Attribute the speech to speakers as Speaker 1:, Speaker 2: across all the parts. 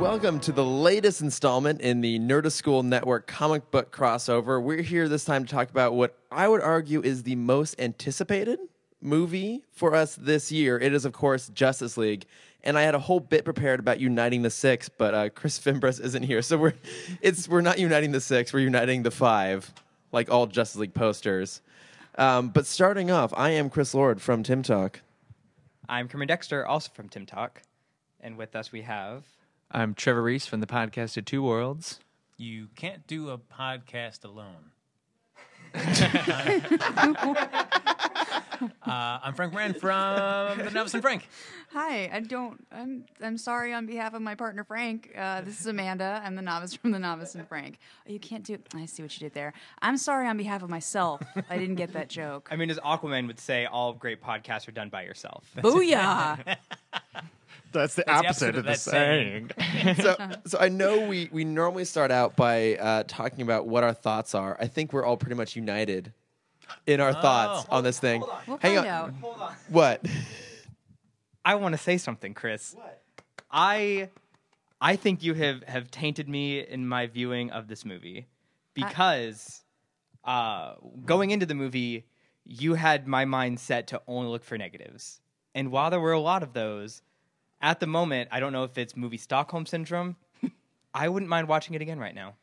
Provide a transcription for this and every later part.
Speaker 1: Welcome to the latest installment in the Nerdist School Network comic book crossover. We're here this time to talk about what I would argue is the most anticipated movie for us this year. It is, of course, Justice League. And I had a whole bit prepared about uniting the six, but uh, Chris Fimbres isn't here, so we're it's we're not uniting the six. We're uniting the five, like all Justice League posters. Um, but starting off, I am Chris Lord from Tim Talk.
Speaker 2: I'm Kermit Dexter, also from Tim Talk. And with us we have
Speaker 3: I'm Trevor Reese from the podcast of Two Worlds.
Speaker 4: You can't do a podcast alone. uh, I'm Frank Rand from the Novice and Frank.
Speaker 5: Hi, I don't. I'm I'm sorry on behalf of my partner Frank. Uh, this is Amanda. I'm the novice from the novice and Frank. Oh, you can't do. I see what you did there. I'm sorry on behalf of myself. I didn't get that joke.
Speaker 2: I mean as Aquaman would say, all great podcasts are done by yourself.
Speaker 5: Booyah!
Speaker 6: That's the
Speaker 4: the
Speaker 6: opposite, of the
Speaker 4: that
Speaker 6: saying.
Speaker 1: so, so I know we, we normally start out by uh, talking about what our thoughts are. I think we're all pretty much united in our thoughts
Speaker 3: Oh.
Speaker 1: on this thing.
Speaker 5: We'll
Speaker 1: Hang on.
Speaker 5: find out.
Speaker 1: What?
Speaker 2: I want to say something, Chris. What? I I think you have have tainted me in my viewing of this movie because uh going into the movie you had my mind set to only look for negatives. And while there were a lot of those, at the moment, I don't know if it's movie Stockholm syndrome. I wouldn't mind watching it again right now.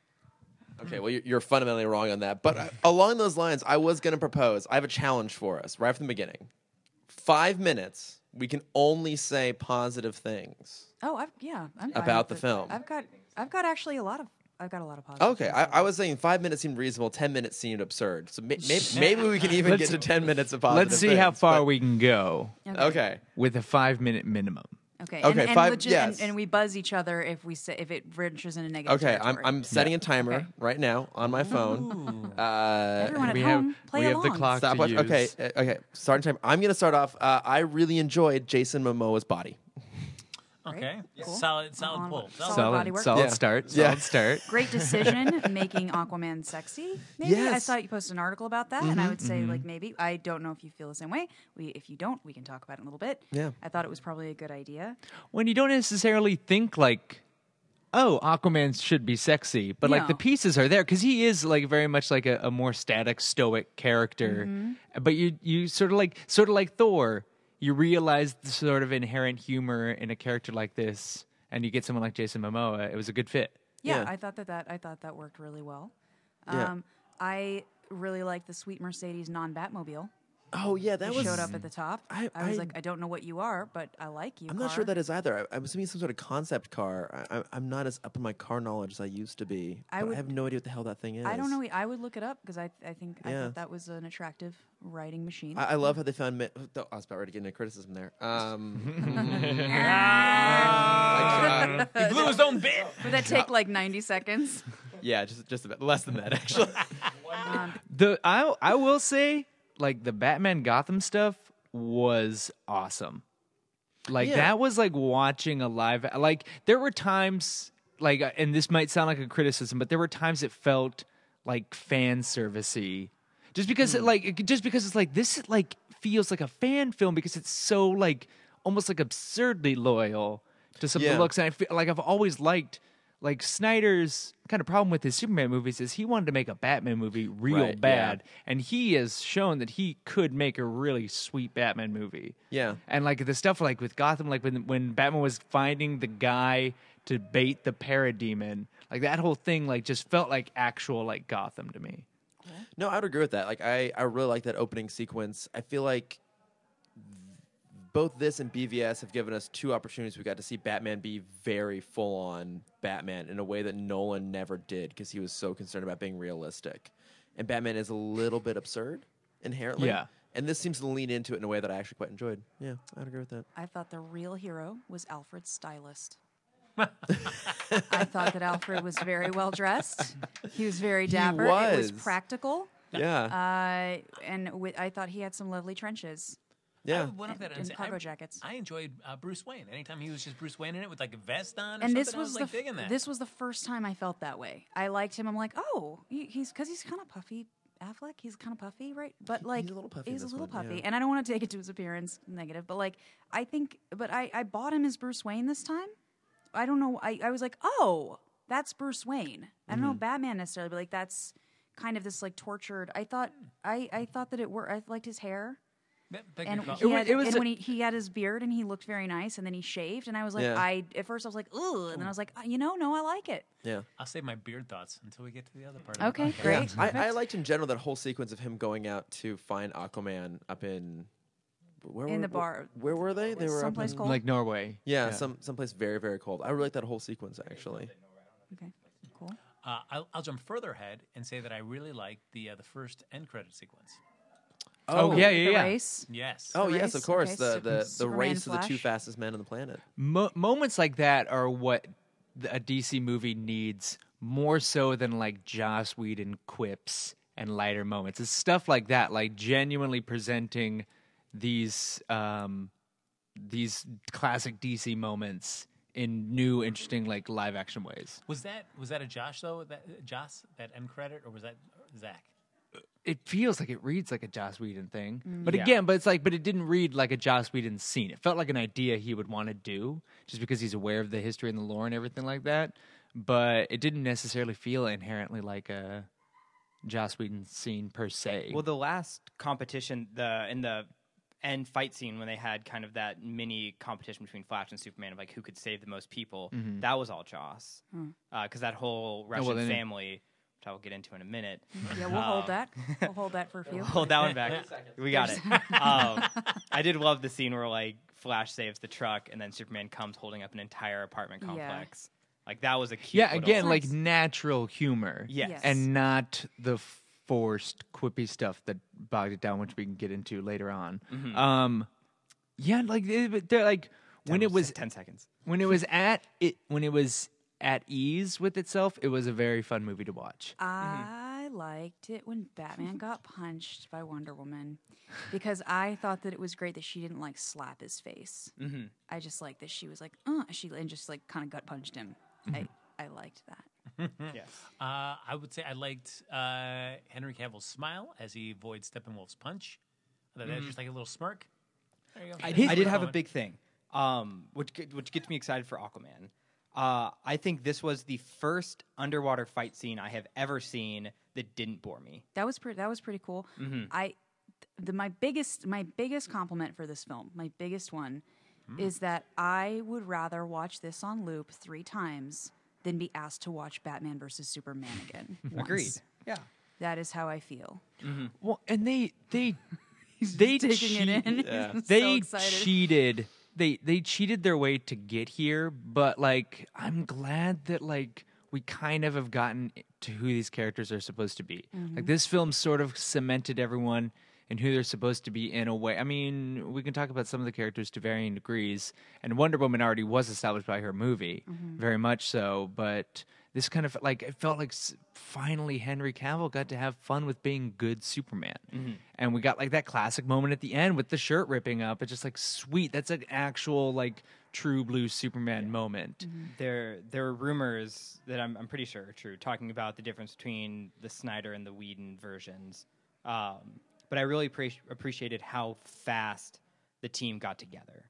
Speaker 1: Okay, well, you're, you're fundamentally wrong on that. But uh, along those lines, I was going to propose I have a challenge for us right from the beginning. Five minutes, we can only say positive things.
Speaker 5: Oh, I've, yeah. I'm fine
Speaker 1: About
Speaker 5: with
Speaker 1: the
Speaker 5: it.
Speaker 1: film.
Speaker 5: I've got. I've got actually a lot of. I've got a lot of positive.
Speaker 1: Okay, I, I was saying five minutes seemed reasonable, 10 minutes seemed absurd. So may, may, maybe we can even get
Speaker 3: Let's-
Speaker 1: to 10 minutes of positive
Speaker 3: Let's see how
Speaker 1: things,
Speaker 3: far
Speaker 1: but-
Speaker 3: we can go
Speaker 1: Okay.
Speaker 3: with a five minute minimum.
Speaker 5: Okay. And,
Speaker 1: Okay,
Speaker 5: and
Speaker 1: five-
Speaker 5: legit-
Speaker 1: yes.
Speaker 5: and, and we buzz each other if we say, if it ventures into negative.
Speaker 1: Okay, I'm,
Speaker 5: territory.
Speaker 1: I'm setting a timer
Speaker 5: Okay.
Speaker 1: right now on my phone. Uh,
Speaker 5: Everyone at
Speaker 3: we have-
Speaker 5: home, play
Speaker 3: we have
Speaker 5: along.
Speaker 3: the clock.
Speaker 1: stopwatch.
Speaker 3: use.
Speaker 1: Okay, uh, okay. Starting time. I'm gonna start off. Uh, I really enjoyed Jason Momoa's body.
Speaker 4: Okay.
Speaker 5: Cool.
Speaker 4: Solid,
Speaker 5: On
Speaker 4: solid pull.
Speaker 5: with-
Speaker 4: Solid.
Speaker 5: Solid
Speaker 3: Solid,
Speaker 5: body work.
Speaker 3: solid
Speaker 1: Yeah.
Speaker 3: start.
Speaker 1: Yeah.
Speaker 3: Solid start.
Speaker 5: Great decision making Aquaman sexy. Maybe I
Speaker 1: Yes.
Speaker 5: saw you post an article about that, and I would say like maybe I don't know if you feel the same way. We if you don't, we can talk about it in a little bit.
Speaker 1: Yeah.
Speaker 5: I thought it was probably a good idea.
Speaker 3: When you don't necessarily think like, oh, Aquaman should be sexy, but like
Speaker 5: No.
Speaker 3: the pieces are there because he is like very much like a, a more static, stoic character.
Speaker 5: Mm-hmm.
Speaker 3: But you you sort of like sort of like Thor, you realize the sort of inherent humor in a character like this, and you get someone like Jason Momoa. It was a good fit.
Speaker 5: Yeah,
Speaker 1: Yeah.
Speaker 5: I thought that that I thought that worked really well.
Speaker 1: Yeah.
Speaker 5: Um, I really like the sweet Mercedes non Batmobile.
Speaker 1: Oh yeah, that
Speaker 5: That
Speaker 1: was.
Speaker 5: showed up at the top.
Speaker 1: I-
Speaker 5: I, was
Speaker 1: I-
Speaker 5: like, I don't know what you are, but I like you.
Speaker 1: I'm not sure
Speaker 5: car.
Speaker 1: that is either. I, I was thinking some sort of concept car. I, I, I'm not as up in my car knowledge as I used to be.
Speaker 5: I
Speaker 1: but
Speaker 5: would-
Speaker 1: I have no idea what the hell that thing is.
Speaker 5: I don't know. I would look it up because I I think I
Speaker 1: Yeah.
Speaker 5: thought that was an attractive writing machine.
Speaker 1: I, I love how they found. Mi- oh, I was about ready to get into criticism there. Um,
Speaker 4: He blew his own bit.
Speaker 5: Would that take like 90 seconds?
Speaker 1: yeah, just just a bit less than that actually.
Speaker 3: The I I will say like the Batman Gotham stuff was awesome. Like
Speaker 1: Yeah.
Speaker 3: that was like watching a live like there were times like uh, and this might sound like a criticism but there were times it felt like fan servicey. Just because
Speaker 1: Hmm.
Speaker 3: it like just because it's like this like feels like a fan film because it's so like almost like absurdly loyal to some of
Speaker 1: Yeah.
Speaker 3: the looks and I feel like I've always liked like Snyder's kind of problem with his Superman movies is he wanted to make a Batman movie real
Speaker 1: Right, yeah.
Speaker 3: bad, and he has shown that he could make a really sweet Batman movie.
Speaker 1: Yeah.
Speaker 3: and like the stuff like with Gotham, like when when Batman was finding the guy to bait the parademon, like that whole thing, like just felt like actual like Gotham to me.
Speaker 1: No, I would agree with that. Like, I, I really like that opening sequence. I feel like both this and BVS have given us two opportunities. We got to see Batman be very full on Batman in a way that Nolan never did because he was so concerned about being realistic. And Batman is a little bit absurd inherently.
Speaker 3: Yeah.
Speaker 1: And this seems to lean into it in a way that I actually quite enjoyed. Yeah, I'd agree with that.
Speaker 5: I thought the real hero was Alfred's stylist. I thought that Alfred was very well dressed. He was very dapper. It was
Speaker 1: was.
Speaker 5: practical.
Speaker 1: Yeah.
Speaker 5: Uh, and wi- I thought he had some lovely trenches.
Speaker 1: yeah.
Speaker 4: I went up that
Speaker 5: And
Speaker 4: say,
Speaker 5: cargo
Speaker 4: I,
Speaker 5: jackets.
Speaker 4: I enjoyed uh, Bruce Wayne. Anytime he was just Bruce Wayne in it with like a vest on, or
Speaker 5: And
Speaker 4: something,
Speaker 5: this
Speaker 4: I was
Speaker 5: was,
Speaker 4: like
Speaker 5: the f-
Speaker 4: digging that.
Speaker 5: this was the first time I felt that way. I liked him. I'm like, oh, he, he's because he's kind of puffy. Affleck, he's kind of puffy, right? But like,
Speaker 1: a little puffy in
Speaker 5: He's a
Speaker 1: this
Speaker 5: little
Speaker 1: one, yeah.
Speaker 5: puffy, and I don't want to take it to his appearance negative, but like, I think, but I, I bought him as Bruce Wayne this time, I don't know. I, I was like, oh, that's Bruce Wayne. I
Speaker 1: Mm-hmm.
Speaker 5: don't know Batman necessarily, but like that's kind of this like tortured. I thought I, I thought that it worked. I liked his hair.
Speaker 4: That- that
Speaker 5: And
Speaker 4: could
Speaker 5: he
Speaker 4: be-
Speaker 3: was-
Speaker 5: had,
Speaker 3: it was
Speaker 5: and
Speaker 3: a-
Speaker 5: when he, he had his beard and he looked very nice and then he shaved and I was like
Speaker 1: Yeah.
Speaker 5: I at first I was like ooh and then I was like "Uh, you know no I like it
Speaker 1: Yeah.
Speaker 4: I'll save my beard thoughts until we get to the other part.
Speaker 5: okay
Speaker 4: of the podcast.
Speaker 5: great
Speaker 1: I, I liked in general that whole sequence of him going out to find Aquaman up in where
Speaker 5: In
Speaker 1: were,
Speaker 5: the bar.
Speaker 1: Where were they? They were up
Speaker 5: someplace
Speaker 1: in-
Speaker 5: cold
Speaker 3: like Norway.
Speaker 1: Yeah, some someplace very very cold. I really like that whole sequence actually.
Speaker 5: okay cool
Speaker 4: Uh, I'll, I'll jump further ahead and say that I really like the uh, the first end credit sequence.
Speaker 3: Oh, yeah, yeah,
Speaker 5: the
Speaker 3: yeah.
Speaker 5: race
Speaker 4: Yes.
Speaker 1: Oh
Speaker 5: The
Speaker 1: yes, of
Speaker 5: race?
Speaker 1: course.
Speaker 5: Okay,
Speaker 1: the
Speaker 5: Sup-
Speaker 1: the, the
Speaker 5: Superman
Speaker 1: race of the two
Speaker 5: Flash.
Speaker 1: fastest men on the planet.
Speaker 3: Mo- moments like that are what th- a DC movie needs more so than like Joss Whedon quips and lighter moments. It's stuff like that, like genuinely presenting these um, these classic DC moments in new, interesting, like live action ways.
Speaker 4: Was that was that a Josh though? That uh, Josh that end credit or was that Zach?
Speaker 3: It feels like it reads like a Joss Whedon thing, but again, but it's like, but it didn't read like a Joss Whedon scene. It felt like an idea he would want to do, just because he's aware of the history and the lore and everything like that. But it didn't necessarily feel inherently like a Joss Whedon scene per se.
Speaker 2: Well, the last competition, the in the end fight scene when they had kind of that mini competition between Flash and Superman of like who could save the most people, that was all Joss, because that whole Russian
Speaker 3: Mm-hmm. Oh, then-
Speaker 2: family, which I will get into in a minute.
Speaker 5: yeah we'll hold that we'll hold that for a few
Speaker 2: Hold that one back. We got it. Um, I did love the scene where like Flash saves the truck and then Superman comes holding up an entire apartment
Speaker 5: Yeah.
Speaker 2: complex. Like that was a cute.
Speaker 3: yeah,
Speaker 2: little-
Speaker 3: again, like
Speaker 5: Nice.
Speaker 3: natural humor,
Speaker 2: Yes.
Speaker 5: Yes.
Speaker 3: and not the forced quippy stuff that bogged it down, which we can get into later on.
Speaker 2: Mm-hmm.
Speaker 3: Um, yeah, like they- they're like when it was
Speaker 2: ten seconds.
Speaker 3: when it was at it when it was at ease with itself it was a very fun movie to watch
Speaker 5: I liked it when Batman got punched by Wonder Woman because I thought that it was great that she didn't like slap his face. Mm-hmm. I just liked that she was like, uh, she and just like kind of gut punched him.
Speaker 3: Mm-hmm.
Speaker 5: I I liked that.
Speaker 3: Mm.
Speaker 2: Yes.
Speaker 4: Uh, I would say I liked uh, Henry Cavill's smile as he avoids Steppenwolf's punch. I thought that was just like a little smirk. There you go.
Speaker 2: I,
Speaker 4: That's
Speaker 2: I did
Speaker 4: one
Speaker 2: have a
Speaker 4: moment.
Speaker 2: big thing, um, which get- which gets me excited for Aquaman. Uh, I think this was the first underwater fight scene I have ever seen that didn't bore me.
Speaker 5: That was pretty. That was pretty cool.
Speaker 3: Mm-hmm.
Speaker 5: I, the my biggest my biggest compliment for this film, my biggest one,
Speaker 3: Hmm.
Speaker 5: is that I would rather watch this on loop three times than be asked to watch Batman versus Superman again. once.
Speaker 2: Agreed. Yeah.
Speaker 5: That is how I feel.
Speaker 3: well and they they they
Speaker 5: taking it
Speaker 3: cheat-
Speaker 5: in.
Speaker 1: Yeah.
Speaker 5: So
Speaker 3: they
Speaker 5: excited.
Speaker 3: cheated they they cheated their way to get here but like i'm glad that like we kind of have gotten to who these characters are supposed to be
Speaker 5: Mm-hmm.
Speaker 3: like this film sort of cemented everyone and who they're supposed to be in a way i mean we can talk about some of the characters to varying degrees and wonder woman already was established by her movie
Speaker 5: Mm-hmm.
Speaker 3: very much so but this kind of like it felt like s- finally Henry Cavill got to have fun with being good Superman,
Speaker 5: Mm-hmm.
Speaker 3: and we got like that classic moment at the end with the shirt ripping up. It's just like sweet. That's an actual like true blue Superman moment.
Speaker 2: Mm-hmm. There there are rumors that I'm I'm pretty sure are true talking about the difference between the Snyder and the Whedon versions. Um, but I really appreci appreciated how fast the team got together.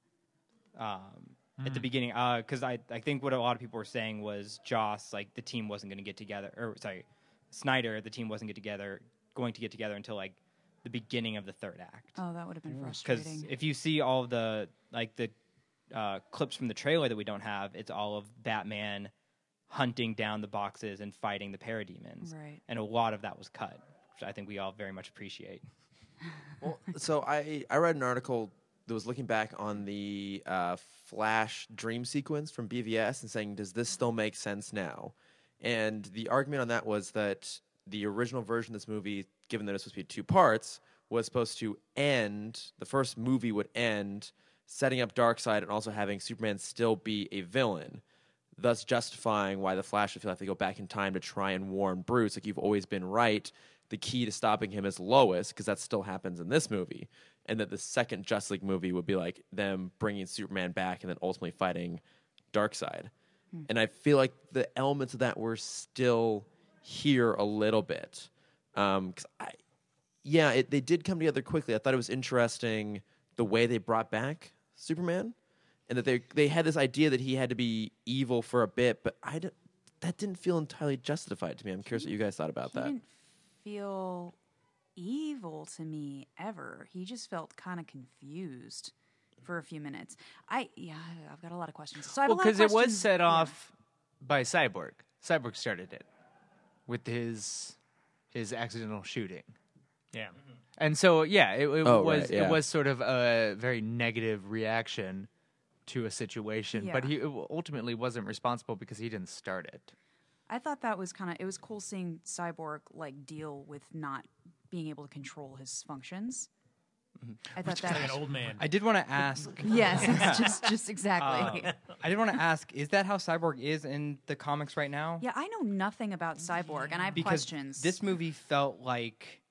Speaker 2: um, at the beginning because I, I think what a lot of people were saying was Joss like the team wasn't going to get together or sorry Snyder the team wasn't get together going to get together until like the beginning of the third act
Speaker 5: Oh, that would have been
Speaker 2: because
Speaker 5: frustrating.
Speaker 2: if you see all the like the uh, clips from the trailer that we don't have it's all of Batman hunting down the boxes and fighting the parademons
Speaker 5: Right.
Speaker 2: and a lot of that was cut which I think we all very much appreciate
Speaker 1: Well, so I I read an article that was looking back on the uh, Flash dream sequence from BVS and saying, does this still make sense now? And the argument on that was that the original version of this movie, given that it was supposed to be two parts, was supposed to end. The first movie would end setting up Darkseid and also having Superman still be a villain thus justifying why the Flash would feel like they go back in time to try and warn Bruce, like you've always been right. The key to stopping him is Lois, because that still happens in this movie, and that the second Justice League movie would be like them bringing Superman back and then ultimately fighting Darkseid. And I feel like the elements of that were still here a little bit, because I, yeah, it, they did come together quickly. I thought it was interesting the way they brought back Superman and that they they had this idea that he had to be evil for a bit, but I don't- that didn't feel entirely justified to me. I'm curious what you guys thought about
Speaker 5: He
Speaker 1: that.
Speaker 5: didn't feel evil to me ever. He just felt kind of confused for a few minutes. I yeah, I've got a lot of questions. So I have a
Speaker 3: Well,
Speaker 5: lot of
Speaker 3: because it was
Speaker 5: questions-
Speaker 3: set
Speaker 5: yeah.
Speaker 3: off by Cyborg. Cyborg started it with his his accidental shooting,
Speaker 4: Yeah.
Speaker 3: and so yeah, it, it
Speaker 1: Oh,
Speaker 3: was
Speaker 1: right, yeah.
Speaker 3: it was sort of a very negative reaction to a situation. But
Speaker 5: Yeah.
Speaker 3: he ultimately wasn't responsible because he didn't start it.
Speaker 5: I thought that was kind of it was cool seeing Cyborg like deal with not being able to control his functions.
Speaker 2: Mm-hmm.
Speaker 5: I thought that
Speaker 4: Like an
Speaker 5: was,
Speaker 4: old man.
Speaker 2: I did want to ask.
Speaker 5: yes, it's just just exactly.
Speaker 2: I did want to ask: Is that how Cyborg is in the comics right now?
Speaker 5: yeah, I know nothing about Cyborg, and I have
Speaker 2: because
Speaker 5: questions.
Speaker 2: this movie felt like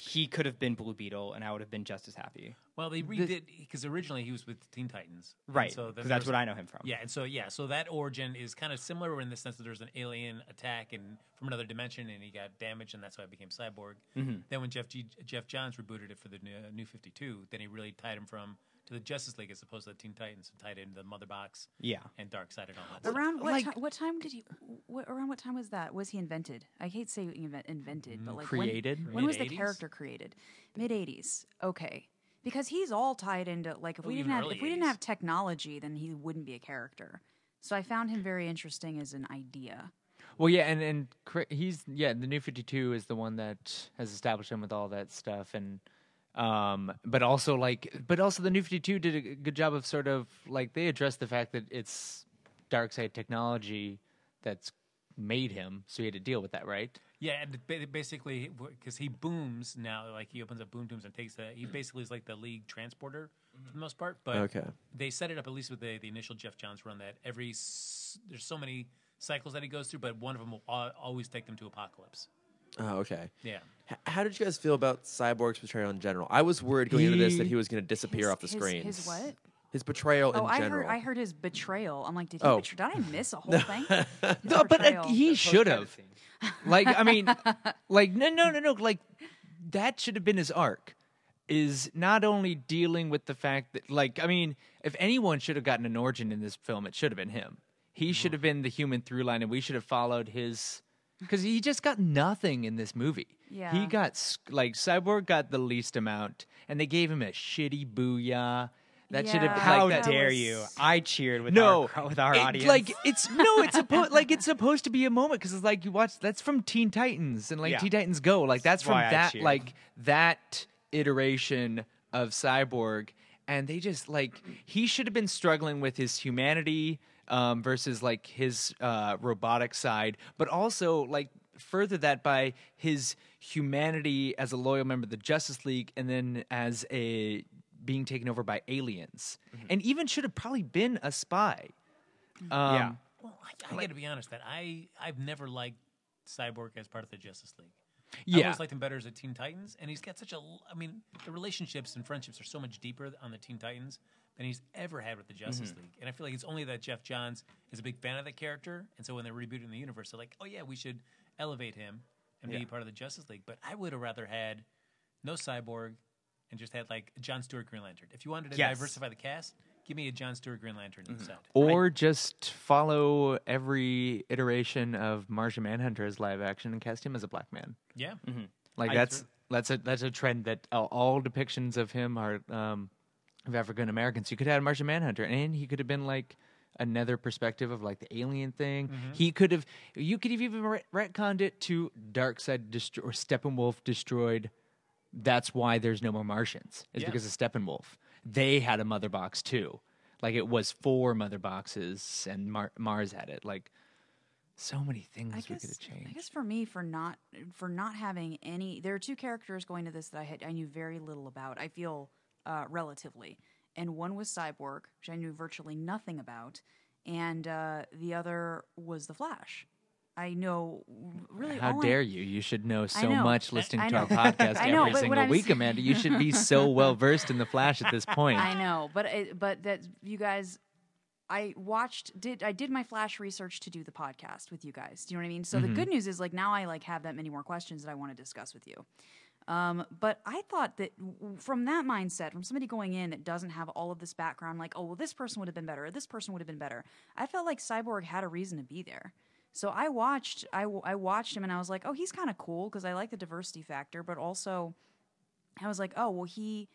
Speaker 2: he could have been Blue Beetle, and I would have been just as happy.
Speaker 4: well, they redid because originally he was with Teen Titans. and
Speaker 2: Right.
Speaker 4: So then
Speaker 2: Because that's
Speaker 4: there's-
Speaker 2: what I know him from.
Speaker 4: Yeah, and so yeah, so that origin is kind of similar in the sense that there's an alien attack and from another dimension, and he got damaged, and that's why he became cyborg.
Speaker 2: Mm-hmm.
Speaker 4: Then when Jeff G, Jeff Johns rebooted it for the new, uh, new Fifty Two, then he really tied him from to the Justice League as opposed to the Teen Titans, and tied it into the Mother Box,
Speaker 2: Yeah.
Speaker 4: and Dark Side and all that. stuff.
Speaker 5: around what,
Speaker 3: like-
Speaker 5: ti- what time did he? What, around what time was that? Was he invented? I hate saying inven- invented,
Speaker 4: Mm,
Speaker 5: but like
Speaker 3: created?
Speaker 5: When, when was the
Speaker 4: Mid-eighties?
Speaker 5: character created? Mid eighties. Okay, because he's all tied into like if we
Speaker 4: even
Speaker 5: didn't have
Speaker 4: early
Speaker 5: if we didn't
Speaker 4: 80s.
Speaker 5: have technology, then he wouldn't be a character. So I found him very interesting as an idea.
Speaker 3: Well, yeah, and and cor- he's yeah, the new Fifty Two is the one that has established him with all that stuff, and um, but also like, but also the new Fifty Two did a g- good job of sort of like they addressed the fact that it's dark side technology that's made him, so he had to deal with that, right?
Speaker 4: Yeah, and ba- basically, because he booms now, like he opens up boom tubes and takes that. He basically is like the league transporter for the most part. But
Speaker 1: Okay.
Speaker 4: they set it up at least with the, the initial Jeff Johns run that every s- there's so many cycles that he goes through, but one of them will al- always take them to apocalypse.
Speaker 1: Oh, okay.
Speaker 4: Yeah,
Speaker 1: H- How did you guys feel about Cyborg's portrayal in general? I was worried going into this
Speaker 3: He-
Speaker 1: that he was going to disappear
Speaker 5: His-
Speaker 1: off the
Speaker 5: his-
Speaker 1: screen.
Speaker 5: his what?
Speaker 1: His portrayal
Speaker 5: Oh,
Speaker 1: in
Speaker 5: I
Speaker 1: general.
Speaker 5: heard I heard his betrayal. I'm like, did he
Speaker 1: Oh.
Speaker 5: betray? Did I miss a whole thing? His
Speaker 3: No, but uh,
Speaker 5: betrayal.
Speaker 3: he should have. Like, I mean, like no, no, no, no. Like that should have been his arc. Is not only dealing with the fact that, like, I mean, if anyone should have gotten an origin in this film, it should have been him.
Speaker 2: Mm-hmm.
Speaker 3: He should have been the human through line, and we should have followed his. Because he just got nothing in this movie. He
Speaker 5: Yeah.
Speaker 3: got, sc- like, Cyborg got the least amount, and they gave him a shitty booyah. That should have
Speaker 5: Yeah.
Speaker 3: like,
Speaker 2: How
Speaker 3: that-
Speaker 2: dare
Speaker 5: was-
Speaker 2: you? I cheered with
Speaker 3: no,
Speaker 2: our with our
Speaker 3: it-
Speaker 2: audience.
Speaker 3: Like it's no, it's supposed like it's supposed to be a moment because it's like you watch that's from Teen Titans and like
Speaker 2: Yeah.
Speaker 3: Teen Titans Go, like that's from
Speaker 2: why I
Speaker 3: that
Speaker 2: cheered.
Speaker 3: like that iteration of Cyborg, and they just like he should have been struggling with his humanity um, versus like his uh, robotic side, but also like further that by his humanity as a loyal member of the Justice League and then as a being taken over by aliens and even should have probably been a spy um,
Speaker 2: yeah.
Speaker 4: well, I, I got to be honest that I I've never liked Cyborg as part of the Justice League. I
Speaker 3: Yeah.
Speaker 4: always liked him better as a Teen Titans, and he's got such a. l- I mean, the relationships and friendships are so much deeper on the Teen Titans than he's ever had with the Justice
Speaker 3: Mm-hmm.
Speaker 4: League. And I feel like it's only that Jeff Johns is a big fan of that character, and so when they're rebooting the universe, they're like, "Oh yeah, we should elevate him and be part of the Justice League." But I would have rather had no Cyborg and just had like John Stewart Green Lantern. If you wanted to
Speaker 2: Yes.
Speaker 4: diversify the cast, give me a John Stewart Green Lantern instead.
Speaker 3: Mm-hmm. or just follow every iteration of Martian Manhunter as live action and cast him as a black man.
Speaker 4: Yeah,
Speaker 3: Like
Speaker 2: I
Speaker 3: that's that's a that's a trend that all- all depictions of him are um, of African Americans. You could have had Martian Manhunter, and he could have been like another perspective of like the alien thing. He could have you could have even ret- retconned it to Dark Side destro- or Steppenwolf destroyed. That's why there's no more Martians. It's
Speaker 4: Yeah.
Speaker 3: because of Steppenwolf. They had a mother box too. Like it was four mother boxes, and Mar- Mars had it. Like so many things
Speaker 5: I
Speaker 3: we could
Speaker 5: guess,
Speaker 3: have changed.
Speaker 5: I guess for me, for not for not having any, there are two characters going to this that I had I knew very little about. I feel uh, relatively, and one was Cyborg, which I knew virtually nothing about, and uh, the other was the Flash. I know really.
Speaker 3: How
Speaker 5: all I-
Speaker 3: dare you? You should know so
Speaker 5: know.
Speaker 3: much listening
Speaker 5: I
Speaker 3: to our
Speaker 5: know.
Speaker 3: podcast
Speaker 5: I know,
Speaker 3: every
Speaker 5: but what
Speaker 3: single
Speaker 5: I'm
Speaker 3: week,
Speaker 5: saying-
Speaker 3: Amanda. You should be so well versed in the Flash at this point.
Speaker 5: I know, but it, but that you guys, I watched did I did my flash research to do the podcast with you guys. Do you know what I mean? So the good news is like now I like have that many more questions that I want to discuss with you. Um, but I thought that w- from that mindset, from somebody going in that doesn't have all of this background, like, oh, well, this person would have been better, or this person would have been better. I felt like Cyborg had a reason to be there. So I watched, I, w- I watched him, and I was like, oh, he's kind of cool because I like the diversity factor, but also I was like, oh, well, he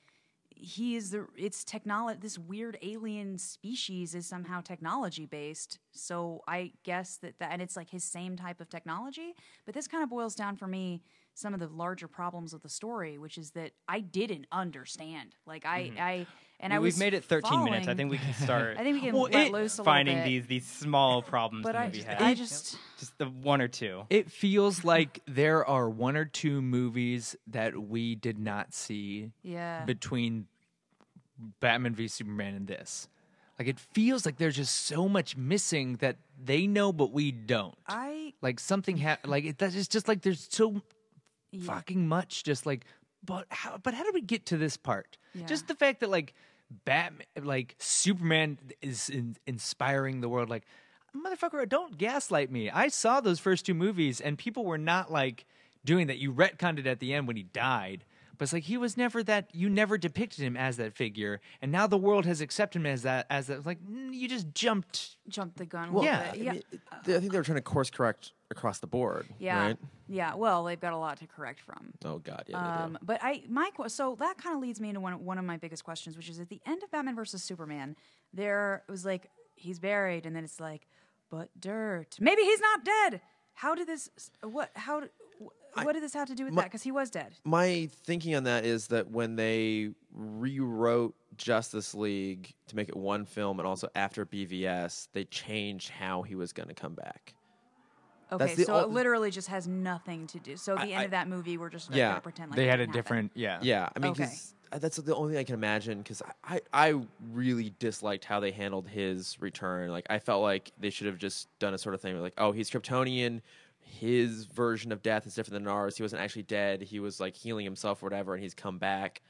Speaker 5: he is the it's technology this weird alien species is somehow technology based so i guess that that and it's like his same type of technology but this kind of boils down for me some of the larger problems of the story which is that i didn't understand like i i and i
Speaker 2: Mm-hmm. we've
Speaker 5: was
Speaker 2: made it 13 minutes. I
Speaker 5: following-
Speaker 2: think we can start.
Speaker 5: I think we can
Speaker 2: Well,
Speaker 5: let
Speaker 2: it-
Speaker 5: loose a little
Speaker 2: finding
Speaker 5: bit.
Speaker 2: these these small problems
Speaker 5: but
Speaker 2: the
Speaker 5: i
Speaker 2: movie
Speaker 5: just,
Speaker 2: had.
Speaker 5: i just
Speaker 2: just the one or two.
Speaker 3: It feels like there are one or two movies that we did not see
Speaker 5: yeah
Speaker 3: between Batman v Superman and this. Like it feels like there's just so much missing that they know but we don't.
Speaker 5: i
Speaker 3: like something happened. Like it, that's it's just like there's so
Speaker 5: Yeah.
Speaker 3: fucking much. Just like, but how? But how did we get to this part?
Speaker 5: Yeah.
Speaker 3: Just the fact that like Batman, like Superman, is in, inspiring the world. Like, motherfucker, don't gaslight me. I saw those first two movies, and people were not like doing that. You retconned it at the end when he died. But it's like he was never that. You never depicted him as that figure, and now the world has accepted him as that. As that, like mm, you just jumped.
Speaker 5: jumped the gun a little
Speaker 3: yeah,
Speaker 5: bit.
Speaker 1: I
Speaker 5: yeah
Speaker 1: mean, I think they were trying to course correct across the board.
Speaker 5: yeah
Speaker 1: Right?
Speaker 5: yeah well they've got a lot to correct from
Speaker 1: Oh God. Yeah. they do.
Speaker 5: Um, but I, my que- so that kind of leads me into one one of my biggest questions, which is at the end of Batman versus Superman, there was like he's buried, and then it's like, but dirt. Maybe he's not dead. How did this? What? How? d- wh- What did this have to do with that? 'Cause that? Because he was dead.
Speaker 1: my thinking on that is that when they rewrote Justice League to make it one film and also after BVS, they changed how he was going to come back.
Speaker 5: Okay,
Speaker 1: the
Speaker 5: so it
Speaker 1: ol-
Speaker 5: literally just has nothing to do. So at the end
Speaker 1: I-
Speaker 5: of that movie, we're just
Speaker 1: Yeah.
Speaker 5: gonna pretend like
Speaker 3: they
Speaker 5: it
Speaker 3: had a
Speaker 5: didn't happen.
Speaker 3: different, yeah,
Speaker 1: Yeah, I mean,
Speaker 5: Okay.
Speaker 1: 'cause that's the only thing I can imagine. Because I, I, I really disliked how they handled his return. Like, I felt like they should have just done a sort of thing where, like, oh, he's Kryptonian. His version of death is different than ours. He wasn't actually dead. He was like healing himself or whatever, and he's come back.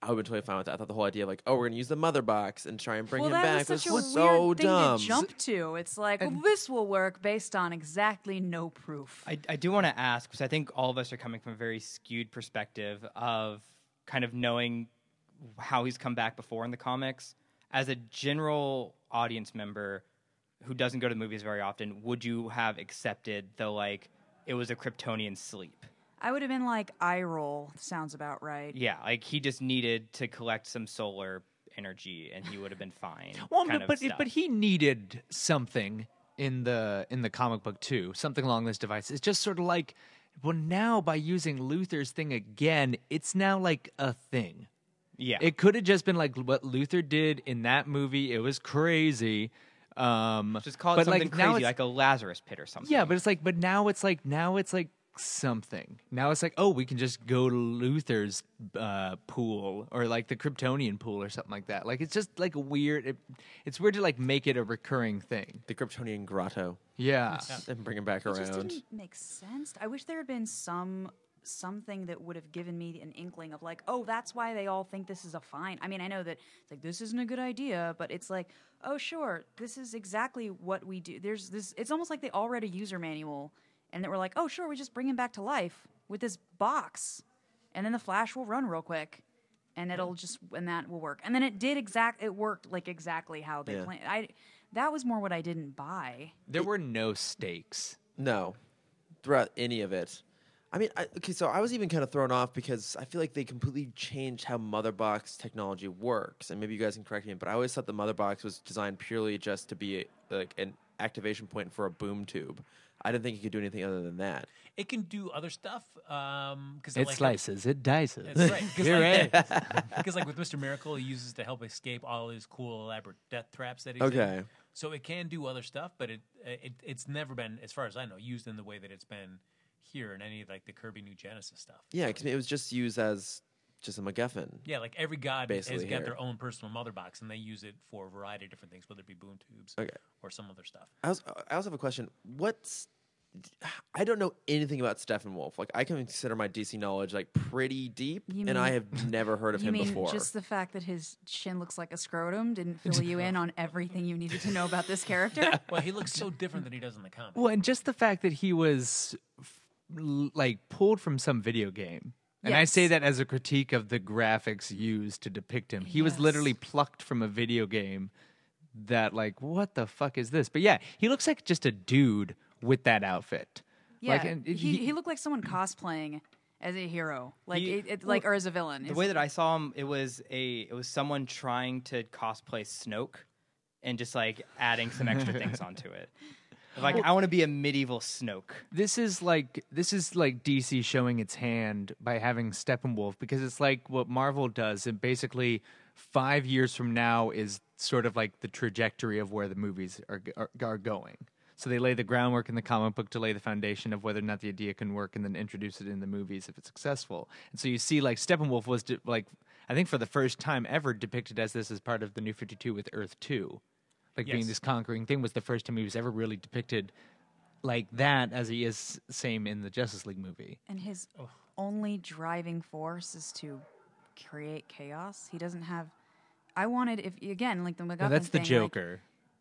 Speaker 1: I would have been totally fine with that. I thought the whole idea of like, oh, we're gonna use the mother box and try and bring
Speaker 5: Well,
Speaker 1: him
Speaker 5: that
Speaker 1: back
Speaker 5: was such a
Speaker 1: so
Speaker 5: weird
Speaker 1: dumb.
Speaker 5: thing to jump to. It's like well, this will work based on exactly no proof.
Speaker 2: I, I do want to ask because I think all of us are coming from a very skewed perspective of kind of knowing how he's come back before in the comics. As a general audience member who doesn't go to movies very often, would you have accepted the like it was a Kryptonian sleep?
Speaker 5: I would have been like eye roll. Sounds about right.
Speaker 2: Yeah, like he just needed to collect some solar energy and he would have been fine.
Speaker 3: Well,
Speaker 2: kind
Speaker 3: but
Speaker 2: of
Speaker 3: but,
Speaker 2: stuff.
Speaker 3: but he needed something in the in the comic book too, something along this device. It's just sort of like, well, now by using Luther's thing again, it's now like a thing.
Speaker 2: yeah,
Speaker 3: It could have just been like what Luther did in that movie. It was crazy. Um,
Speaker 2: just call it
Speaker 3: but,
Speaker 2: something
Speaker 3: like, now
Speaker 2: crazy,
Speaker 3: it's-
Speaker 2: like a Lazarus pit or something.
Speaker 3: yeah, but it's like, but now it's like, now it's like something. Now it's like, oh, we can just go to Luther's uh, pool or like the Kryptonian pool or something like that. Like it's just like a weird. It, it's weird to like make it a recurring thing.
Speaker 1: the Kryptonian grotto
Speaker 3: Yeah.
Speaker 1: and bring him back
Speaker 5: It just
Speaker 1: around.
Speaker 5: didn't make sense. I wish there had been some something that would have given me an inkling of like, oh, that's why they all think this is a fine. I mean, I know that it's like this isn't a good idea, but it's like, oh, sure, this is exactly what we do. There's this. It's almost like they all read a user manual, and that we're like, oh, sure, we just bring him back to life with this box, and then the flash will run real quick. And it'll just and that will work. And then it did exact. It worked like exactly how they
Speaker 1: Yeah.
Speaker 5: planned. I that was more what I didn't buy.
Speaker 3: There were no stakes.
Speaker 1: No, throughout any of it. I mean, I, okay, so I was even kind of thrown off because I feel like they completely changed how Mother Box technology works, and maybe you guys can correct me, but I always thought the Mother Box was designed purely just to be like an activation point for a boom tube. I didn't think you could do anything other than that.
Speaker 4: It can do other stuff. Um, cause
Speaker 3: It
Speaker 4: like,
Speaker 3: slices. It dices.
Speaker 4: That's right. Because
Speaker 3: You're
Speaker 4: like,
Speaker 3: right.
Speaker 4: because like with Mr. Miracle, he uses to help escape all his cool elaborate death traps that he's in.
Speaker 1: Okay.
Speaker 4: So it can do other stuff, but it, it it's never been, as far as I know, used in the way that it's been here in any of like the Kirby New Genesis stuff.
Speaker 1: Yeah, because it was just used as just a MacGuffin.
Speaker 4: Yeah, like every god
Speaker 1: Basically
Speaker 4: has got
Speaker 1: here.
Speaker 4: their own personal mother box, and they use it for a variety of different things, whether it be boom tubes
Speaker 1: Okay.
Speaker 4: or some other stuff.
Speaker 1: I also, I also have a question. What's I don't know anything about Steppenwolf. Like I can consider my DC knowledge like pretty deep,
Speaker 5: You
Speaker 1: and I
Speaker 5: mean-
Speaker 1: have never heard of
Speaker 5: You
Speaker 1: him
Speaker 5: mean
Speaker 1: before.
Speaker 5: just the fact that his chin looks like a scrotum didn't fill you in on everything you needed to know about this character?
Speaker 4: Well, he looks so different than he does in the comic.
Speaker 3: well, and just the fact that he was f- l- like pulled from some video game. And I say
Speaker 5: Yes.
Speaker 3: that as a critique of the graphics used to depict him. He was
Speaker 5: Yes.
Speaker 3: literally plucked from a video game that like what the fuck is this? But yeah, he looks like just a dude with that outfit.
Speaker 5: Yeah,
Speaker 3: Like and
Speaker 5: he, he looked like someone cosplaying as a hero, like
Speaker 2: He-
Speaker 5: it, it, like or as a villain.
Speaker 2: The way that I saw him, it was a it was someone trying to cosplay Snoke, and just like adding some extra things onto it. Like I want to be a medieval Snoke.
Speaker 3: this is like this is like DC showing its hand by having Steppenwolf because it's like what Marvel does and basically 5 years from now is sort of like the trajectory of where the movies are are, are going. So they lay the groundwork in the comic book to lay the foundation of whether or not the idea can work and then introduce it in the movies if it's successful. And so you see like Steppenwolf was de- like I think for the first time ever depicted as this as part of the New 52 with Earth 2. Like being
Speaker 4: Yes.
Speaker 3: this conquering thing was the first time he was ever really depicted like that as he is same in the Justice League movie.
Speaker 5: and his only driving force is to create chaos. He doesn't have. I wanted if again like the MacGuffin.
Speaker 3: No, that's the
Speaker 5: thing, like-
Speaker 3: Joker.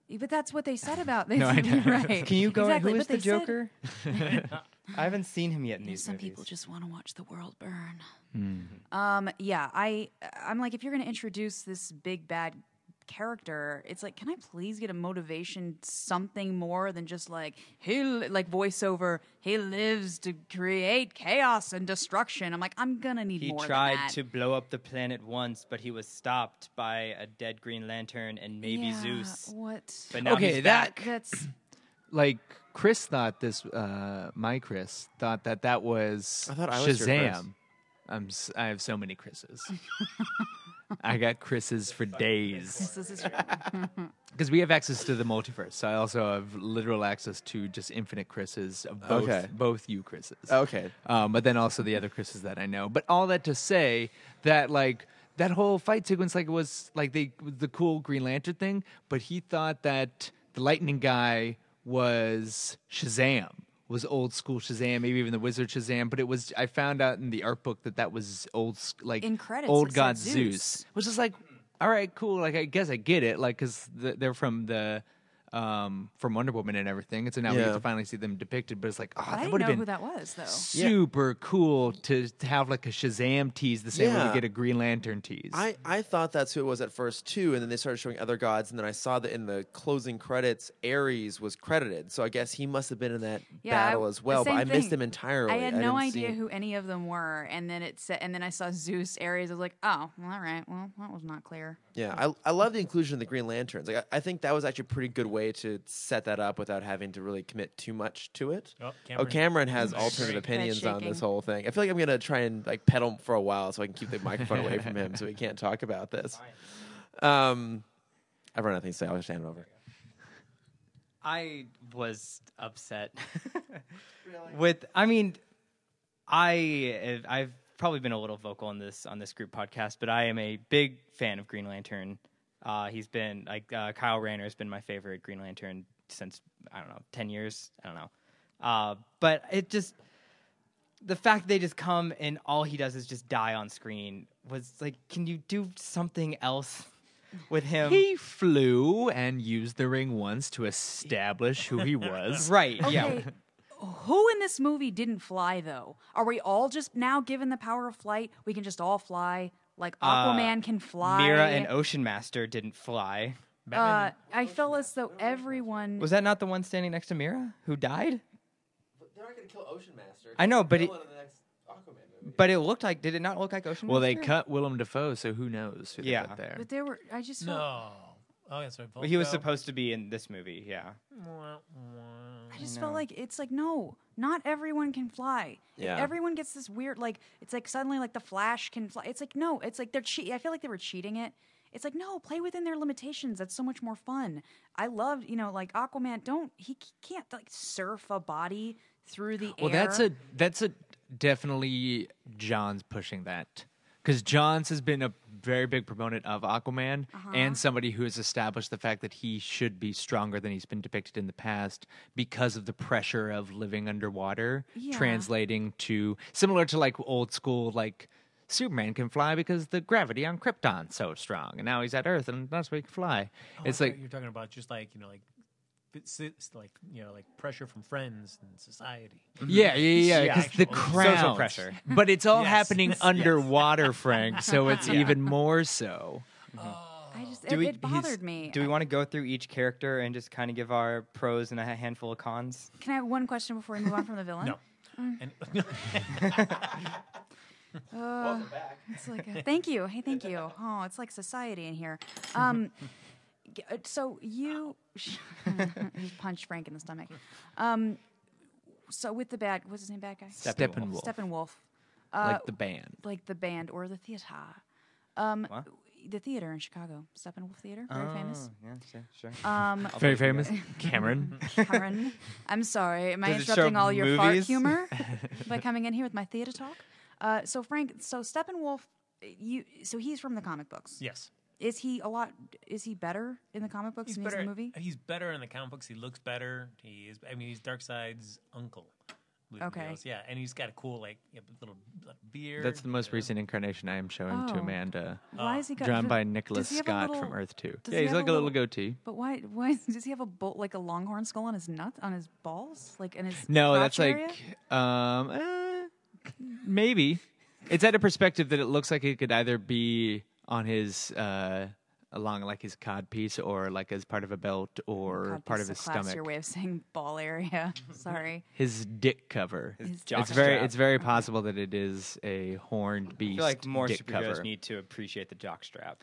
Speaker 5: but that's what they said about. They
Speaker 3: No, I know.
Speaker 5: right.
Speaker 2: Can you go?
Speaker 5: Exactly.
Speaker 2: Who
Speaker 5: but
Speaker 2: is the
Speaker 5: they said-
Speaker 2: Joker? I haven't seen him yet in
Speaker 5: You know,
Speaker 2: these
Speaker 5: some
Speaker 2: movies. Mm-hmm.
Speaker 5: people just want to watch the world burn. Um, yeah, I I'm like if you're going to introduce this big bad character, it's like can I please get a motivation something more than just like he li- like voiceover he lives to create chaos and destruction. I'm like I'm going to need
Speaker 2: he
Speaker 5: more than
Speaker 2: tried
Speaker 5: that.
Speaker 2: to blow up the planet once, but he was stopped by a dead Green Lantern and maybe
Speaker 5: Yeah,
Speaker 2: Zeus.
Speaker 5: What?
Speaker 2: But now
Speaker 3: Okay,
Speaker 2: he's
Speaker 3: that-
Speaker 2: back.
Speaker 5: That's
Speaker 3: Like Chris thought this. Uh, my Chris thought that that was
Speaker 1: I thought I was your Chris.
Speaker 3: Shazam. I'm. s- I have so many Chris's. I got Chris's for days
Speaker 5: this is true.
Speaker 3: because we have access to the multiverse. So I also have literal access to just infinite Chris's of both
Speaker 1: Okay.
Speaker 3: both you Chris's.
Speaker 1: Okay.
Speaker 3: um, but then also the other Chris's that I know. But all that to say that like that whole fight sequence, like was like they the cool Green Lantern thing, but he thought that the lightning guy was Shazam, was old school Shazam, maybe even the Wizard Shazam. But it was I found out in the art book that that was old s- like
Speaker 5: In credits,
Speaker 3: old
Speaker 5: it said
Speaker 3: god
Speaker 5: Zeus.
Speaker 3: Zeus, which is like all right, cool. Like I guess I get it, like because th- they're from the. Um, from Wonder Woman and everything, and so now we
Speaker 1: Yeah.
Speaker 3: get to finally see them depicted. But it's like, oh,
Speaker 5: I
Speaker 3: that
Speaker 5: didn't
Speaker 3: would
Speaker 5: know
Speaker 3: have been
Speaker 5: who that was though.
Speaker 3: super cool to, to have like a Shazam tease the same way
Speaker 1: Yeah.
Speaker 3: we get a Green Lantern tease.
Speaker 1: I, I thought that's who it was at first too, and then they started showing other gods, and then I saw that in the closing credits, Ares was credited, so I guess he must have been in that
Speaker 5: Yeah, I-
Speaker 1: battle as
Speaker 5: the
Speaker 1: well. But
Speaker 5: same
Speaker 1: I missed
Speaker 5: thing.
Speaker 1: him entirely.
Speaker 5: I had no
Speaker 1: didn't see
Speaker 5: idea
Speaker 1: him.
Speaker 5: who any of them were, and then it said, and then I saw Zeus, Ares. I was like, oh, well, all right, well, that was not clear.
Speaker 1: Yeah, I, I love the inclusion of the Green Lanterns. Like, I, I think that was actually a pretty good way to set that up without having to really commit too much to it.
Speaker 4: Oh,
Speaker 1: Oh,
Speaker 4: Cameron.
Speaker 1: Cameron has alternate
Speaker 5: shaking.
Speaker 1: opinions on
Speaker 5: Head
Speaker 1: this
Speaker 5: shaking.
Speaker 1: whole thing. I feel like I'm gonna try and like pedal for a while so I can keep the microphone away from him so he can't talk about this. Um, I've run out of things to say. I'll just hand it over.
Speaker 2: I was upset. With I mean, I I've probably been a little vocal on this on this group podcast, but I am a big fan of Green Lantern. Uh, he's been like uh, Kyle Rayner has been my favorite Green Lantern since I don't know ten years. I don't know, uh, but it just the fact they just come and all he does is just die on screen was like, can you do something else with him?
Speaker 3: he flew and used the ring once to establish who he was.
Speaker 2: right? Yeah.
Speaker 5: Okay, who in this movie didn't fly though? Are we all just now given the power of flight? We can just all fly. Like Aquaman can fly.
Speaker 2: Uh, Mira and Ocean Master didn't fly.
Speaker 5: uh, I felt as though everyone.
Speaker 2: Was that not the one standing next to Mira who died?
Speaker 1: They're not gonna kill Ocean Master.
Speaker 2: I know, but it,
Speaker 1: Aquaman movie.
Speaker 2: but it looked like did it not look like Ocean?
Speaker 3: Well, they
Speaker 2: Master?
Speaker 3: cut Willem Dafoe, so who knows who
Speaker 2: Yeah.
Speaker 3: they put there.
Speaker 5: but there were. I just felt.
Speaker 4: No. Oh, that's right.
Speaker 2: Well, He was
Speaker 4: Volko.
Speaker 2: supposed to be in this movie. Yeah.
Speaker 5: I just felt like it's like no, not everyone can fly. If
Speaker 1: Yeah.
Speaker 5: everyone gets this weird like it's like suddenly like the Flash can fly. It's like no, it's like they're cheat. I feel like they were cheating it. It's like no, play within their limitations. That's so much more fun. I loved you know like Aquaman. Don't he c- can't like surf a body through the
Speaker 3: Well,
Speaker 5: air.
Speaker 3: that's a that's a definitely John's pushing that because Johns has been a very big proponent of Aquaman
Speaker 4: Uh-huh.
Speaker 3: and somebody who has established the fact that he should be stronger than he's been depicted in the past because of the pressure of living underwater,
Speaker 5: Yeah.
Speaker 3: translating to similar to like old school like. Superman can fly because the gravity on Krypton's so strong, and now he's at Earth, and that's where he can fly.
Speaker 4: Oh, I
Speaker 3: it's
Speaker 4: thought
Speaker 3: like
Speaker 4: you're talking about just like you know, like f- si- like you know like pressure from friends and society.
Speaker 3: Yeah, yeah, yeah.
Speaker 2: Yeah,
Speaker 3: Because the
Speaker 4: actual
Speaker 3: crown,
Speaker 2: social pressure.
Speaker 3: but it's all
Speaker 4: Yes.
Speaker 3: happening
Speaker 4: Yes.
Speaker 3: underwater, Frank. So it's even more so.
Speaker 5: I just
Speaker 2: Do
Speaker 5: it,
Speaker 2: we- he's-
Speaker 5: it bothered me.
Speaker 2: Do we want to go through each character and just kind of give our pros and a handful of cons?
Speaker 5: Can I have one question before we move on from the villain?
Speaker 4: No. And
Speaker 5: Welcome back. It's like a, thank you. Hey, thank you. Oh, it's like society in here. Um, g- uh, so you punch Frank in the stomach. Um, so with the bad, what's his name? Bad guy.
Speaker 3: Steppenwolf,
Speaker 5: Steppenwolf. Uh,
Speaker 3: like the band.
Speaker 5: like the band or the theater. Um,
Speaker 2: What?
Speaker 5: the theater in Chicago, Steppenwolf Theater, very famous.
Speaker 2: Oh, yeah, sure. sure.
Speaker 5: Um,
Speaker 3: Very famous, Cameron.
Speaker 5: Karen, I'm sorry. Am I
Speaker 2: Does it show
Speaker 5: interrupting all your fart
Speaker 2: movies?
Speaker 5: humor by coming in here with my theater talk? Uh, so Frank, so Steppenwolf, uh, you, so he's from the comic books.
Speaker 4: yes,
Speaker 5: Is he a lot? Is he better in the comic books than he's in the movie?
Speaker 4: He's better in the comic books. He looks better. He is. I mean, he's Darkseid's uncle. I believe he
Speaker 5: Okay.
Speaker 4: is. Yeah, and he's got a cool like yeah, little like, beard.
Speaker 3: That's the most
Speaker 4: you know.
Speaker 3: recent incarnation I am showing
Speaker 5: Oh.
Speaker 3: to Amanda,
Speaker 5: Why is he got,
Speaker 3: drawn
Speaker 5: does-
Speaker 3: by
Speaker 5: does
Speaker 3: Nicholas
Speaker 5: he have a
Speaker 3: Scott
Speaker 5: little-
Speaker 3: from Earth Two.
Speaker 5: does
Speaker 3: Yeah,
Speaker 5: he
Speaker 3: he's
Speaker 5: have
Speaker 3: like
Speaker 5: a
Speaker 3: a little
Speaker 5: little-
Speaker 3: goatee.
Speaker 5: But why? Why does he have a bolt like a longhorn skull on his nut on his balls? Like in his
Speaker 3: No,
Speaker 5: crotch
Speaker 3: that's
Speaker 5: area?
Speaker 3: like um, eh, maybe. It's at a perspective that it looks like it could either be on his uh, along like his codpiece or like as part of a belt or
Speaker 5: God,
Speaker 3: part
Speaker 5: that's
Speaker 3: of his
Speaker 5: so classier
Speaker 3: stomach.
Speaker 5: way of saying ball area. Sorry.
Speaker 3: His dick cover.
Speaker 2: jock
Speaker 3: it's very
Speaker 2: strap.
Speaker 3: it's very possible that it is a horned beast.
Speaker 2: I feel like more
Speaker 3: dick
Speaker 2: superheroes
Speaker 3: cover.
Speaker 2: need to appreciate the jockstrap.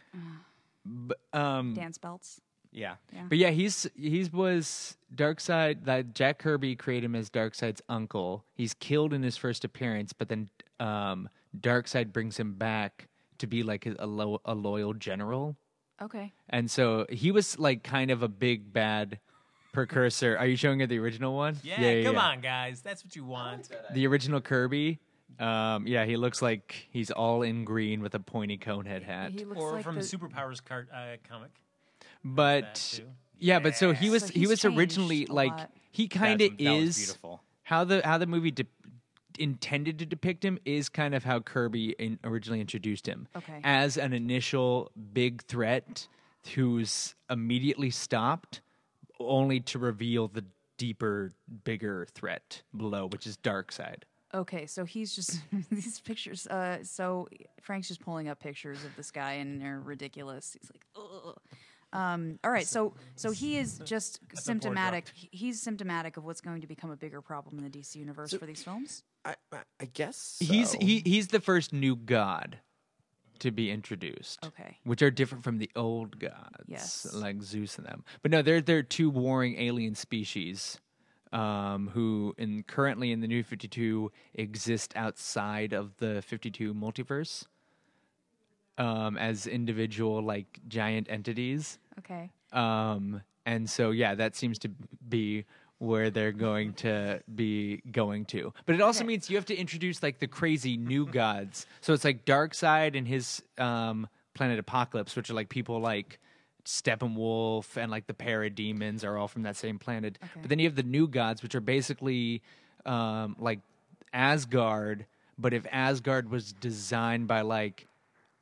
Speaker 3: um,
Speaker 5: Dance belts.
Speaker 2: Yeah.
Speaker 3: But yeah, he's he was Darkseid. That Jack Kirby created him as Darkseid's uncle. He's killed in his first appearance, but then um, Darkseid brings him back to be like a, lo- a loyal general.
Speaker 5: Okay.
Speaker 3: And so he was like kind of a big bad precursor. Are you showing her the original one?
Speaker 4: Yeah, come on, guys. That's what you want.
Speaker 3: The original Kirby. Um, yeah, he looks like he's all in green with a pointy conehead hat.
Speaker 5: He looks
Speaker 4: Or
Speaker 5: like
Speaker 4: from the
Speaker 5: the,
Speaker 4: Superpowers cart, uh, comic.
Speaker 3: but
Speaker 4: too.
Speaker 3: yeah, but so he
Speaker 5: Yeah.
Speaker 3: was
Speaker 5: So
Speaker 3: he
Speaker 5: he's
Speaker 3: was
Speaker 5: changed
Speaker 3: originally
Speaker 5: a
Speaker 3: like
Speaker 5: lot.
Speaker 3: he kind of
Speaker 2: That's- that was
Speaker 3: is
Speaker 2: beautiful.
Speaker 3: how the how the movie de- intended to depict him is kind of how Kirby in, originally introduced him
Speaker 5: Okay.
Speaker 3: as an initial big threat who's immediately stopped only to reveal the deeper bigger threat below which is dark side
Speaker 5: Okay, so he's just these pictures. Uh, so Frank's just pulling up pictures of this guy, and they're ridiculous. He's like, Ugh. um, all right, so so he is just symptomatic. he- He's symptomatic of what's going to become a bigger problem in the DC universe for these films.
Speaker 1: I, I- I guess
Speaker 3: he's
Speaker 1: so.
Speaker 3: he, he's the first new god to be introduced
Speaker 5: Okay.
Speaker 3: which are different from the old gods,
Speaker 5: Yes.
Speaker 3: like Zeus and them. But no, they're they're two warring alien species um, who, in currently in the New Fifty Two, exist outside of the Fifty Two multiverse um, as individual like giant entities.
Speaker 5: Okay,
Speaker 3: Um, and so, yeah, that seems to be where they're going to be going to. But it also means you have to introduce like the crazy new gods. So it's like Darkseid and his um, planet Apocalypse, which are like people like Steppenwolf and like the parademons are all from that same planet. But then you have the new gods, which are basically um, like Asgard. But if Asgard was designed by like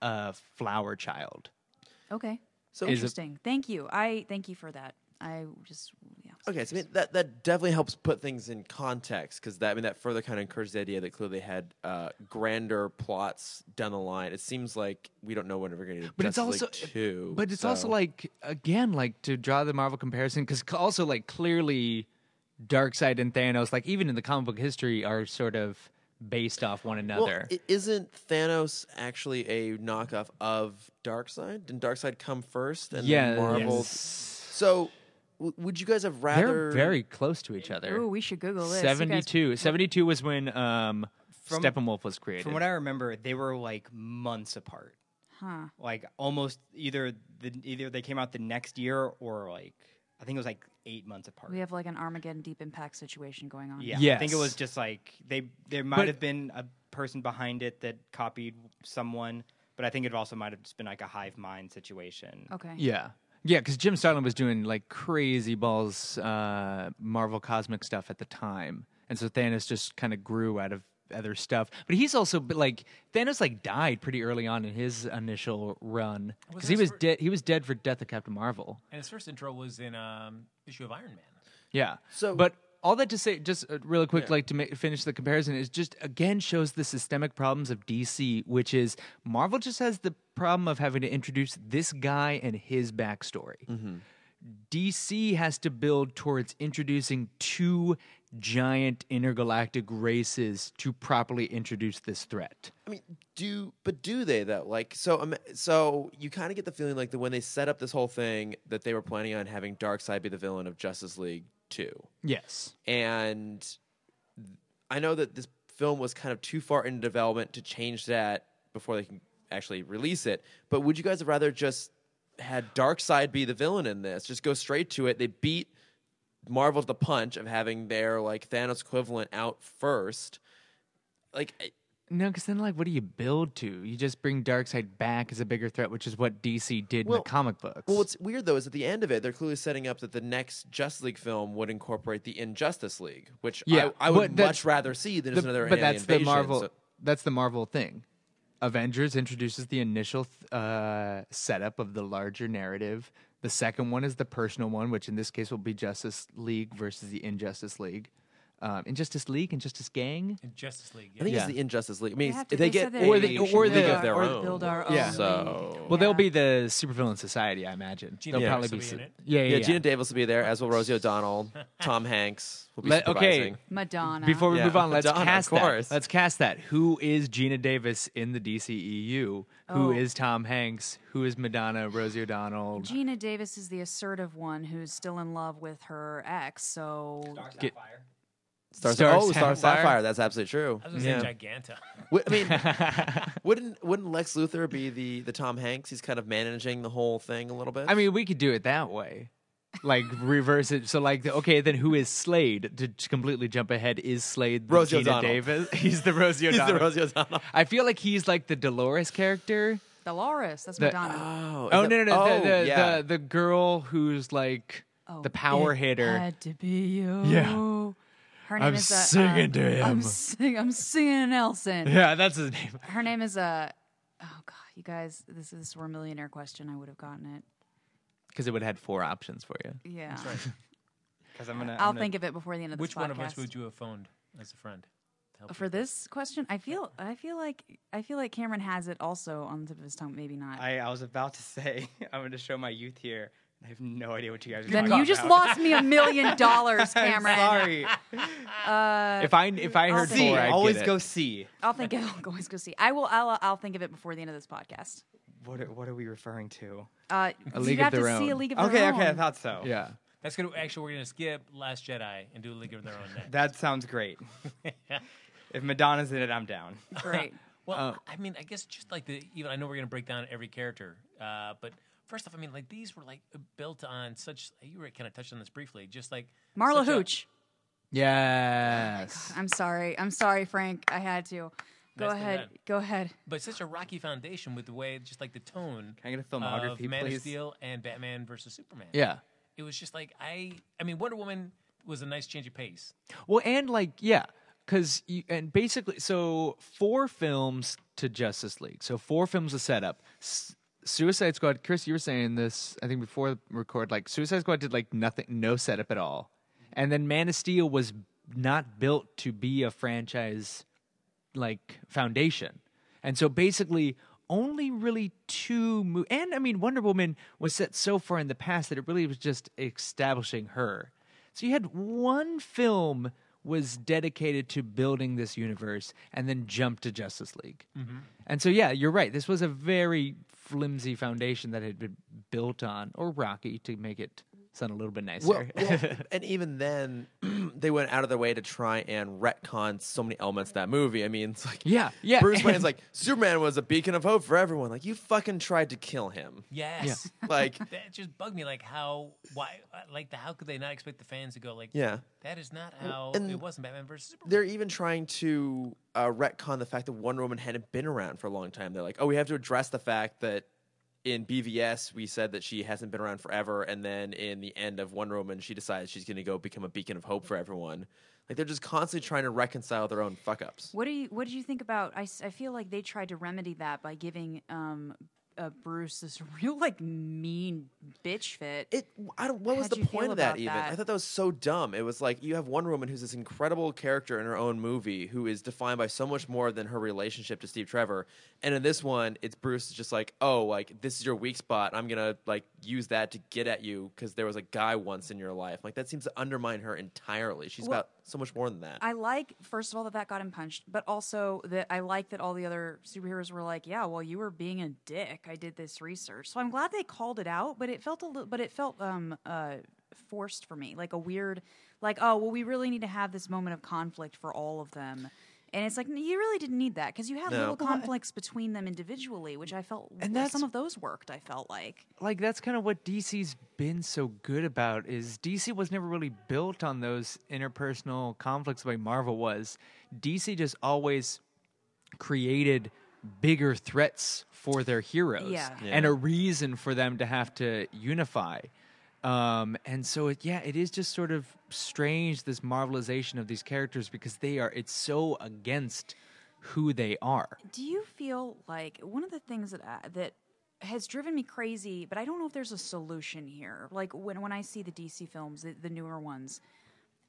Speaker 3: a flower child,
Speaker 5: okay,
Speaker 1: So- Is it-
Speaker 5: interesting. thank you. I thank you for that. I just yeah.
Speaker 1: Okay, so I mean that that definitely helps put things in context because that I mean that further kind of encouraged the idea that clearly they had uh, grander plots down the line. It seems like we don't know when we're going to.
Speaker 3: but it's also
Speaker 1: two.
Speaker 3: but it's also
Speaker 1: so-
Speaker 3: like again like to draw the marvel comparison because also like clearly darkseid and thanos like even in the comic book history are sort of based off one another
Speaker 1: Well, i- isn't Thanos actually a knockoff of Darkseid? Didn't Darkseid come first? And
Speaker 3: yeah
Speaker 1: then Marvel.
Speaker 3: yes.
Speaker 1: So, w- would you guys have rather?
Speaker 3: they're very close to each other
Speaker 5: Oh, we should Google this. You guys-
Speaker 3: 72 72 was when um
Speaker 2: From-
Speaker 3: steppenwolf was created
Speaker 2: From what I remember, they were like months apart.
Speaker 5: huh?
Speaker 2: Like almost either the either they came out the next year or like I think it was like eight months apart.
Speaker 5: We have like an Armageddon Deep Impact situation going on.
Speaker 2: Yeah, I think it
Speaker 3: Yes.
Speaker 2: was just like they there might
Speaker 3: But-
Speaker 2: have been a person behind it that copied someone, but I think it also might have just been like a hive mind situation.
Speaker 5: Okay.
Speaker 3: yeah yeah because jim starlin was doing like crazy balls uh marvel cosmic stuff at the time and so thanos just kind of grew out of other stuff but he's also but, like thanos like died pretty early on in his initial run because he
Speaker 4: this
Speaker 3: was
Speaker 4: for-
Speaker 3: dead he was dead for death of captain marvel
Speaker 4: And his first intro was in um, issue of Iron Man.
Speaker 3: Yeah.
Speaker 1: So-
Speaker 3: but all that to say, just uh, really quick,
Speaker 1: Yeah.
Speaker 3: like to ma- finish the comparison, is just again shows the systemic problems of DC, which is Marvel just has the problem of having to introduce this guy and his backstory.
Speaker 1: Mm-hmm.
Speaker 3: DC has to build towards introducing two giant intergalactic races to properly introduce this threat.
Speaker 1: I mean, do but do they though? Like, so um, so you kind of get the feeling like that when they set up this whole thing that they were planning on having Darkseid be the villain of Justice League Two,
Speaker 3: Yes.
Speaker 1: and I know that this film was kind of too far into development to change that before they can actually release it. But would you guys have rather just had Darkseid be the villain in this? Just go straight to it. They beat Marvel to the punch of having their like Thanos equivalent out first. Like, I-
Speaker 3: No, because then, like, what do you build to? You just bring Darkseid back as a bigger threat, which is what DC did in
Speaker 1: Well-
Speaker 3: the comic books.
Speaker 1: well, what's weird though is at the end of it, they're clearly setting up that the next Justice League film would incorporate the Injustice League, which
Speaker 3: Yeah,
Speaker 1: I, I would
Speaker 3: but that's-
Speaker 1: much rather see than just
Speaker 3: The-
Speaker 1: another.
Speaker 3: but
Speaker 1: alien
Speaker 3: that's the
Speaker 1: invasion,
Speaker 3: Marvel.
Speaker 1: so-
Speaker 3: That's the Marvel thing. Avengers introduces the initial th- uh, setup of the larger narrative. The second one is the personal one, which in this case will be Justice League versus the Injustice League, um, Injustice League, Injustice Gang.
Speaker 4: in Justice League.
Speaker 1: I
Speaker 4: Yeah.
Speaker 1: think
Speaker 3: Yeah.
Speaker 1: it's the Injustice League. I mean,
Speaker 5: have
Speaker 1: it's-
Speaker 5: to-
Speaker 1: they,
Speaker 5: they
Speaker 1: get
Speaker 5: said
Speaker 1: a
Speaker 5: they Or
Speaker 3: the-
Speaker 1: nation
Speaker 3: or
Speaker 1: league
Speaker 3: the-
Speaker 1: of their
Speaker 5: or
Speaker 1: own.
Speaker 5: build our
Speaker 3: Yeah.
Speaker 5: own
Speaker 1: So-
Speaker 5: league.
Speaker 3: Well, they'll
Speaker 5: Yeah.
Speaker 3: be the supervillain society, I imagine.
Speaker 4: Gina
Speaker 3: they'll
Speaker 4: Davis
Speaker 3: probably
Speaker 4: will be
Speaker 3: su-
Speaker 4: in it.
Speaker 3: Yeah, yeah.
Speaker 1: yeah,
Speaker 3: yeah.
Speaker 1: Gina Davis will be there, as will Rosie O'Donnell, Tom Hanks will be
Speaker 3: Let-
Speaker 1: supervising.
Speaker 3: okay,
Speaker 5: Madonna.
Speaker 3: Before we
Speaker 1: Yeah.
Speaker 3: move on, let's
Speaker 1: Madonna, of
Speaker 3: cast
Speaker 1: course.
Speaker 3: that. Let's cast that. Who is Gina Davis in the DCEU? Who
Speaker 5: Oh.
Speaker 3: is Tom Hanks? Who is Madonna, Rosie O'Donnell?
Speaker 5: Gina Davis is the assertive one who's still in love with her ex, so
Speaker 3: Get-
Speaker 1: Stars,
Speaker 3: Stars
Speaker 1: oh, Star
Speaker 3: Sapphire.
Speaker 1: Sapphire. That's absolutely true.
Speaker 4: I was gonna say Giganta.
Speaker 1: Wou- I mean, wouldn't wouldn't Lex Luthor be the the Tom Hanks? He's kind of managing the whole thing a little bit.
Speaker 3: I mean, we could do it that way. Like reverse it. So like, okay, then who is Slade? To j- completely jump ahead, is Slade the
Speaker 1: Rosie
Speaker 3: Gina
Speaker 1: O'Donnell.
Speaker 3: Davis? He's the Rosie
Speaker 1: he's
Speaker 3: O'Donnell.
Speaker 1: the Rosie O'Donnell.
Speaker 3: I feel like he's like the Dolores character.
Speaker 5: Dolores, that's
Speaker 3: The-
Speaker 5: Madonna.
Speaker 1: Oh, is
Speaker 3: Oh
Speaker 1: it-
Speaker 3: no, no, no!
Speaker 1: Oh,
Speaker 3: the, the,
Speaker 1: yeah.
Speaker 3: the the girl who's like
Speaker 5: Oh,
Speaker 3: the power
Speaker 5: it
Speaker 3: hitter.
Speaker 5: Had to be you.
Speaker 3: Yeah.
Speaker 5: Her name
Speaker 3: I'm
Speaker 5: is uh,
Speaker 3: singing
Speaker 5: um,
Speaker 3: to him.
Speaker 5: I'm, sing- I'm singing Nelson.
Speaker 3: yeah, that's his name.
Speaker 5: Her name is uh, oh god, you guys, this is were a millionaire question. I would have gotten it.
Speaker 3: Because it would have had four options for you.
Speaker 5: Yeah,
Speaker 2: Because I'm gonna.
Speaker 5: I'll think of it before the end of this
Speaker 4: Which one of us
Speaker 5: podcast.
Speaker 4: would you have phoned as a friend? to help
Speaker 5: For this question, I feel I feel like I feel like Cameron has it also on the tip of his tongue. Maybe not.
Speaker 2: I, I was about to say I'm going to show my youth here. and I have no idea what you guys are
Speaker 5: then
Speaker 2: talking
Speaker 5: you just
Speaker 2: about.
Speaker 5: lost me a million dollars, Cameron.
Speaker 2: Sorry.
Speaker 3: if I if I heard
Speaker 5: think-
Speaker 2: C.
Speaker 3: four, I'd
Speaker 2: Always
Speaker 3: get it.
Speaker 2: go C.
Speaker 5: I'll think of I'll always go see. I will. I'll, I'll think of it before the end of this podcast.
Speaker 2: What are, what are we referring to?
Speaker 5: Uh,
Speaker 3: A
Speaker 5: you'd
Speaker 3: League of
Speaker 5: have to
Speaker 3: Their
Speaker 5: see a
Speaker 3: Own.
Speaker 5: league of
Speaker 2: Okay,
Speaker 5: their
Speaker 2: okay, I
Speaker 5: own.
Speaker 2: thought so.
Speaker 3: Yeah.
Speaker 4: That's gonna actually we're gonna skip Last Jedi and do League of Their Own next.
Speaker 2: That sounds great. if Madonna's in it, I'm down.
Speaker 5: Great.
Speaker 4: Well, I mean, I guess just like the even I know we're gonna break down every character, uh, but first off, I mean, like these were like built on such. You were kind of touched on this briefly, just like
Speaker 5: Marla
Speaker 4: such a-
Speaker 5: Hooch.
Speaker 3: Yes.
Speaker 5: i I'm sorry. I'm sorry, Frank. I had to. Go
Speaker 4: Nicely
Speaker 5: ahead.
Speaker 4: done.
Speaker 5: Go ahead.
Speaker 4: but such a rocky foundation with the way, just like the tone.
Speaker 2: Can I get a filmography,
Speaker 4: of Man
Speaker 2: please?
Speaker 4: of Steel and Batman versus Superman.
Speaker 3: Yeah.
Speaker 4: it was just like I. I mean, Wonder Woman was a nice change of pace.
Speaker 3: Well, and like yeah, because and basically, so four films to Justice League. So four films a setup. S- Suicide Squad. Chris, you were saying this. I think before the record, like Suicide Squad did like nothing, no setup at all, and then Man of Steel was not built to be a franchise like foundation. And so basically only really two mo- and I mean Wonder Woman was set so far in the past that it really was just establishing her. So you had one film was dedicated to building this universe and then jumped to Justice League. And so yeah, you're right. This was a very flimsy foundation that had been built on or rocky to make it sound a little bit nicer.
Speaker 1: Well, well, and even then, they went out of their way to try and retcon so many elements of that movie. I mean, it's like
Speaker 3: Yeah, yeah,
Speaker 1: Bruce Wayne's
Speaker 3: and-
Speaker 1: like Superman was a beacon of hope for everyone. Like you fucking tried to kill him.
Speaker 4: Yes.
Speaker 1: Like
Speaker 4: that just bugged me. Like how, why, like the how could they not expect the fans to go like,
Speaker 1: Yeah.
Speaker 4: that is not how
Speaker 1: and
Speaker 4: it was in Batman versus Superman.
Speaker 1: they're even trying to uh, retcon the fact that Wonder Woman hadn't been around for a long time. They're like, oh, we have to address the fact that in BVS we said that she hasn't been around forever, and then in the end of Wonder Woman, she decides she's going to go become a beacon of hope for everyone. Like they're just constantly trying to reconcile their own fuck ups.
Speaker 5: What do you What did you think about? I, s- I feel like they tried to remedy that by giving um, uh, Bruce this real like mean bitch fit.
Speaker 1: It. I don't. What was
Speaker 5: How'd
Speaker 1: the
Speaker 5: you
Speaker 1: point
Speaker 5: feel
Speaker 1: of that?
Speaker 5: about
Speaker 1: Even
Speaker 5: that?
Speaker 1: I thought that was so dumb. It was like you have one woman who's this incredible character in her own movie who is defined by so much more than her relationship to Steve Trevor, and in this one, it's Bruce is just like, oh, like this is your weak spot. I'm gonna like use that to get at you because there was a guy once in your life. Like that seems to undermine her entirely. She's
Speaker 5: Well,
Speaker 1: about so much more than that.
Speaker 5: I like, first of all, that that got him punched, but also that I like that all the other superheroes were like, "Yeah, well, you were being a dick. I did this research." So I'm glad they called it out, but it felt a little, but it felt um uh forced for me, like a weird, like, "Oh, well, we really need to have this moment of conflict for all of them." And it's like "No, you really didn't need that because you had
Speaker 1: No.
Speaker 5: little conflicts between them individually, which I felt
Speaker 3: And
Speaker 5: and
Speaker 3: that's-
Speaker 5: some of those worked. I felt like
Speaker 3: like that's kind of what DC's been so good about is DC was never really built on those interpersonal conflicts like Marvel was. DC just always created bigger threats for their heroes
Speaker 5: Yeah.
Speaker 3: and a reason for them to have to unify. Um, and so it, yeah, it is just sort of strange this marvelization of these characters because they are it's so against who they are.
Speaker 5: Do you feel like one of the things that I, that has driven me crazy, but I don't know if there's a solution here. Like when when I see the DC films, the, the newer ones,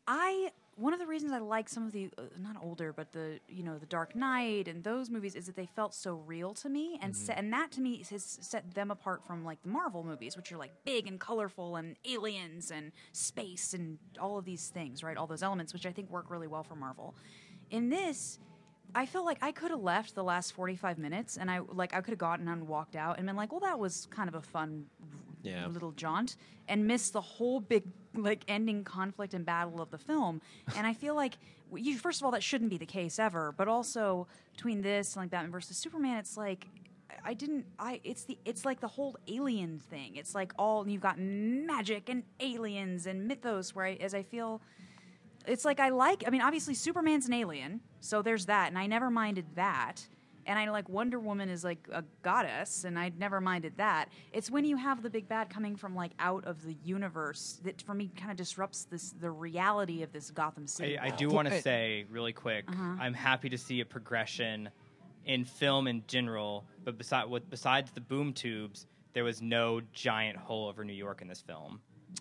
Speaker 5: I one of the reasons I like some of the uh, not older, but the you know the Dark Knight and those movies is that they felt so real to me, and set, and that to me has set them apart from like the Marvel movies, which are like big and colorful and aliens and space and all of these things, right? All those elements, which I think work really well for Marvel. In this, I felt like I could have left the last 45 minutes and I like I could have gotten and walked out and been like, well, that was kind of a fun
Speaker 1: Yeah.
Speaker 5: little jaunt and missed the whole big like ending conflict and battle of the film. And I feel like w- you first of all that shouldn't be the case ever, but also between this and like Batman versus Superman, it's like I- I didn't I it's the it's like the whole alien thing. It's like all you've got magic and aliens and mythos where I, as I feel it's like I like. I mean, obviously Superman's an alien, so there's that, and I never minded that. And I like Wonder Woman is like a goddess, and I'd never minded that. It's when you have the big bad coming from like out of the universe that for me kind of disrupts this the reality of this Gotham
Speaker 2: I,
Speaker 5: City.
Speaker 2: I
Speaker 5: world.
Speaker 2: do want to say really quick,
Speaker 3: Uh-huh.
Speaker 2: I'm happy to see a progression in film in general, but beside, with, besides the boom tubes, there was no giant hole over New York in this film.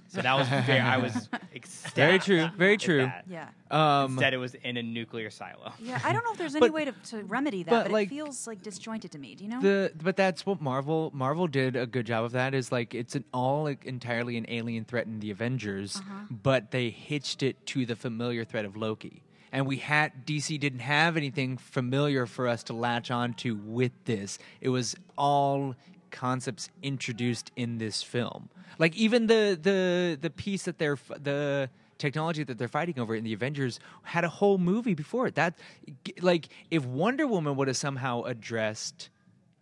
Speaker 2: So that was very, I was ecstatic
Speaker 3: Very true, very
Speaker 2: at
Speaker 3: true.
Speaker 2: that.
Speaker 5: Yeah.
Speaker 3: Um
Speaker 2: Instead, it was in a nuclear silo.
Speaker 5: Yeah, I don't know if there's any
Speaker 3: But-
Speaker 5: way to, to remedy that,
Speaker 3: but,
Speaker 5: but,
Speaker 3: like,
Speaker 5: it feels like disjointed to me. Do you know?
Speaker 3: the but that's what Marvel Marvel did a good job of that is like it's an all like, entirely an alien threat in the Avengers,
Speaker 5: Uh-huh.
Speaker 3: but they hitched it to the familiar threat of Loki. And we had DC didn't have anything familiar for us to latch onto with this. It was all concepts introduced in this film. Like even the the the piece that they're f- the technology that they're fighting over in the Avengers had a whole movie before it. That g- like if Wonder Woman would have somehow addressed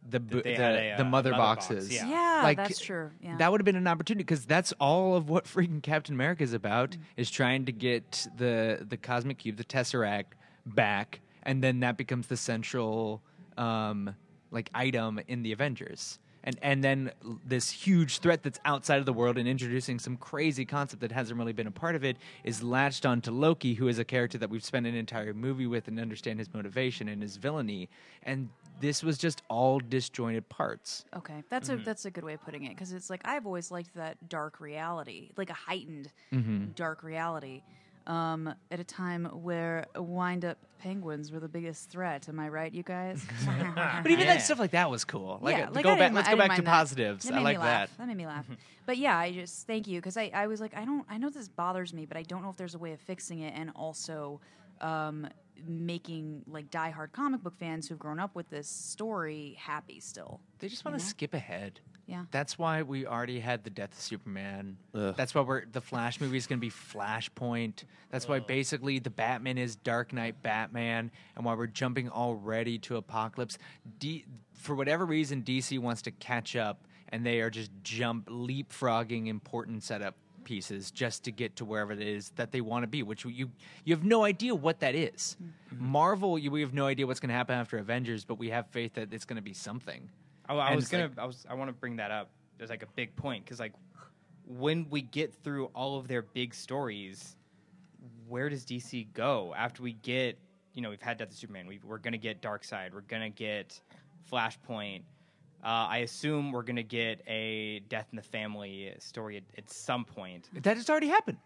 Speaker 3: the bo- the,
Speaker 2: they had a,
Speaker 3: the
Speaker 2: uh, mother
Speaker 3: mother,
Speaker 2: box,
Speaker 3: boxes.
Speaker 2: yeah.
Speaker 5: Yeah, that's true, yeah.
Speaker 3: That would have been an opportunity because that's all of what freaking Captain America is about is trying to get the the cosmic cube, the Tesseract, back, and then that becomes the central um, like item in the Avengers. And, and then l- this huge threat that's outside of the world and introducing some crazy concept that hasn't really been a part of it is latched onto Loki, who is a character that we've spent an entire movie with and understand his motivation and his villainy. And this was just all disjointed parts.
Speaker 5: Okay, that's
Speaker 3: Mm-hmm.
Speaker 5: a that's a good way of putting it because it's like I've always liked that dark reality, like a heightened
Speaker 3: Mm-hmm.
Speaker 5: dark reality, um, at a time where wind up penguins were the biggest threat. Am I right, you guys?
Speaker 3: But even
Speaker 2: Yeah.
Speaker 3: that stuff like that was cool. Like,
Speaker 5: Uh-huh. yeah,
Speaker 3: uh,
Speaker 5: like,
Speaker 3: go
Speaker 5: I
Speaker 3: back.
Speaker 5: didn't-
Speaker 3: Let's
Speaker 5: I
Speaker 3: go
Speaker 5: didn't
Speaker 3: back to
Speaker 5: mind that.
Speaker 3: positives.
Speaker 5: That
Speaker 3: I
Speaker 5: made
Speaker 3: like
Speaker 5: me laugh.
Speaker 3: that. Mm-hmm.
Speaker 5: That made me laugh. but yeah, I just thank you because I, I was like I don't I know this bothers me, but I don't know if there's a way of fixing it, and also um, making like diehard comic book fans who've grown up with this story happy still.
Speaker 3: They just want to skip ahead.
Speaker 5: Yeah.
Speaker 3: That's why we already had the death of Superman. That's why we're the Flash movie is going to be Flashpoint. That's why basically the Batman is Dark Knight Batman, and why we're jumping already to Apocalypse. D- for whatever reason, DC wants to catch up, and they are just jump leapfrogging important setup pieces just to get to wherever it is that they want to be which you you have no idea what that is. marvel you, we have no idea what's going to happen after avengers but we have faith that it's going to be something
Speaker 2: I, I
Speaker 3: And
Speaker 2: was
Speaker 3: it's
Speaker 2: gonna.
Speaker 3: like-
Speaker 2: I was. I want to bring that up. There's like a big point because like when we get through all of their big stories, where does DC go after we get? You know, we've had Death of Superman. We, we're gonna get Dark Side. We're gonna get Flashpoint. Uh, I assume we're gonna get a death in the family story at, at some point.
Speaker 3: That has already happened.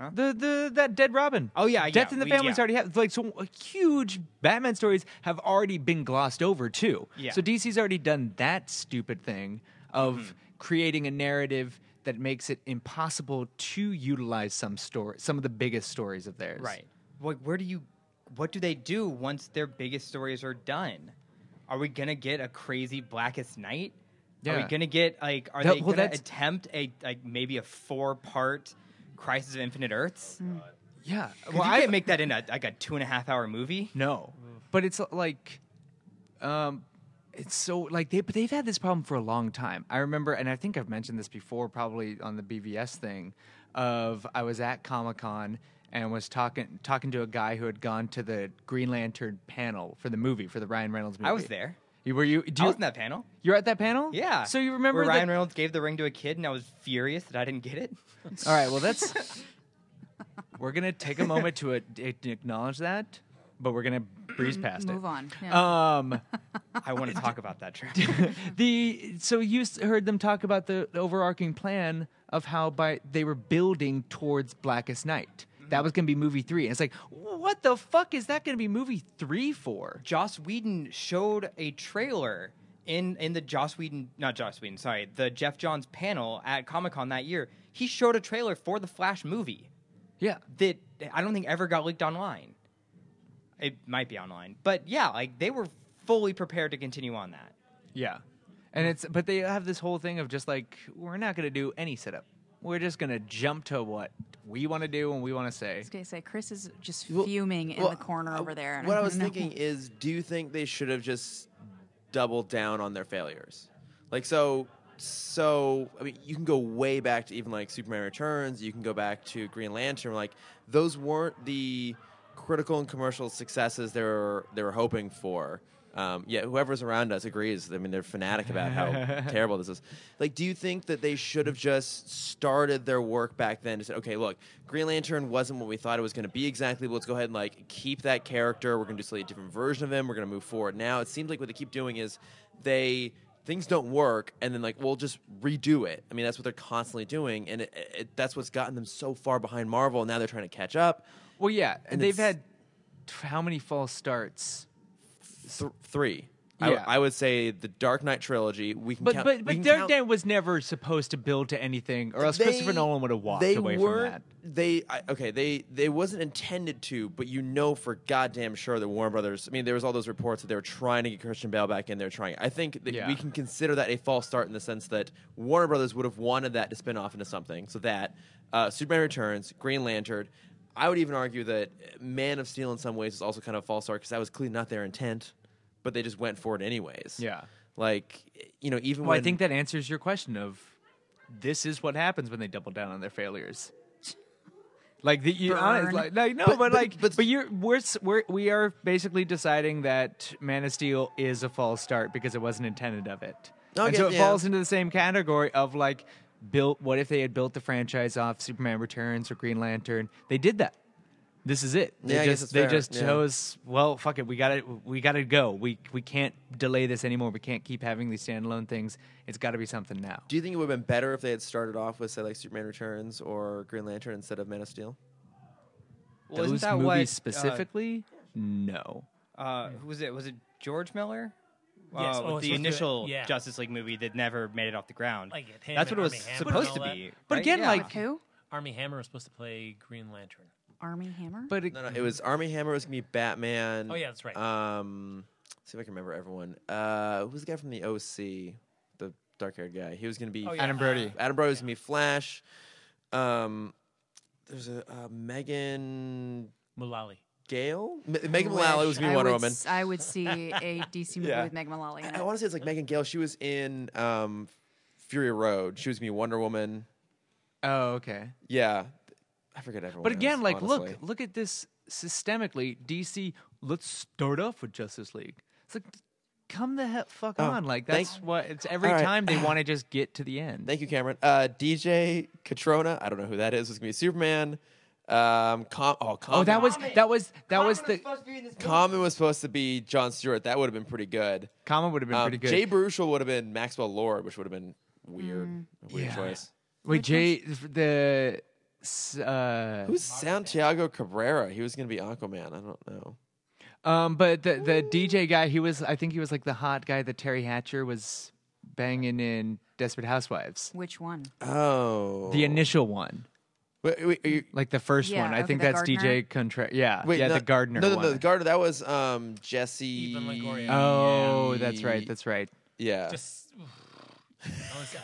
Speaker 3: The the that dead Robin.
Speaker 2: Oh, yeah,
Speaker 3: Death
Speaker 2: yeah,
Speaker 3: in the
Speaker 2: we-
Speaker 3: Family's
Speaker 2: yeah.
Speaker 3: already happened. Like so, uh, huge Batman stories have already been glossed over too.
Speaker 2: Yeah. Mm-hmm.
Speaker 3: So DC's already done that stupid thing of creating a narrative that makes it impossible to utilize some story, some of the biggest stories of theirs.
Speaker 2: Right. Like, where do you? What do they do once their biggest stories are done? Are we gonna get a crazy Blackest Night? Are we
Speaker 3: Yeah.
Speaker 2: gonna get like? Are
Speaker 3: That-
Speaker 2: they
Speaker 3: well,
Speaker 2: gonna
Speaker 3: that's-
Speaker 2: attempt a like maybe a four part Crisis of Infinite Earths?
Speaker 3: Yeah.
Speaker 2: Well, you
Speaker 3: I-
Speaker 2: can't make that in a like a two and a half hour movie.
Speaker 3: No, but it's uh, like, um, it's so like they but they've had this problem for a long time. I remember, and I think I've mentioned this before, probably on the BVS thing. Of I was at Comic Con and was talking talking to a guy who had gone to the Green Lantern panel for the movie for the Ryan Reynolds movie.
Speaker 2: I was there.
Speaker 3: You- Were you? Do
Speaker 2: I
Speaker 3: you
Speaker 2: was in that panel.
Speaker 3: You're at that panel.
Speaker 2: Yeah.
Speaker 3: So you remember
Speaker 2: where
Speaker 3: that-
Speaker 2: Ryan Reynolds gave the ring to a kid, and I was furious that I didn't get it.
Speaker 3: All right. Well, that's. we're gonna take a moment to, uh, to acknowledge that, but we're gonna breeze past it.
Speaker 5: Move on. Yeah.
Speaker 3: Um.
Speaker 2: I want to talk about that. Trevor.
Speaker 3: Mm-hmm. the so you s- heard them talk about the overarching plan of how by they were building towards Blackest Night.
Speaker 1: Mm-hmm.
Speaker 3: That was going to be movie three, and it's like, what the fuck is that going to be movie three for?
Speaker 2: Joss Whedon showed a trailer in in the Joss Whedon, not Joss Whedon, sorry, the Jeff Johns panel at Comic Con that year. He showed a trailer for the Flash movie
Speaker 3: Yeah,
Speaker 2: that I don't think ever got leaked online. It might be online, but yeah, like they were fully prepared to continue on that.
Speaker 3: yeah, and it's but they have this whole thing of just like we're not going to do any setup. We're just going to jump to what we want to do and we want to say.
Speaker 5: I was gonna say Chris is just
Speaker 1: Well-
Speaker 5: fuming in
Speaker 1: well,
Speaker 5: the corner
Speaker 1: uh,
Speaker 5: over there. and
Speaker 1: What I
Speaker 5: don't
Speaker 1: was
Speaker 5: know.
Speaker 1: thinking is, do you think they should have just doubled down on their failures? Like so, so I mean, you can go way back to even like Superman Returns. You can go back to Green Lantern. Like those weren't the critical and commercial successes they were they were hoping for. Um, yeah, whoever's around us agrees. I mean, they're fanatic about how terrible this is. Like, do you think that they should have just started their work back then and said, okay, look, Green Lantern wasn't what we thought it was going to be exactly. But let's go ahead and like keep that character. We're going to do slightly different version of him. We're going to move forward. Now it seems like what they keep doing is they things don't work, and then like we'll just redo it. I mean, that's what they're constantly doing, and it, it, that's what's gotten them so far behind Marvel. Now they're trying to catch up.
Speaker 3: Well, yeah, and
Speaker 1: And
Speaker 3: they've
Speaker 1: it's-
Speaker 3: had t- how many false starts?
Speaker 1: Th- three.
Speaker 3: Yeah.
Speaker 1: I, I would say the Dark Knight trilogy. We can
Speaker 3: But
Speaker 1: count,
Speaker 3: but
Speaker 1: we
Speaker 3: but
Speaker 1: can
Speaker 3: Dark
Speaker 1: count-
Speaker 3: Knight was never supposed to build to anything, or else Christopher
Speaker 1: They-
Speaker 3: Nolan would have walked
Speaker 1: they
Speaker 3: away from
Speaker 1: weren't-
Speaker 3: that.
Speaker 1: They I, okay, they they wasn't intended to, but you know for goddamn sure that Warner Brothers. I mean, there was all those reports that they were trying to get Christian Bale back in. They're trying. I think that
Speaker 3: Yeah.
Speaker 1: we can consider that a false start in the sense that Warner Brothers would have wanted that to spin off into something. So that uh, Superman Returns, Green Lantern. I would even argue that Man of Steel in some ways is also kind of a false start because that was clearly not their intent, but they just went for it anyways.
Speaker 3: Yeah.
Speaker 1: Like, you know, even
Speaker 3: Well,
Speaker 1: when
Speaker 3: I think that answers your question of this is what happens when they double down on their failures. Like the you, honest,
Speaker 5: Burn.
Speaker 3: like, like, no,
Speaker 1: But-
Speaker 3: but,
Speaker 1: but-
Speaker 3: like but,
Speaker 1: but-
Speaker 3: you're we're, s- we're we are basically deciding that Man of Steel is a false start because it wasn't intended of it. and
Speaker 1: Okay,
Speaker 3: so it
Speaker 1: yeah.
Speaker 3: falls into the same category of like built what if they had built the franchise off Superman Returns or Green Lantern. They did that. This is it. They
Speaker 1: Yeah, I
Speaker 3: just
Speaker 1: guess it's
Speaker 3: they
Speaker 1: fair,
Speaker 3: just
Speaker 1: yeah.
Speaker 3: chose well fuck it, we got to we got to go. We we can't delay this anymore. We can't keep having these standalone things. It's got to be something now.
Speaker 1: Do you think it would have been better if they had started off with, say, like Superman Returns or Green Lantern instead of Man of Steel?
Speaker 2: Well, isn't
Speaker 3: Those
Speaker 2: that
Speaker 3: movies
Speaker 2: what, uh,
Speaker 3: specifically? no.
Speaker 2: Uh, who was it? Was it George Miller? Uh,
Speaker 4: Yes. Oh,
Speaker 2: with the
Speaker 4: it's supposed to be-
Speaker 2: initial
Speaker 4: yeah.
Speaker 2: Justice League movie that never made it off the ground.
Speaker 4: Like it, him
Speaker 2: That's what
Speaker 4: and
Speaker 2: it was
Speaker 4: Armie Hammer and
Speaker 2: supposed to
Speaker 4: all that.
Speaker 2: be.
Speaker 3: But
Speaker 2: right?
Speaker 3: again,
Speaker 2: Yeah.
Speaker 3: like-
Speaker 5: Who?
Speaker 4: Army Hammer was supposed to play Green Lantern.
Speaker 5: Army Hammer.
Speaker 3: But it,
Speaker 1: No, no, it was Army Hammer. It was gonna be Batman.
Speaker 4: Oh, yeah, that's right.
Speaker 1: Um, see if I can remember everyone. Uh, who was the guy from the OC, the dark-haired guy? He was gonna be
Speaker 4: Oh, yeah.
Speaker 3: Adam Brody.
Speaker 1: Adam Brody was gonna be Flash. Um, there's a uh, Megan
Speaker 4: Mulally.
Speaker 1: Gale. M- Megan Mullally was gonna be
Speaker 5: I
Speaker 1: Wonder
Speaker 5: would
Speaker 1: Woman.
Speaker 5: s- I would see a DC movie
Speaker 1: Yeah.
Speaker 5: with Meg Mullally. In
Speaker 1: I,
Speaker 5: it.
Speaker 1: want to say it's like Megan Gale. She was in um, Fury Road. She was gonna be Wonder Woman.
Speaker 3: oh okay.
Speaker 1: Yeah, I forget everyone.
Speaker 3: But again,
Speaker 1: else,
Speaker 3: like
Speaker 1: honestly.
Speaker 3: look look at this systemically. DC, let's start off with Justice League. It's like come the heck fuck
Speaker 1: Oh,
Speaker 3: on. Like
Speaker 1: thank-
Speaker 3: that's what it's every
Speaker 1: All right.
Speaker 3: time they want to just get to the end.
Speaker 1: Thank you, Cameron. Uh, DJ Katrona, I don't know who that is, was going to be Superman. Um, Com- oh, Common.
Speaker 3: Oh, that was that was that was the
Speaker 1: Common was supposed to be John Stewart. That would have been pretty good.
Speaker 3: comment would have been
Speaker 1: Um,
Speaker 3: pretty good.
Speaker 1: Jay Baruchel would have been Maxwell Lord, which would have been weird. A weird
Speaker 3: Yeah.
Speaker 1: choice.
Speaker 3: Wait, Jay the s- uh
Speaker 1: Who's Santiago Cabrera? He was going to be Aquaman. I don't know.
Speaker 3: um but the the DJ guy, he was I think he was like the hot guy that Terry Hatcher was banging in Desperate Housewives.
Speaker 5: Which one?
Speaker 1: Oh,
Speaker 3: The initial one.
Speaker 1: Wait, wait, are you-
Speaker 3: Like the first
Speaker 5: Yeah,
Speaker 3: one. I
Speaker 5: okay,
Speaker 3: think
Speaker 5: the
Speaker 3: that's
Speaker 5: gardener.
Speaker 3: DJ Contra yeah.
Speaker 1: wait,
Speaker 3: yeah,
Speaker 1: no,
Speaker 3: the gardener
Speaker 1: No, no,
Speaker 3: one.
Speaker 1: no, the gardener. That was um, Jesse.
Speaker 4: Eva Longoria.
Speaker 3: oh, that's right, that's right.
Speaker 1: yeah.
Speaker 4: Just.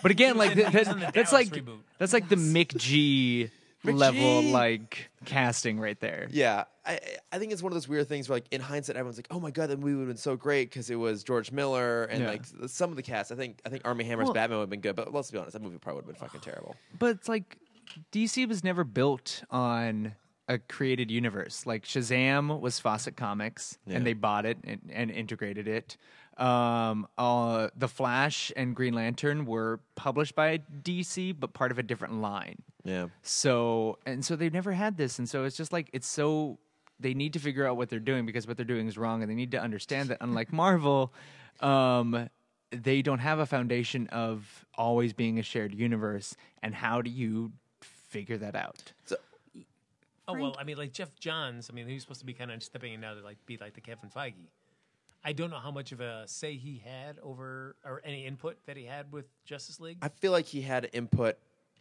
Speaker 3: But again, like th- that's,
Speaker 4: uh, on the
Speaker 3: that's
Speaker 4: Dallas
Speaker 3: like
Speaker 4: reboot.
Speaker 3: that's like the Mick G
Speaker 1: Mick
Speaker 3: level
Speaker 1: G.
Speaker 3: like casting right there.
Speaker 1: Yeah, I I- I think it's one of those weird things where like in hindsight everyone's like, oh my god, that movie would have been so great because it was George Miller and
Speaker 3: Yeah.
Speaker 1: like s- some of the cast. I think I think Army Hammer's
Speaker 3: Well-
Speaker 1: Batman would have been good, but let's be honest, that movie probably would have been fucking terrible.
Speaker 3: But it's like DC was never built on a created universe. Like Shazam was Fawcett Comics,
Speaker 1: Yeah.
Speaker 3: and they bought it and, and integrated it. Um, uh, the Flash and Green Lantern were published by DC, but part of a different line.
Speaker 1: Yeah,
Speaker 3: So and so they've never had this, and so it's just like it's so they need to figure out what they're doing because what they're doing is wrong, and they need to understand that unlike Marvel, um, they don't have a foundation of always being a shared universe. And how do you figure that out?
Speaker 4: Oh well, I mean, like Jeff Johns. I mean, he was supposed to be kind of stepping in now to like be like the Kevin Feige. I don't know how much of a say he had over or any input that he had with Justice League.
Speaker 1: I feel like he had input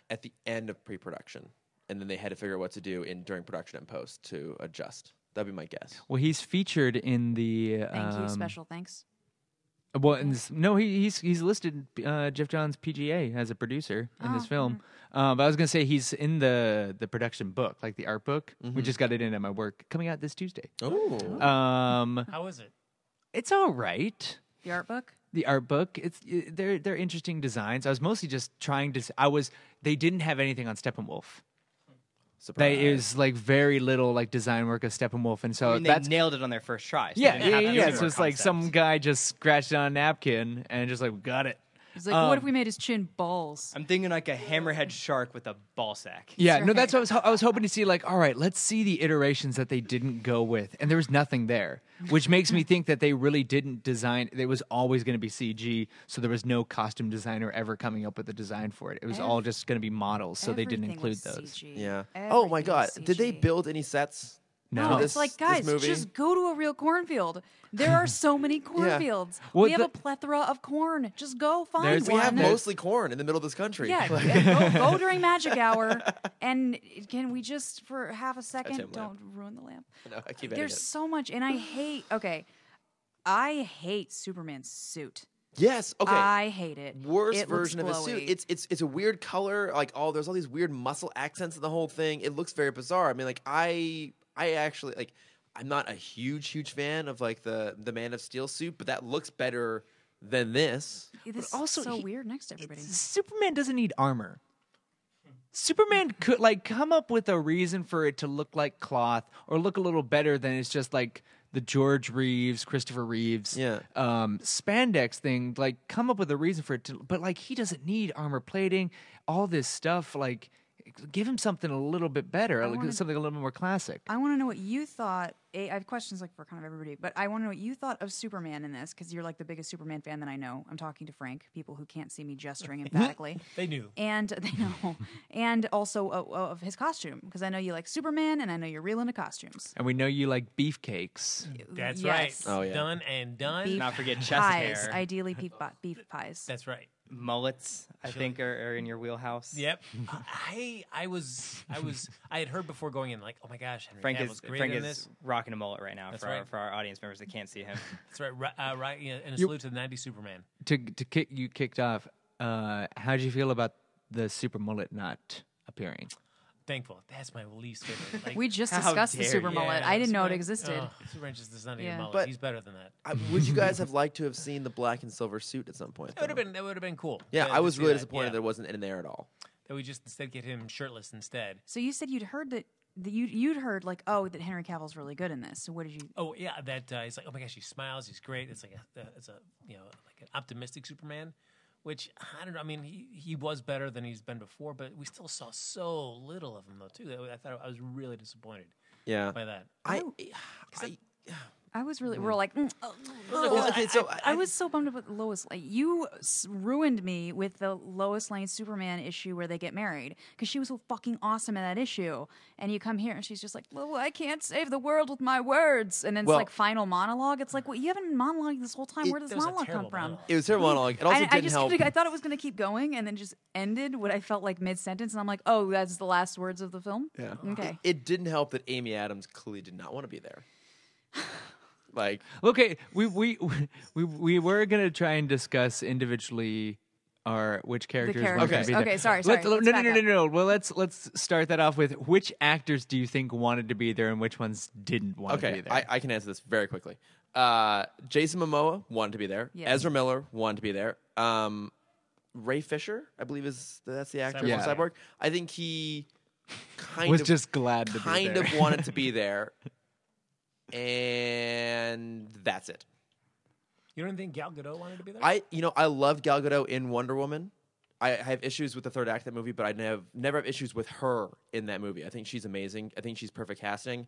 Speaker 1: at the end of pre-production, and then they had to figure out what to do in during production and post to adjust. That'd be my guess.
Speaker 3: Well, he's featured in the
Speaker 5: Thank you.
Speaker 3: um,
Speaker 5: Special thanks.
Speaker 3: Well, in this, no, he, he's he's listed uh, Jeff Johns PGA as a producer in this film. Uh, but I was gonna say he's in the the production book, like the art book. We just got it in at my work, coming out this Tuesday.
Speaker 1: Oh,
Speaker 3: Um,
Speaker 4: how is it?
Speaker 3: it's all right.
Speaker 5: The art book.
Speaker 3: The art book, it's i- they're they're interesting designs. I was mostly just trying to. s- I was they didn't have anything on Steppenwolf. They
Speaker 1: surprise!
Speaker 3: it was like very little like design work of Steppenwolf, and so
Speaker 2: I mean, they
Speaker 3: Uh, that's
Speaker 2: nailed it on their first try. so they
Speaker 3: yeah
Speaker 2: didn't
Speaker 3: yeah
Speaker 2: have
Speaker 3: yeah.
Speaker 2: to
Speaker 3: yeah.
Speaker 2: do
Speaker 3: So
Speaker 2: more
Speaker 3: it's like
Speaker 2: concepts.
Speaker 3: some guy just scratched it on a napkin and just like got it.
Speaker 5: It's like,
Speaker 3: um,
Speaker 5: what if we made his chin balls?
Speaker 2: I'm thinking like a hammerhead shark with a ball sack.
Speaker 3: Yeah,
Speaker 5: That's
Speaker 3: no,
Speaker 5: right.
Speaker 3: that's what I was. Ho- I was hoping to see like, all right, let's see the iterations that they didn't go with, and there was nothing there, which makes me think that they really didn't design. It was always going to be CG, so there was no costume designer ever coming up with a design for it. It was all
Speaker 5: Ev-
Speaker 3: just going to be models, so they didn't
Speaker 5: Everything
Speaker 3: include
Speaker 5: was
Speaker 3: those.
Speaker 5: CG.
Speaker 1: Yeah. oh my
Speaker 5: Everything
Speaker 1: god,
Speaker 5: was
Speaker 1: did they
Speaker 5: CG.
Speaker 1: build any sets?
Speaker 3: No.
Speaker 5: No,
Speaker 1: for
Speaker 5: it's
Speaker 1: this-
Speaker 5: like
Speaker 1: this
Speaker 5: guys,
Speaker 1: movie?
Speaker 5: just go to a real cornfield. There are so many cornfields.
Speaker 3: Well,
Speaker 5: we have
Speaker 3: the-
Speaker 5: a plethora of corn. Just go find
Speaker 3: There's-
Speaker 1: We have
Speaker 5: one.
Speaker 1: mostly corn in the middle of this country.
Speaker 5: Yeah, yeah, go, go during magic hour. And can we just, for half a second,
Speaker 1: Goddamn lamp.
Speaker 5: don't ruin the lamp?
Speaker 1: No, I keep editing
Speaker 5: There's
Speaker 1: it.
Speaker 5: so much, and I hate. Okay, I hate Superman's suit.
Speaker 1: Yes. Okay.
Speaker 5: I hate it.
Speaker 1: worst
Speaker 5: It looks
Speaker 1: version of his suit.
Speaker 5: glowy.
Speaker 1: It's it's it's a weird color. Like all there's all these weird muscle accents in the whole thing. It looks very bizarre. I mean, like I I actually like I'm not a huge huge fan of like the the Man of Steel suit, but that looks better than this.
Speaker 5: This is
Speaker 3: also
Speaker 5: so
Speaker 3: he-
Speaker 5: weird next to everybody.
Speaker 3: Superman doesn't need armor. Superman could like come up with a reason for it to look like cloth or look a little better than it's just like the George Reeves, Christopher Reeves,
Speaker 1: Yeah.
Speaker 3: um, spandex thing. Like, come up with a reason for it to, but like he doesn't need armor plating, all this stuff. Like, give him something a little bit better, like,
Speaker 5: wanna-
Speaker 3: something a little bit more classic.
Speaker 5: I want to know what you thought. A, I have questions like for kind of everybody, but I want to know what you thought of Superman in this because you're like the biggest Superman fan that I know. I'm talking to Frank, people who can't see me gesturing emphatically,
Speaker 4: They knew.
Speaker 5: and they know, and also uh, uh, of his costume because I know you like Superman and I know you're real into costumes.
Speaker 3: And we know you like beefcakes.
Speaker 4: That's
Speaker 5: Yes.
Speaker 4: right.
Speaker 1: Oh, yeah.
Speaker 4: Done and done.
Speaker 5: Beef
Speaker 2: Not forget chest
Speaker 5: pies,
Speaker 2: hair.
Speaker 5: ideally beef, pi- beef pies.
Speaker 4: That's right.
Speaker 2: Mullets, I think, are, are in your wheelhouse.
Speaker 4: Yep. I I was I was I had heard before going in like, oh my gosh, Henry
Speaker 2: Frank
Speaker 4: Cavill's
Speaker 2: is
Speaker 4: great
Speaker 2: Frank
Speaker 4: in
Speaker 2: is
Speaker 4: this.
Speaker 2: rocking a mullet right now for, our,
Speaker 4: right.
Speaker 2: for our audience members that can't see him.
Speaker 4: That's right. Ri- Uh, right yeah, and a salute to the '90s Superman.
Speaker 3: to to kick you kicked off. Uh, how do you feel about the super mullet not appearing?
Speaker 4: Thankful. That's my least favorite. Like,
Speaker 5: We just
Speaker 2: How
Speaker 5: discussed the
Speaker 2: dare
Speaker 5: super
Speaker 2: you.
Speaker 5: mullet. I didn't know it existed.
Speaker 4: Oh, Superman just does not need
Speaker 5: Yeah.
Speaker 4: a mullet.
Speaker 1: But-
Speaker 4: He's better than that.
Speaker 1: I, would you guys have liked to have seen the black and silver suit at some point?
Speaker 4: That would have
Speaker 1: though?
Speaker 4: been that would have been cool.
Speaker 1: Yeah,
Speaker 4: to-
Speaker 1: I
Speaker 4: to
Speaker 1: was
Speaker 4: see
Speaker 1: really
Speaker 4: that,
Speaker 1: disappointed
Speaker 4: yeah.
Speaker 1: that it wasn't in there at all.
Speaker 4: that we just instead get him shirtless instead.
Speaker 5: So you said you'd heard that, that you you'd heard like oh that Henry Cavill's really good in this. So what did you?
Speaker 4: Oh yeah, uh, that uh, he's like, oh my gosh, he smiles, he's great. It's like a, a- it's a you know like an optimistic Superman. which I don't know. I mean, he, he was better than he's been before, but we still saw so little of him though too. That I thought I was really disappointed
Speaker 1: Yeah.
Speaker 4: by that.
Speaker 1: I,
Speaker 5: Oh,
Speaker 1: eh, I-
Speaker 5: I was really. We're like, mm, oh,
Speaker 1: well, okay, so I,
Speaker 5: I was so bummed about Lois Lane. You s- ruined me with the Lois Lane Superman issue where they get married because she was so fucking awesome in that issue. And you come here and she's just like, "Well, I can't save the world with my words." And then
Speaker 1: Well-
Speaker 5: it's like final monologue. It's like, "Well, you haven't been monologuing this whole time. Where does
Speaker 4: That was a
Speaker 5: monologue come
Speaker 4: terrible
Speaker 5: from?"
Speaker 4: monologue.
Speaker 1: it was her monologue. It also
Speaker 5: I,
Speaker 1: didn't
Speaker 5: I just
Speaker 1: help.
Speaker 5: I thought it was going to keep going and then just ended what I felt like mid sentence, and I'm like, "Oh, that's the last words of the film."
Speaker 1: Yeah.
Speaker 5: Okay.
Speaker 1: It, it didn't help that Amy Adams clearly did not want to be there. Like,
Speaker 3: Okay, we we we we were gonna try and discuss individually our which characters. were gonna
Speaker 5: characters.
Speaker 3: be there.
Speaker 5: Okay, sorry,
Speaker 3: Let's-
Speaker 5: sorry, let's
Speaker 3: no, no,
Speaker 5: back
Speaker 3: no, no,
Speaker 5: up.
Speaker 3: no. Well, let's let's start that off with which actors do you think wanted to be there and which ones didn't want to be
Speaker 1: okay,
Speaker 3: there?
Speaker 1: I, I can answer this very quickly. Uh, Jason Momoa wanted to be there.
Speaker 5: Yes.
Speaker 1: Ezra Miller wanted to be there. Um, Ray Fisher, I believe is that's the actor
Speaker 4: Cyborg.
Speaker 1: from Cyborg. I think he kind
Speaker 3: was
Speaker 1: of
Speaker 3: just glad to
Speaker 1: kind
Speaker 3: be there.
Speaker 1: of wanted to be there, and that's it.
Speaker 4: You don't think Gal Gadot wanted to be there?
Speaker 1: I you know I love Gal Gadot in Wonder Woman. I have issues with the third act of that movie, but I never never have issues with her in that movie. I think she's amazing. I think she's perfect casting.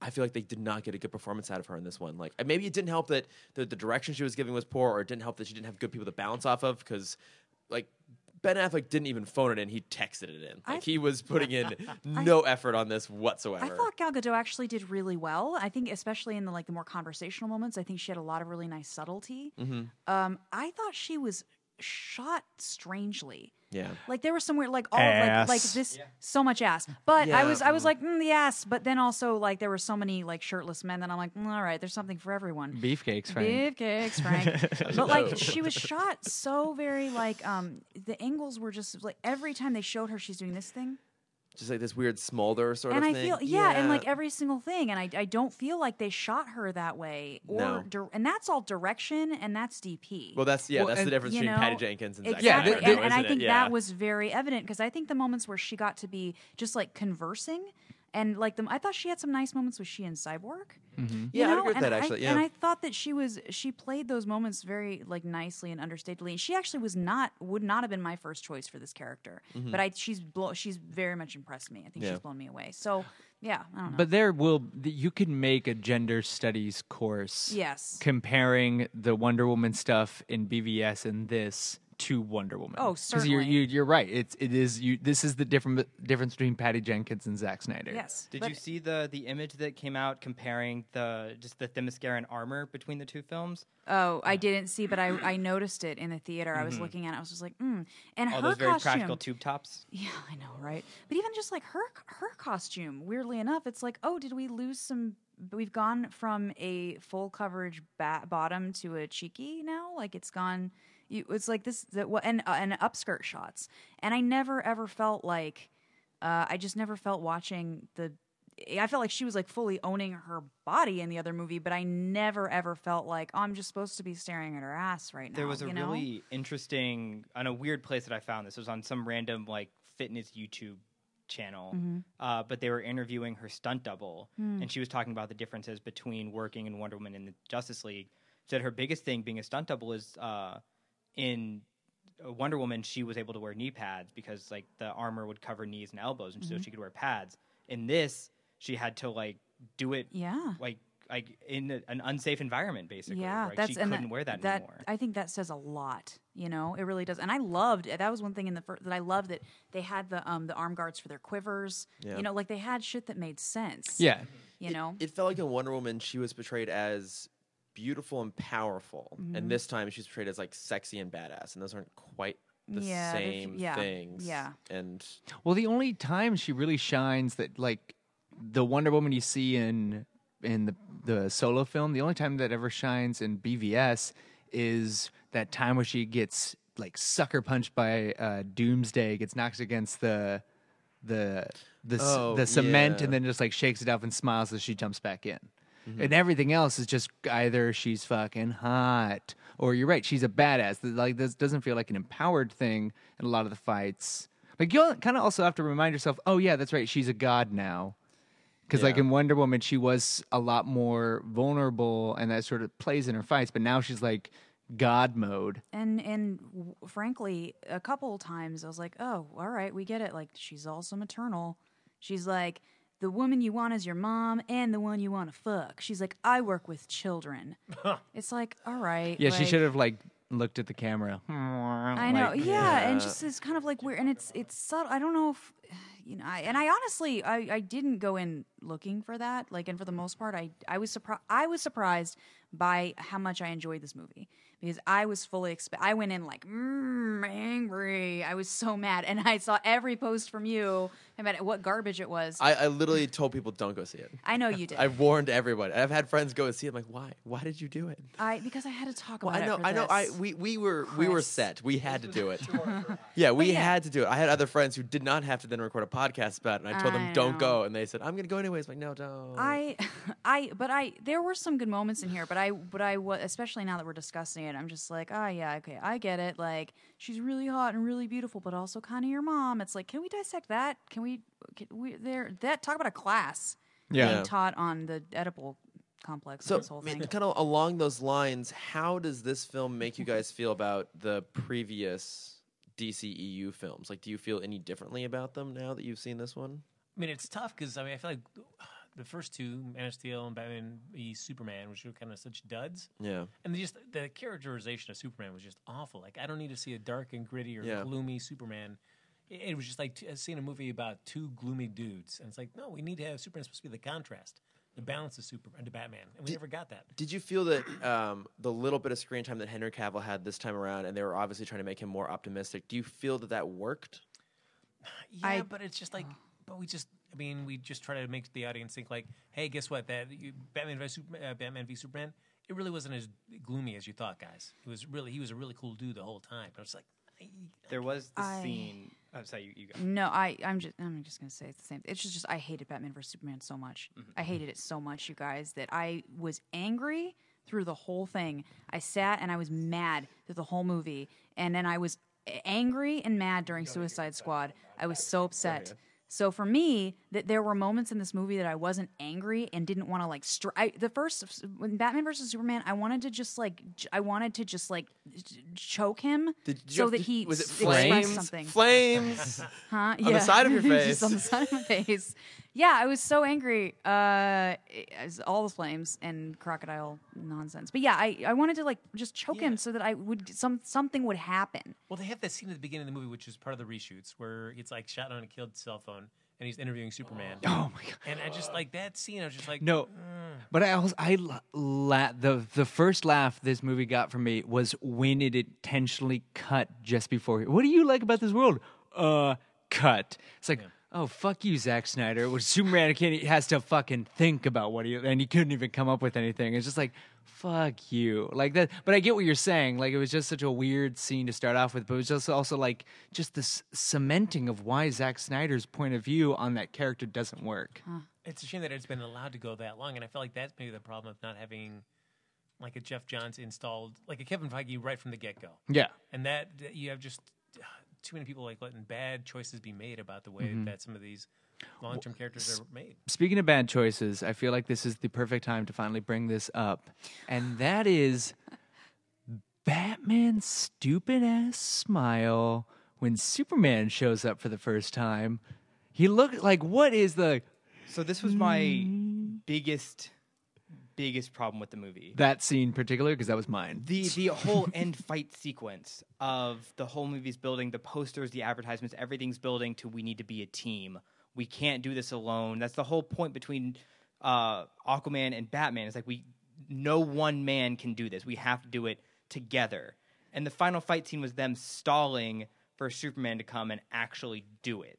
Speaker 1: I feel like they did not get a good performance out of her in this one. Like maybe it didn't help that the, the direction she was giving was poor, or it didn't help that she didn't have good people to bounce off of because like. Ben Affleck didn't even phone it in; he texted it in. Like
Speaker 5: I-
Speaker 1: he was putting in no effort on this whatsoever.
Speaker 5: I thought Gal Gadot actually did really well. I think, especially in the like the more conversational moments, I think she had a lot of really nice subtlety. Um, I thought she was shot strangely.
Speaker 1: yeah,
Speaker 5: Like there was somewhere like all of like like
Speaker 3: Ass.
Speaker 5: this so much ass, but I
Speaker 1: Yeah,
Speaker 5: was I was like mm, the ass, but then also like there were so many like shirtless men that I'm like mm, all right, there's something for everyone.
Speaker 3: Beefcakes, Frank.
Speaker 5: Beefcakes, Frank. but like she was shot so very like um the angles were just like every time they showed her she's doing this thing
Speaker 1: just like this weird smolder sort
Speaker 5: and
Speaker 1: of
Speaker 5: I
Speaker 1: thing.
Speaker 5: feel yeah, and like every single thing, and I, I don't feel like they shot her that way, or
Speaker 1: No.
Speaker 5: dir- and that's all direction, and that's DP.
Speaker 1: well, that's yeah,
Speaker 3: Well,
Speaker 1: that's
Speaker 3: and,
Speaker 1: the difference
Speaker 5: you
Speaker 1: between
Speaker 5: know,
Speaker 1: Patty Jenkins and Zack
Speaker 5: exactly.
Speaker 1: Snyder,
Speaker 5: and,
Speaker 1: though,
Speaker 5: and I
Speaker 1: isn't it?
Speaker 5: think
Speaker 1: Yeah.
Speaker 5: that was very evident because I think the moments where she got to be just like conversing, and like them, I thought she had some nice moments with she and Cyborg. You
Speaker 1: Yeah, I'd
Speaker 5: know?
Speaker 1: agree with
Speaker 5: and
Speaker 1: that, actually,
Speaker 5: I, and
Speaker 1: yeah.
Speaker 5: I thought that she was she played those moments very like nicely and understatedly. And she actually was not would not have been my first choice for this character, but I she's blow, she's very much impressed me. I think
Speaker 1: Mm-hmm. Yeah.
Speaker 5: she's blown me away. So yeah, I don't know.
Speaker 3: But there will you can make a gender studies course.
Speaker 5: Yes.
Speaker 3: Comparing the Wonder Woman stuff in BVS and this to Wonder Woman.
Speaker 5: Oh,
Speaker 3: 'Cause You're,
Speaker 5: certainly.
Speaker 3: you, you're right. It's it is you. This is the different difference between Patty Jenkins and Zack Snyder.
Speaker 5: Yes.
Speaker 2: Did
Speaker 5: but-
Speaker 2: you see the the image that came out comparing the just the Themysciran armor between the two films?
Speaker 5: Oh, I didn't see, but I, I noticed it in the theater. I was looking at it. I was just like, mm. And
Speaker 2: All Mm-hmm.
Speaker 5: her
Speaker 2: Oh, those very
Speaker 5: costume.
Speaker 2: practical tube tops.
Speaker 5: yeah, I know, right? But even just like her her costume, weirdly enough, it's like, oh, did we lose some? We've gone from a full coverage ba- bottom to a cheeky now. Like it's gone. You, it's like this the, what and uh, and upskirt shots. And I never ever felt like uh, I just never felt watching the. I felt like she was like fully owning her body in the other movie, but I never ever felt like oh, I'm just supposed to be staring at her ass right now.
Speaker 2: There was a
Speaker 5: you know?
Speaker 2: really interesting on a weird place that I found this. It was on some random like fitness YouTube channel.
Speaker 5: Mm-hmm.
Speaker 2: Uh, but they were interviewing her stunt double
Speaker 5: Hmm.
Speaker 2: and she was talking about the differences between working in Wonder Woman and the Justice League. Said her biggest thing being a stunt double is uh, in uh, Wonder Woman, she was able to wear knee pads because like the armor would cover knees and elbows,
Speaker 5: Mm-hmm.
Speaker 2: and so she could wear pads. In this, she had to like do it,
Speaker 5: Yeah.
Speaker 2: like like in a, an unsafe environment, basically.
Speaker 5: Yeah,
Speaker 2: like,
Speaker 5: that's
Speaker 2: she
Speaker 5: and
Speaker 2: couldn't wear that, anymore.
Speaker 5: I think that says a lot. You know, it really does. And I loved that was one thing in the first that I loved that they had the um the arm guards for their quivers.
Speaker 1: Yeah.
Speaker 5: You know, like they had shit that made sense.
Speaker 3: Yeah.
Speaker 5: you
Speaker 1: it-
Speaker 5: know.
Speaker 1: It, felt like in Wonder Woman, she was portrayed as beautiful and powerful,
Speaker 5: Mm-hmm.
Speaker 1: and this time she's portrayed as like sexy and badass, and those aren't quite the
Speaker 5: Yeah, they're f-
Speaker 1: same
Speaker 5: yeah,
Speaker 1: things.
Speaker 5: yeah.
Speaker 1: and
Speaker 3: Well, the only time she really shines that like the Wonder Woman you see in in the the solo film, the only time that ever shines in BVS is that time where she gets like sucker punched by uh, Doomsday, gets knocked against the the the c-
Speaker 1: Oh,
Speaker 3: the cement,
Speaker 1: yeah.
Speaker 3: and then just like shakes it off and smiles as she jumps back in. And everything else is just either she's fucking hot or you're right, she's a badass. Th- Like this doesn't feel like an empowered thing in a lot of the fights. Like you kind of also have to remind yourself, oh yeah, that's right, she's a god now. Because like
Speaker 1: Yeah.
Speaker 3: in Wonder Woman, she was a lot more vulnerable, and that sort of plays in her fights. But now she's like God mode.
Speaker 5: and and w- frankly a couple times i was like oh all right we get it like she's also maternal she's like the woman you want is your mom and the one you want to fuck she's like i work with children it's like all right
Speaker 3: Yeah, she
Speaker 5: like-
Speaker 3: should have like looked at the camera.
Speaker 5: I know, yeah, and just it's kind of like weird, and it's it's subtle. I don't know if you know. I, and I honestly, I, I didn't go in looking for that. Like, and for the most part, I I was surprised. I was surprised by how much I enjoyed this movie because I was fully expect. I went in like mm, angry. I was so mad, and I saw every post from you about what garbage it was. I,
Speaker 1: I, I literally told people don't go see it.
Speaker 5: know you did. I,
Speaker 1: I've warned everybody. I've had friends go and see it. I'm like, why? Why did you do it?
Speaker 5: because I had to talk
Speaker 1: Well,
Speaker 5: about
Speaker 1: I know,
Speaker 5: it. for
Speaker 1: I know. I
Speaker 5: this.
Speaker 1: we we were we were
Speaker 5: Chris.
Speaker 1: set. We had to do it. yeah, we
Speaker 5: yeah.
Speaker 1: had to do it. I had other friends who did not have to then record a podcast about it, and I told them
Speaker 5: I
Speaker 1: don't
Speaker 5: know.
Speaker 1: go, and they said I'm going to go anyways. I'm like, no, don't.
Speaker 5: I, I, but I, there were some good moments in here, but I, but I was, especially now that we're discussing it, I'm just like, ah, yeah, okay, I get it. Like, she's really hot and really beautiful, but also kind of your mom. It's like, can we dissect that? Can we, can we, there, that, talk about a class
Speaker 1: Yeah.
Speaker 5: being taught on the Oedipal complex, and
Speaker 1: So,
Speaker 5: this whole thing.
Speaker 1: kind of along those lines, how does this film make
Speaker 5: Mm-hmm.
Speaker 1: you guys feel about the previous DCEU films? Like, do you feel any differently about them now that you've seen this one?
Speaker 4: I mean, it's tough because I mean, I feel like the first two, Man of Steel and Batman v Superman, which were kind of such duds,
Speaker 1: Yeah.
Speaker 4: and they just the characterization of Superman was just awful. Like, I don't need to see a dark and gritty or
Speaker 1: Yeah.
Speaker 4: gloomy Superman. It, it was just like t- uh, seeing a movie about two gloomy dudes, and it's like, no, we need to have Superman supposed to be the contrast, the balance of Superman to Batman, and we never got that.
Speaker 1: Did you feel that um, the little bit of screen time that Henry Cavill had this time around, and they were obviously trying to make him more optimistic? Do you feel that that worked?
Speaker 4: Yeah,
Speaker 5: I-
Speaker 4: but it's just like, but we just, I mean, we just try to make the audience think like, hey, guess what? That you, Batman v Superman, uh, Batman v Superman, it really wasn't as gloomy as you thought, guys. It was really, he was a really cool dude the whole time. But I was like,
Speaker 2: There was the
Speaker 5: I-
Speaker 2: scene. I'm sorry, you, you go.
Speaker 5: No, I, I'm just, I'm just gonna say it's the same. It's just, just I hated Batman vs Superman so much.
Speaker 1: Mm-hmm.
Speaker 5: I hated it so much, you guys, that I was angry through the whole thing. I sat and I was mad through the whole movie, and then I was a- angry and mad during Suicide Squad. I was so upset. So for me, that there were moments in this movie that I wasn't angry and didn't want to like. Str- I, the first when Batman versus Superman, I wanted to just like, j- I wanted to just like j- choke him
Speaker 1: Did you
Speaker 5: so
Speaker 1: have
Speaker 5: that
Speaker 1: to-
Speaker 5: he
Speaker 1: was it
Speaker 5: s-
Speaker 1: flames?
Speaker 5: expressed something.
Speaker 1: Flames.
Speaker 5: Huh?
Speaker 1: the side of your face.
Speaker 5: Just on the side of my face. Yeah, I was so angry. Uh, it, it was all the flames and crocodile nonsense. But yeah, I, I wanted to like just choke him so that I would some something would happen.
Speaker 4: well, they have that scene at the beginning of the movie, which is part of the reshoots, where it's like shot on a killed cell phone, and he's interviewing Superman.
Speaker 3: Oh my god.
Speaker 4: And I just like that scene. I was just like,
Speaker 3: No, but I also I la- la- the the first laugh this movie got from me was when it intentionally cut just before. What do you like about this world? Uh, cut. It's like. Oh fuck you, Zack Snyder! With Superman, can't, he has to fucking think about what he and he couldn't even come up with anything. It's just like, fuck you, like that. But I get what you're saying. Like it was just such a weird scene to start off with, but it was just also like just this cementing of why Zack Snyder's point of view on that character doesn't work.
Speaker 4: it's a shame that it's been allowed to go that long. And I feel like that's maybe the problem of not having like a Jeff Johns installed, like a Kevin Feige right from the get go.
Speaker 3: Yeah,
Speaker 4: and that that you have just uh, too many people like letting bad choices be made about the way
Speaker 3: Mm-hmm.
Speaker 4: that some of these long-term characters are made.
Speaker 3: speaking of bad choices, I feel like this is the perfect time to finally bring this up. And that is Batman's stupid ass smile when Superman shows up for the first time. He looked like, what is the.
Speaker 2: So this was my biggest, biggest problem with the movie.
Speaker 3: That scene in particular, because that was mine.
Speaker 2: The the whole end fight sequence of the whole movie's building, the posters, the advertisements, everything's building to we need to be a team. We can't do this alone. That's the whole point between uh, Aquaman and Batman. It's like we no one man can do this. We have to do it together. And the final fight scene was them stalling for Superman to come and actually do it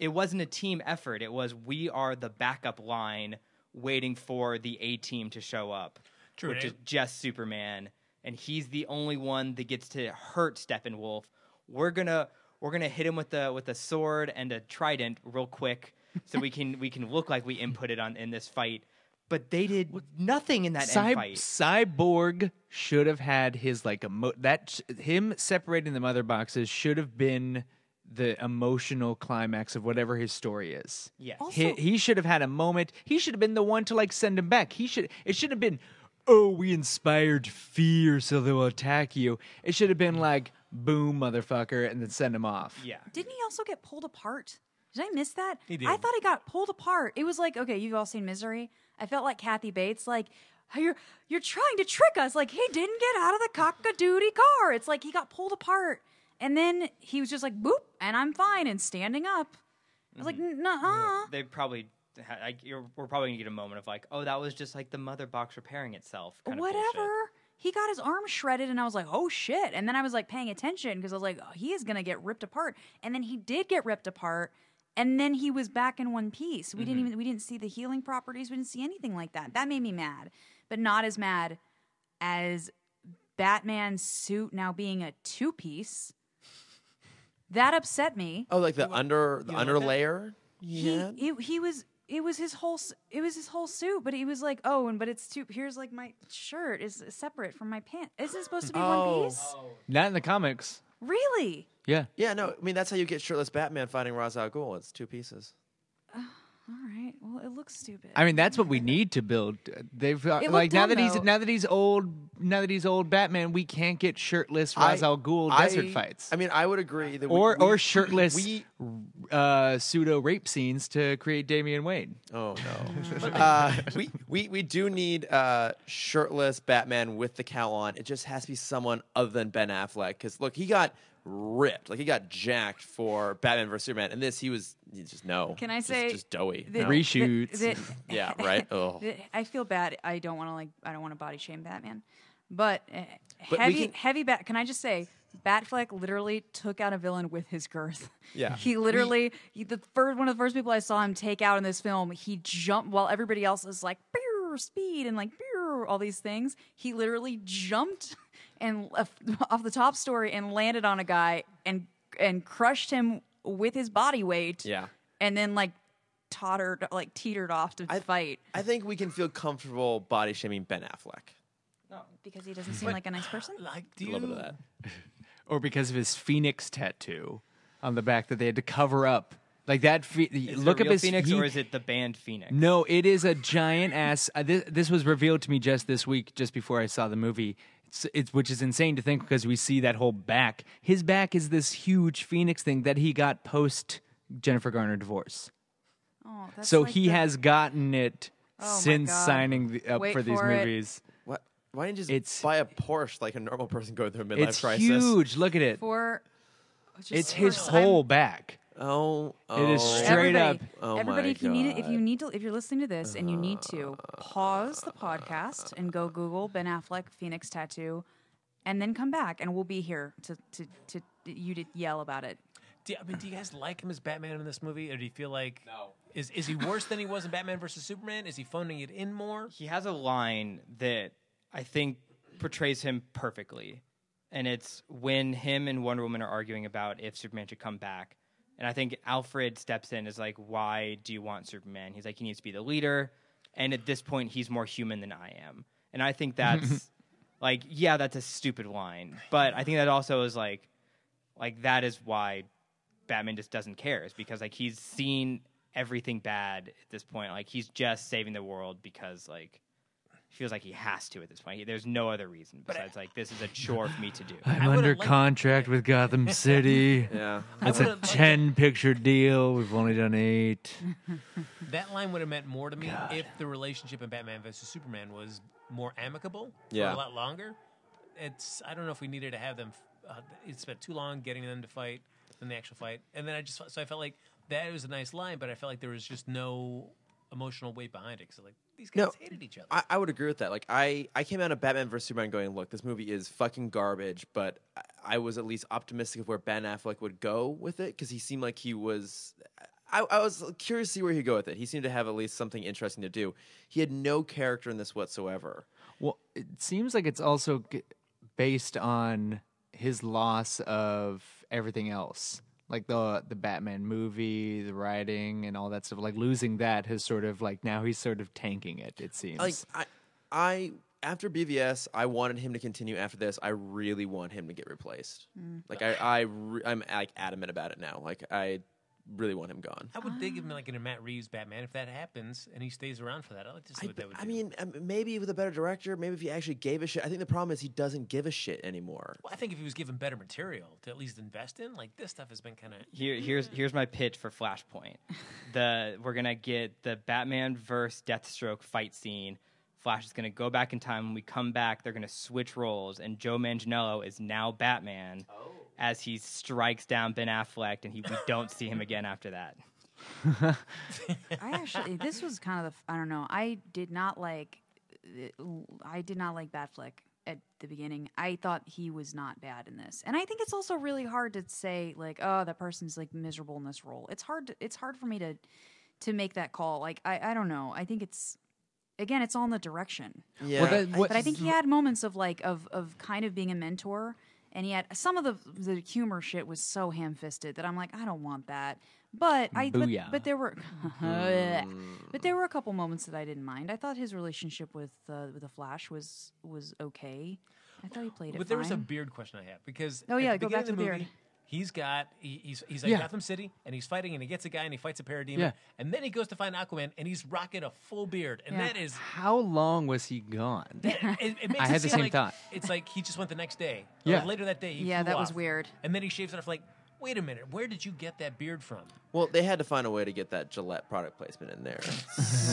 Speaker 2: it wasn't a team effort. It was we are the backup line waiting for the A team to show up,
Speaker 4: True,
Speaker 2: which
Speaker 4: and
Speaker 2: is just Superman, and he's the only one that gets to hurt Steppenwolf. We're gonna we're gonna hit him with a with a sword and a trident real quick, so we can we can look like we inputted on in this fight. But they did nothing in that end
Speaker 3: Cy-
Speaker 2: fight.
Speaker 3: Cyborg should have had his like emo- that him separating the mother boxes should have been the emotional climax of whatever his story is.
Speaker 2: Yes.
Speaker 3: he,
Speaker 5: Also-
Speaker 3: he should have had a moment. He should have been the one to like send him back. He should. It should have been. oh, we inspired fear, so they'll attack you. It should have been like, boom, motherfucker, and then send him off.
Speaker 2: Yeah.
Speaker 5: Didn't he also get pulled apart? Did I miss that?
Speaker 4: He did.
Speaker 5: I thought he got pulled apart. It was like, okay, you've all seen Misery. I felt like Kathy Bates, like, you're you're trying to trick us. Like, he didn't get out of the cockadoodie car. It's like he got pulled apart. And then he was just like, boop, and I'm fine and standing up. I was like,
Speaker 4: Mm-hmm.
Speaker 5: uh-huh." nuh
Speaker 2: They probably. ha- I, you're, we're probably gonna get a moment of like, oh, that was just like the mother box repairing itself. kind of bullshit.
Speaker 5: whatever. He got his arm shredded, and I was like, oh shit. And then I was like paying attention because I was like, oh, he is going to get ripped apart. And then he did get ripped apart. And then he was back in one piece. We
Speaker 2: Mm-hmm.
Speaker 5: didn't even we didn't see the healing properties. We didn't see anything like that. That made me mad, but not as mad as Batman's suit now being a two piece. That upset me.
Speaker 1: Oh, like the under the
Speaker 4: like that?
Speaker 1: underlayer. Yeah.
Speaker 5: He, it, he was it was his whole s- it was his whole suit, but he was like, oh, and but it's two. Here's like my shirt is separate from my pants. Is it supposed to be
Speaker 1: Oh.
Speaker 5: one piece?
Speaker 3: Not in the comics.
Speaker 5: Really?
Speaker 3: Yeah.
Speaker 1: Yeah, no, I mean that's how you get shirtless Batman fighting Ra's al Ghul. It's two pieces.
Speaker 5: All right. Well, it looks stupid.
Speaker 3: I mean, that's what we need to build. They've uh,
Speaker 5: looked
Speaker 3: like now
Speaker 5: dumb,
Speaker 3: that he's
Speaker 5: though.
Speaker 3: now that he's old, now that he's old Batman, we can't get shirtless Ra's al Ghul
Speaker 1: I-
Speaker 3: desert fights
Speaker 1: I mean, I would agree that we-
Speaker 3: or
Speaker 1: we,
Speaker 3: or shirtless
Speaker 1: we-
Speaker 3: uh, pseudo rape scenes to create Damian Wayne.
Speaker 1: Oh no. uh, we, we we do need uh, shirtless Batman with the cowl on. It just has to be someone other than Ben Affleck. Because look, he got ripped, like he got jacked for Batman vs Superman, and this he was he just no.
Speaker 5: Can I
Speaker 1: Just-
Speaker 5: say
Speaker 1: just doughy?
Speaker 5: that-
Speaker 1: No.
Speaker 5: that-
Speaker 3: Reshoots.
Speaker 5: that-
Speaker 1: Yeah, right? Ugh.
Speaker 5: that- I feel bad. I don't want to like. I don't want to body shame Batman, but, uh,
Speaker 1: But we
Speaker 5: heavy
Speaker 1: can-
Speaker 5: heavy bat. Can I just say? Batfleck literally took out a villain with his girth.
Speaker 1: Yeah.
Speaker 5: he literally he, the first one of the first people I saw him take out in this film. He jumped while everybody else is like "Pew, speed and like "Pew," all these things. He literally jumped and left off the top story and landed on a guy and and crushed him with his body weight
Speaker 1: Yeah.
Speaker 5: and then like tottered like teetered off to fight
Speaker 1: I think we can feel comfortable body shaming Ben Affleck.
Speaker 5: because he doesn't seem like a nice person
Speaker 4: Like, do
Speaker 1: A
Speaker 4: you?
Speaker 1: little bit of that.
Speaker 3: or because of his phoenix tattoo on the back that they had to cover up. Like that. Phe-
Speaker 2: Is it
Speaker 3: look
Speaker 2: a
Speaker 3: up
Speaker 2: real
Speaker 3: his
Speaker 2: phoenix,
Speaker 3: he-
Speaker 2: or is it the band Phoenix?
Speaker 3: No, it is a giant ass. Uh, this, this was revealed to me just this week, just before I saw the movie. It's, it's which is insane to think because we see that whole back. His back is this huge phoenix thing that he got post Jennifer Garner divorce.
Speaker 5: oh, that's
Speaker 3: so
Speaker 5: like
Speaker 3: he
Speaker 5: the-
Speaker 3: has gotten it
Speaker 5: Oh my
Speaker 3: since
Speaker 5: God.
Speaker 3: signing the, up
Speaker 5: Wait
Speaker 3: for these
Speaker 5: for it.
Speaker 3: movies.
Speaker 1: What? Why didn't you just
Speaker 3: It's-
Speaker 1: buy a Porsche like a normal person going through a midlife
Speaker 3: It's
Speaker 1: crisis?
Speaker 3: huge. Look at it.
Speaker 5: for just
Speaker 3: It's
Speaker 5: for
Speaker 3: his
Speaker 5: some-
Speaker 3: whole back.
Speaker 1: Oh,
Speaker 3: It is
Speaker 1: oh.
Speaker 3: straight-
Speaker 5: everybody,
Speaker 3: up.
Speaker 1: Oh my
Speaker 5: everybody if you need it if
Speaker 1: God.
Speaker 5: you need to if you're listening to this and you need to pause the podcast and go google ben affleck phoenix tattoo and then come back and we'll be here to to, to you to yell about it
Speaker 4: Do, I mean, do you guys like him as Batman in this movie, or do you feel like no? Is is he worse than he was in Batman versus Superman? Is he phoning it in more?
Speaker 2: he has a line that I think portrays him perfectly. And it's when him and Wonder Woman are arguing about if Superman should come back. And I think Alfred steps in and is like, Why do you want Superman? He's like, He needs to be the leader. And at this point, he's more human than I am. And I think that's like, yeah, that's a stupid line. But I think that also is like, like that is why Batman just doesn't care is because like he's seen everything bad at this point. Like he's just saving the world because like he feels like he has to at this point. He- there's no other reason besides like this is a chore for me to do.
Speaker 3: I'm
Speaker 4: I would've
Speaker 3: under
Speaker 4: liked-
Speaker 3: contract with Gotham City.
Speaker 1: Yeah.
Speaker 3: It's
Speaker 4: I
Speaker 3: a
Speaker 4: would've liked it.
Speaker 3: 10 picture deal. We've only done eight.
Speaker 4: That line would have meant more to me if the relationship in Batman versus Superman was more amicable for
Speaker 1: Yeah.
Speaker 4: a lot longer. It's I don't know if we needed to have them. Uh, it's been too long getting them to fight than the actual fight, and then I just felt- so I felt like that was a nice line, but I felt like there was just no emotional weight behind it. So like these guys
Speaker 1: No,
Speaker 4: hated each other.
Speaker 1: I, I would agree with that. Like I, I came out of Batman vs Superman going, look, this movie is fucking garbage, but I, I was at least optimistic of where Ben Affleck would go with it because he seemed like he was. I, I was curious to see where he'd go with it. He seemed to have at least something interesting to do. He had no character in this whatsoever.
Speaker 3: Well, it seems like it's also g- based on his loss of everything else, like the the Batman movie, the writing, and all that stuff. Like losing that has sort of like now he's sort of tanking it. It seems.
Speaker 1: Like I, I after BVS, I wanted him to continue. After this, I really want him to get replaced. Like I, I, re- I'm like adamant about it now. Like I really want him gone.
Speaker 4: I would dig him like in a Matt Reeves Batman if that happens and he stays around for that. I'd like to
Speaker 1: I,
Speaker 4: see what that would
Speaker 1: I
Speaker 4: do.
Speaker 1: mean, um, maybe with a better director, maybe if he actually gave a shit. I think the problem is he doesn't give a shit anymore.
Speaker 4: Well, I think if he was given better material to at least invest in, like this stuff has been kind of.
Speaker 2: Here, here's here's my pitch for Flashpoint. The we're gonna get the Batman versus Deathstroke fight scene. Flash is gonna go back in time. When we come back, they're gonna switch roles, and Joe Manganiello is now Batman as he strikes down Ben Affleck, and he we don't see him again after that.
Speaker 5: I actually, this was kind of the, I don't know. I did not like, uh, I did not like Batfleck at the beginning. I thought he was not bad in this, and I think it's also really hard to say like, oh, that person's like miserable in this role. It's hard. To, it's hard for me to, to make that call. Like, I, I don't know. I think it's, again, it's all in the direction.
Speaker 1: Yeah,
Speaker 3: that- what-
Speaker 5: but I think he had moments of like of of kind of being a mentor, and he had some of the the humor shit was so ham fisted that I'm like, I don't want that. But I but,
Speaker 3: Booyah.
Speaker 5: but there were
Speaker 4: Hmm.
Speaker 5: but there were a couple moments that I didn't mind. I thought his relationship with uh, with the Flash was was okay. I thought he played it.
Speaker 4: But there was a
Speaker 5: fine.
Speaker 4: beard question I have because
Speaker 5: Oh,
Speaker 4: at
Speaker 5: yeah,
Speaker 4: the
Speaker 5: go
Speaker 4: beginning
Speaker 5: back
Speaker 4: of the
Speaker 5: to the
Speaker 4: movie,
Speaker 5: beard.
Speaker 4: He's got he, he's he's at
Speaker 3: Yeah.
Speaker 4: Gotham City and he's fighting and he gets a guy and he fights a parademon
Speaker 3: Yeah.
Speaker 4: and then he goes to find Aquaman and he's rocking a full beard and
Speaker 5: Yeah.
Speaker 4: that is
Speaker 3: How long was he gone?
Speaker 4: it, it makes
Speaker 3: I
Speaker 4: it
Speaker 3: had the
Speaker 4: seem
Speaker 3: same
Speaker 4: like
Speaker 3: thought.
Speaker 4: It's like he just went the next day.
Speaker 3: Yeah.
Speaker 4: Or later that day. He
Speaker 5: Yeah,
Speaker 4: flew
Speaker 5: that was
Speaker 4: off.
Speaker 5: weird.
Speaker 4: And then he shaves it off. Like, wait a minute, where did you get that beard from?
Speaker 1: well, they had to find a way to get that Gillette product placement in there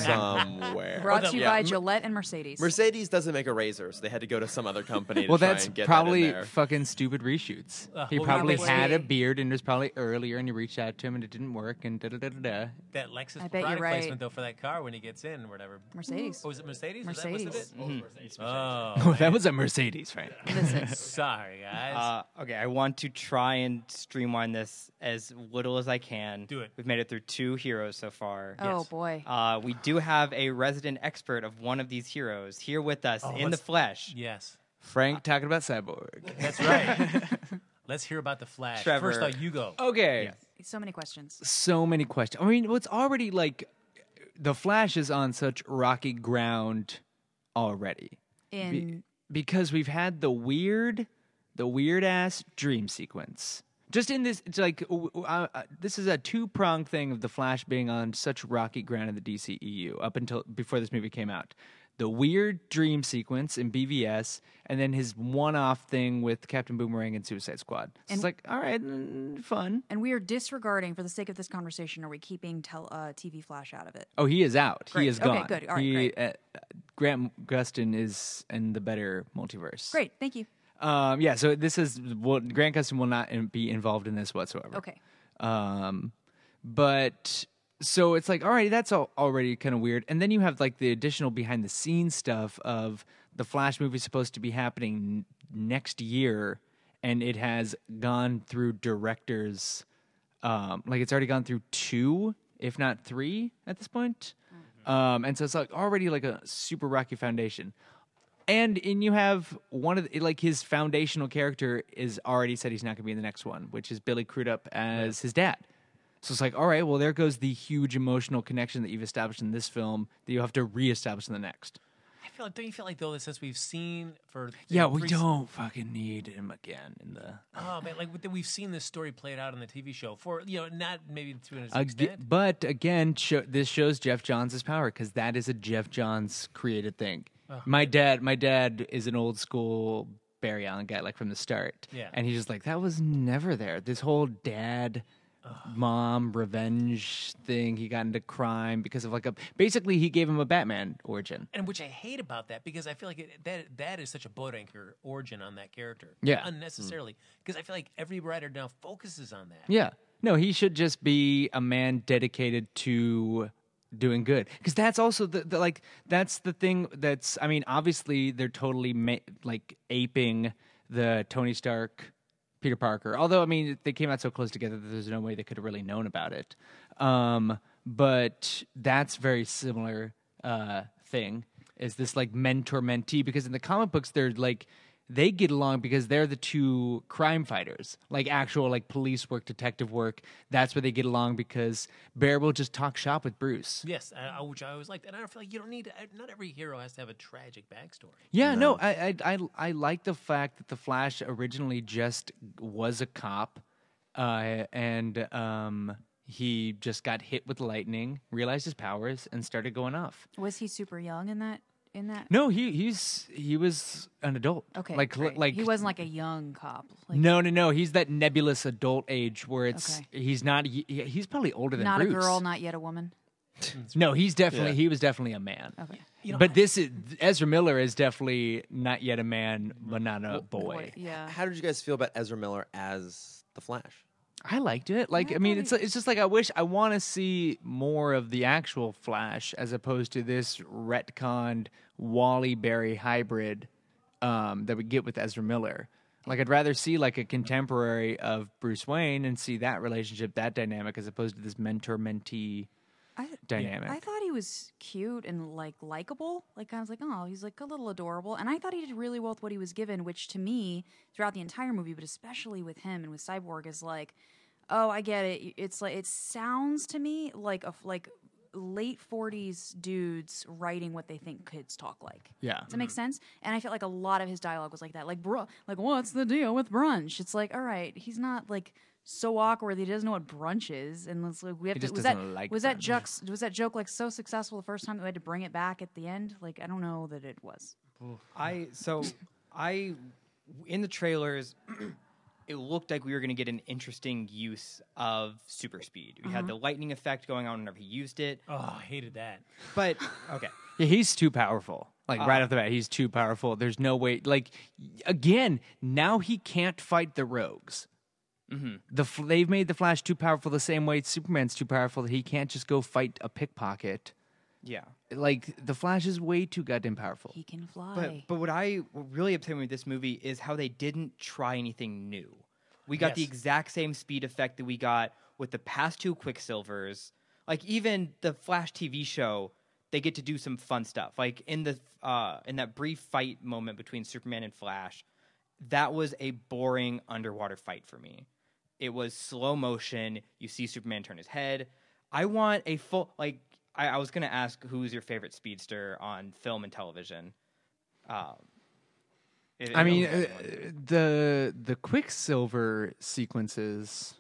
Speaker 1: somewhere.
Speaker 5: Brought to you
Speaker 1: Yeah,
Speaker 5: by
Speaker 1: M-
Speaker 5: Gillette and Mercedes.
Speaker 1: Mercedes doesn't make a razor, so they had to go to some other company. To
Speaker 3: Well,
Speaker 1: try
Speaker 3: that's
Speaker 1: and get
Speaker 3: probably
Speaker 1: that in there.
Speaker 3: fucking stupid reshoots.
Speaker 4: Uh,
Speaker 3: he
Speaker 4: well,
Speaker 3: probably
Speaker 5: probably.
Speaker 3: had a beard and it was probably earlier and you reached out to him and it didn't work and da da da da da.
Speaker 4: That Lexus
Speaker 5: I bet you're
Speaker 4: product
Speaker 5: right.
Speaker 4: placement though for that car when he gets in or whatever.
Speaker 5: Mercedes.
Speaker 4: Oh, was it Mercedes? Was
Speaker 5: Mercedes.
Speaker 2: Mm-hmm.
Speaker 4: that listed it?
Speaker 3: Oh,
Speaker 4: Oh,
Speaker 3: that was a Mercedes, right?
Speaker 5: Listen,
Speaker 4: sorry guys.
Speaker 2: Uh, okay, I want to try and streamline this as little as I can.
Speaker 4: Do it.
Speaker 2: We've made it through two heroes so far.
Speaker 5: Oh, Yes. boy.
Speaker 2: Uh, we do have a resident expert of one of these heroes here with us in the
Speaker 4: Oh, let's-
Speaker 2: flesh.
Speaker 4: yes,
Speaker 3: Frank talking about Cyborg.
Speaker 4: that's right. Let's hear about the Flash.
Speaker 2: Trevor.
Speaker 4: First off, you go.
Speaker 3: Okay.
Speaker 5: so many questions.
Speaker 3: so many questions. I mean, it's already like the Flash is on such rocky ground already
Speaker 5: In
Speaker 3: because we've had the weird, the weird ass dream sequence. Just in this, it's like w- w- uh, uh, this is a two prong thing of the Flash being on such rocky ground in the DCEU up until before this movie came out. The weird dream sequence in BVS, and then his one off thing with Captain Boomerang and Suicide Squad. So it's like, all right, mm, fun.
Speaker 5: and we are disregarding for the sake of this conversation. Are we keeping tel, uh, TV Flash out of it?
Speaker 3: Oh, he is out.
Speaker 5: Great.
Speaker 3: He is
Speaker 5: Okay,
Speaker 3: gone.
Speaker 5: good. All right,
Speaker 3: He-
Speaker 5: great.
Speaker 3: uh, Grant Gustin is in the better multiverse.
Speaker 5: Great, thank you.
Speaker 3: Um, yeah. So this is well, Grant Gustin will not in- be involved in this whatsoever.
Speaker 5: Okay.
Speaker 3: Um, but so it's like, all right, that's all already kind of weird. And then you have like the additional behind the scenes stuff of the Flash movie supposed to be happening n- next year, and it has gone through directors. Um, like it's already gone through two, if not three, at this point. Um, and so it's like already like a super rocky foundation. And and you have one of the, like his foundational character is already said he's not going to be in the next one, which is Billy Crudup as his dad. So it's like, all right, well, there goes the huge emotional connection that you've established in this film that you have to reestablish in the next.
Speaker 4: I feel like don't you feel like though that since we've seen for
Speaker 3: Yeah, we
Speaker 4: three-
Speaker 3: don't fucking need him again in the
Speaker 4: Oh man, like that we've seen this story played out on the TV show for you know not maybe to an
Speaker 3: Aga-
Speaker 4: extent.
Speaker 3: but again, sho this shows Jeff Johns' power because that is a Jeff Johns created thing. My dad, my dad is an old school Barry Allen guy, like from the start.
Speaker 4: Yeah.
Speaker 3: and he's just like that was never there. This whole dad, mom revenge thing. He got into crime because of like a basically he gave him a Batman origin.
Speaker 4: and which I hate about that because I feel like it, that that is such a boat anchor origin on that character,
Speaker 3: Yeah. Mm.
Speaker 4: unnecessarily because I feel like every writer now focuses on that.
Speaker 3: Yeah. No, he should just be a man dedicated to doing good because that's also the, the like that's the thing that's I mean obviously they're totally ma- like aping the Tony Stark Peter Parker although I mean they came out so close together that there's no way they could have really known about it um but that's very similar uh thing is this like mentor mentee because in the comic books they're like they get along because they're the two crime fighters like actual like police work detective work that's where they get along because bear will just talk shop with bruce
Speaker 4: Yes, I, I- which I always liked, and I don't feel like you don't need. I- Not every hero has to have a tragic backstory.
Speaker 3: yeah no, I, I i i like the fact that the flash originally just was a cop uh and um he just got hit with lightning, realized his powers, and started going off.
Speaker 5: Was he super young in that? In that?
Speaker 3: No, he he's he was an adult.
Speaker 5: Okay.
Speaker 3: like
Speaker 5: great.
Speaker 3: like
Speaker 5: he wasn't like a young cop. Like,
Speaker 3: No, no, no. He's that nebulous adult age where it's
Speaker 5: Okay.
Speaker 3: he's not. He, he's probably older than
Speaker 5: Not a
Speaker 3: Bruce.
Speaker 5: girl, not yet a woman.
Speaker 3: No, he's definitely
Speaker 1: Yeah.
Speaker 3: he was definitely a man.
Speaker 5: Okay.
Speaker 3: but this is Ezra Miller is definitely not yet a man, but not a boy.
Speaker 5: Boy, Yeah.
Speaker 1: How did you guys feel about Ezra Miller as the Flash?
Speaker 3: I liked it. Like, I mean, it's it's just like I wish I want to see more of the actual Flash as opposed to this retconned Wally Berry hybrid um, that we get with Ezra Miller. Like, I'd rather see like a contemporary of Bruce Wayne and see that relationship, that dynamic, as opposed to this mentor mentee
Speaker 5: I,
Speaker 3: dynamic.
Speaker 5: I thought he was cute and like likable. Like I was like, oh, he's like a little adorable. And I thought he did really well with what he was given, which to me, throughout the entire movie, but especially with him and with Cyborg, is like, oh, I get it. It's like it sounds to me like a like late forties dudes writing what they think kids talk like.
Speaker 3: yeah.
Speaker 5: Does that make sense? And I felt like a lot of his dialogue was like that. Like, bro, like, what's the deal with brunch? It's like, all right, he's not like so awkward. that He doesn't know what brunch is, and it's like we have
Speaker 3: He
Speaker 5: to.
Speaker 3: just
Speaker 5: Was that
Speaker 3: doesn't like
Speaker 5: was that
Speaker 3: brunch.
Speaker 5: jux, was that joke like so successful the first time that we had to bring it back at the end? Like, I don't know that it was.
Speaker 2: I so I in the trailers it looked like we were going to get an interesting use of super speed. We had the lightning effect going on whenever he used it,
Speaker 4: Oh, I hated that.
Speaker 2: but okay.
Speaker 3: Yeah, he's too powerful. Like right off the bat, he's too powerful. There's no way. Like again, now he can't fight the rogues. The f- they've made the Flash too powerful the same way Superman's too powerful that he can't just go fight a pickpocket.
Speaker 2: Yeah.
Speaker 3: Like the Flash is way too goddamn powerful.
Speaker 5: He can
Speaker 2: But
Speaker 5: fly.
Speaker 2: but what I what really upset me with this movie is how they didn't try anything new. We got the
Speaker 4: Yes.
Speaker 2: exact same speed effect that we got with the past two Quicksilvers. Like even the Flash TV show, they get to do some fun stuff. Like in the uh, in that brief fight moment between Superman and Flash, that was a boring underwater fight for me. It was slow motion. You see Superman turn his head. I want a full like. I, I was gonna ask who's your favorite speedster on film and television. Um, it-
Speaker 3: I
Speaker 2: it
Speaker 3: mean,
Speaker 2: was-
Speaker 3: uh, the the Quicksilver sequences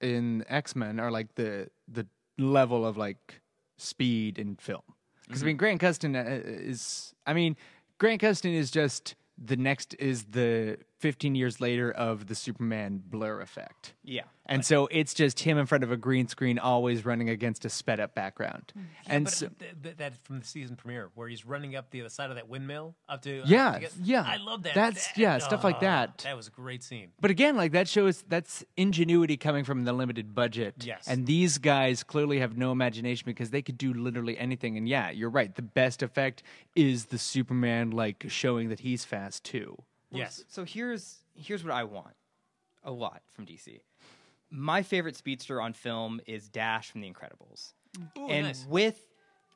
Speaker 3: in X Men are like the the level of like speed in film. Because
Speaker 2: Mm-hmm.
Speaker 3: I mean, Grant Gustin uh, is. I mean, Grant Gustin is just the next is the 15 years later of the Superman blur effect.
Speaker 2: yeah.
Speaker 3: And so it's just him in front of a green screen, always running against a sped up background.
Speaker 2: Mm-hmm.
Speaker 3: And
Speaker 4: But
Speaker 3: so,
Speaker 4: th- th- that from the season premiere where he's running up the other side of that windmill up to
Speaker 3: Yeah,
Speaker 4: to get-
Speaker 3: yeah.
Speaker 4: I love that.
Speaker 3: That's-
Speaker 4: That-
Speaker 3: yeah, stuff like
Speaker 4: Ah,
Speaker 3: that.
Speaker 4: That was a great scene.
Speaker 3: But again, like that shows that's ingenuity coming from the limited budget.
Speaker 4: Yes.
Speaker 3: And these guys clearly have no imagination because they could do literally anything. And yeah, you're right. The best effect is the Superman like showing that he's fast too.
Speaker 4: Yes,
Speaker 2: So here's here's what I want a lot from DC. My favorite speedster on film is Dash from The Incredibles. and
Speaker 4: nice.
Speaker 2: with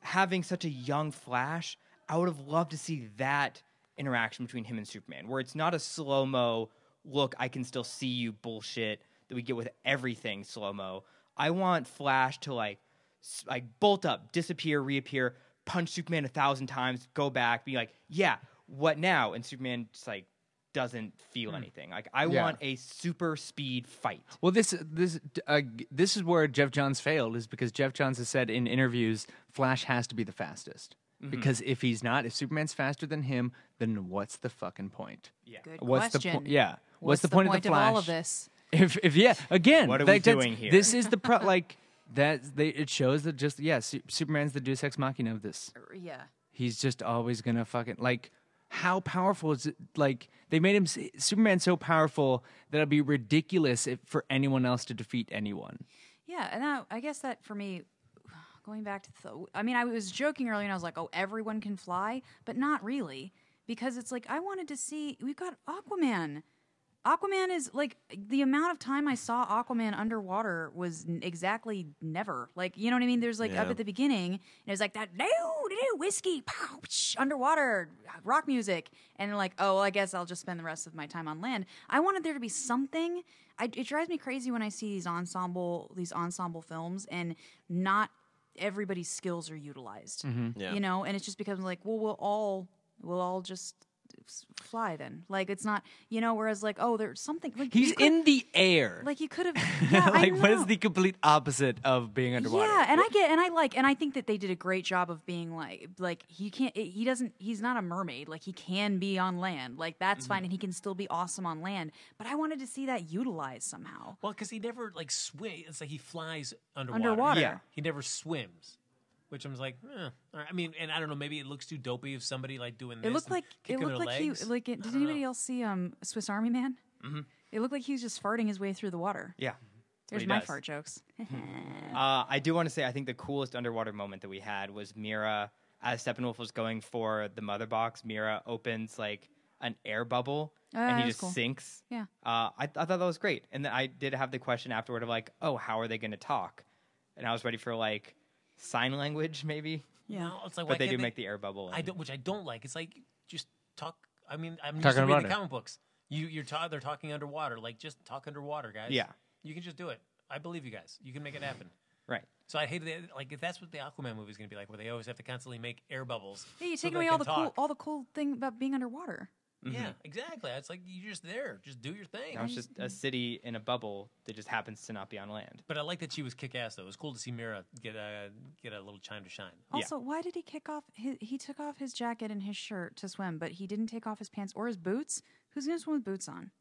Speaker 2: having such a young Flash, I would have loved to see that interaction between him and Superman, where it's not a slow mo look. I can still see you bullshit that we get with everything slow mo. I want Flash to like s- like bolt up, disappear, reappear, punch Superman a thousand times, go back, be like, yeah, what now? And Superman just like doesn't feel anything. Like I
Speaker 3: Yeah.
Speaker 2: want a super speed fight.
Speaker 3: Well, this this uh, this is where Jeff Johns failed is because Jeff Johns has said in interviews, Flash has to be the fastest. Because if he's not, if Superman's faster than him, then what's the fucking point?
Speaker 2: Yeah.
Speaker 5: Good
Speaker 3: What's
Speaker 5: question.
Speaker 3: the point? Yeah.
Speaker 5: What's, the, point, of,
Speaker 3: Flash?
Speaker 5: all of this?
Speaker 3: If if yeah, again,
Speaker 2: What are
Speaker 3: like,
Speaker 2: we
Speaker 3: that's-
Speaker 2: doing here?
Speaker 3: This is the pro like that. They it shows that just yeah, Su- Superman's the Deus Ex Machina of this.
Speaker 5: Yeah.
Speaker 3: He's just always gonna fucking like. How powerful is it? Like they made him s- Superman so powerful that it'd be ridiculous if, for anyone else to defeat anyone.
Speaker 5: Yeah, and that, I guess that for me, going back to the, I mean, I was joking earlier, and I was like, "Oh, everyone can fly," but not really, because it's like I wanted to see. We've got Aquaman. Aquaman is like the amount of time I saw Aquaman underwater was n- exactly never. Like you know what I mean? There's like up
Speaker 1: Yeah.
Speaker 5: at the beginning, and it was like that no, no, no, whiskey, pow, psh, underwater rock music, and like oh, well, I guess I'll just spend the rest of my time on land. I wanted there to be something. I, it drives me crazy when I see these ensemble these ensemble films and not everybody's skills are utilized
Speaker 1: Yeah.
Speaker 5: you know and it just becomes like well we'll all we'll all just s- fly then. Like it's not, you know. Whereas like, oh, there's something. Like, you
Speaker 3: He's
Speaker 5: could-
Speaker 3: in the air.
Speaker 5: Like you could have. Yeah, I
Speaker 3: like what is
Speaker 5: know.
Speaker 3: the complete opposite of being underwater?
Speaker 5: Yeah, and I get and I like and I think that they did a great job of being like like he can't he doesn't he's not a mermaid like he can be on land like that's
Speaker 3: Mm-hmm.
Speaker 5: fine and he can still be awesome on land but I wanted to see that utilized somehow
Speaker 4: Well, because he never like swim. It's like he flies underwater.
Speaker 5: underwater.
Speaker 2: Yeah.
Speaker 4: He never swims, which I'm like, eh. all right. I mean, and I don't know. Maybe it looks too dopey if somebody like doing this.
Speaker 5: It looked
Speaker 4: and
Speaker 5: like it
Speaker 4: kicking
Speaker 5: looked
Speaker 4: their
Speaker 5: like
Speaker 4: legs.
Speaker 5: he like it, did anybody else see um Swiss Army Man?
Speaker 3: Mm-hmm.
Speaker 5: It looked like he was just farting his way through the water.
Speaker 2: Yeah. what
Speaker 5: There's
Speaker 2: he
Speaker 5: my
Speaker 2: does.
Speaker 5: fart jokes.
Speaker 2: Uh, I do want to say I think the coolest underwater moment that we had was Mira as Steppenwolf was going for the mother box. Mira opens like an air bubble
Speaker 5: Oh,
Speaker 2: and
Speaker 5: that
Speaker 2: he
Speaker 5: was
Speaker 2: just
Speaker 5: cool.
Speaker 2: sinks.
Speaker 5: Yeah.
Speaker 2: Uh, I, I thought that was great, and then I did have the question afterward of like, oh, how are they going to talk? And I was ready for like sign language maybe,
Speaker 5: yeah.
Speaker 4: No, it's like, why
Speaker 2: but they do
Speaker 4: can't
Speaker 2: make the air bubble.
Speaker 4: I
Speaker 2: and-
Speaker 4: don't, which I don't like. It's like just talk. I mean, I'm used
Speaker 3: Talking
Speaker 4: to reading the
Speaker 3: underwater.
Speaker 4: comic books. You, you're ta- they're talking underwater. Like just talk underwater, guys.
Speaker 2: Yeah.
Speaker 4: you can just do it. I believe you guys. You can make it happen.
Speaker 2: Right.
Speaker 4: So I hate that. Like if that's what the Aquaman movie is going to be like, where they always have to constantly make air bubbles.
Speaker 5: Yeah, you
Speaker 4: so
Speaker 5: take
Speaker 4: they
Speaker 5: away all
Speaker 4: can
Speaker 5: the
Speaker 4: talk.
Speaker 5: cool all the cool thing about being underwater.
Speaker 4: Yeah, exactly. It's like you're just there. Just do your thing.
Speaker 2: Now it's just a city in a bubble that just happens to not be on land.
Speaker 4: But I like that she was kick ass though. It was cool to see Mira get a get a little time to shine.
Speaker 2: Yeah.
Speaker 5: Also, why did he kick off? His, he took off his jacket and his shirt to swim, but he didn't take off his pants or his boots. Who's gonna swim with boots on?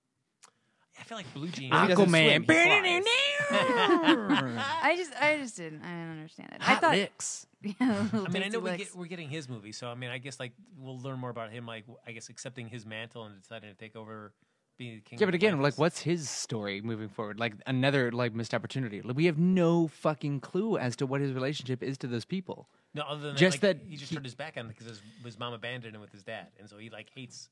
Speaker 4: I feel like blue jeans.
Speaker 2: He doesn't swim, he flies.
Speaker 5: I just, I just didn't. I didn't understand it. I thought.
Speaker 3: licks.
Speaker 5: Yeah, little
Speaker 4: I mean, I
Speaker 5: dainty
Speaker 4: know we
Speaker 5: licks.
Speaker 4: get, we're getting his movie, so I mean, I guess like we'll learn more about him. Like, I guess accepting his mantle and deciding to take over being the king.
Speaker 3: Yeah,
Speaker 4: of
Speaker 3: but
Speaker 4: the
Speaker 3: again,
Speaker 4: Vikings.
Speaker 3: like, what's his story moving forward? Like another like missed opportunity. Like, we have no fucking clue as to what his relationship is to those people.
Speaker 4: No, other than
Speaker 3: just
Speaker 4: that, like,
Speaker 3: that
Speaker 4: he just
Speaker 3: he-
Speaker 4: turned his back on because his, his mom abandoned him with his dad, and so he like hates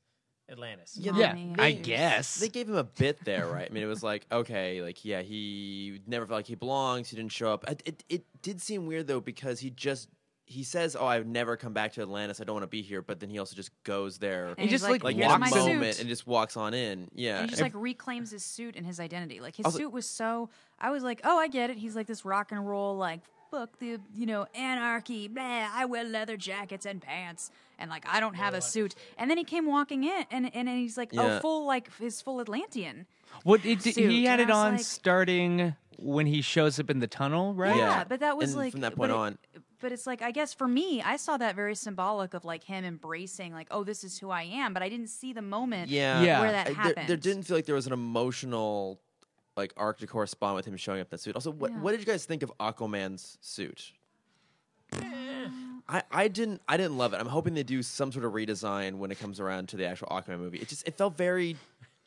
Speaker 4: Atlantis.
Speaker 1: Yeah,
Speaker 3: Yeah,
Speaker 5: Mommy.
Speaker 3: I
Speaker 1: They-
Speaker 3: guess.
Speaker 1: They gave him a bit there, right? I mean, it was like, okay, like, yeah, he never felt like he belongs. He didn't show up. It, it, it did seem weird, though, because he just, he says, oh, I would never come back to Atlantis. I don't want to be here. But then he also just goes there,
Speaker 5: And
Speaker 3: just,
Speaker 5: he's like,
Speaker 1: like,
Speaker 3: like,
Speaker 5: here's
Speaker 1: in a
Speaker 5: my
Speaker 3: walks
Speaker 5: suit.
Speaker 1: moment and just walks on in. Yeah.
Speaker 5: And he just like reclaims his suit and his identity. Like his
Speaker 1: Also-
Speaker 5: suit was so. I was like, oh, I get it. He's like this rock and roll, like fuck the you know anarchy. Blah. I wear leather jackets and pants, and like I don't have a suit. And then he came walking in, and and, and he's like,
Speaker 1: Yeah.
Speaker 5: oh, full like his full Atlantean.
Speaker 3: What it,
Speaker 5: Suit,
Speaker 3: he had
Speaker 5: and
Speaker 3: it
Speaker 5: I was
Speaker 3: on
Speaker 5: like-
Speaker 3: starting when he shows up in the tunnel, right?
Speaker 5: Yeah, but that was
Speaker 1: And
Speaker 5: like
Speaker 1: from that
Speaker 5: but
Speaker 1: point
Speaker 5: it-
Speaker 1: on.
Speaker 5: But it's like I guess for me, I saw that very symbolic of like him embracing like, oh, this is who I am. But I didn't see the moment.
Speaker 1: yeah.
Speaker 3: Yeah.
Speaker 5: where that
Speaker 1: I- There,
Speaker 5: happened.
Speaker 1: there didn't feel like there was an emotional like arc to correspond with him showing up in that suit. Also, what
Speaker 5: Yeah.
Speaker 1: what did you guys think of Aquaman's suit?
Speaker 5: Eh.
Speaker 1: I, I didn't I didn't love it. I'm hoping they do some sort of redesign when it comes around to the actual Aquaman movie. It just it felt very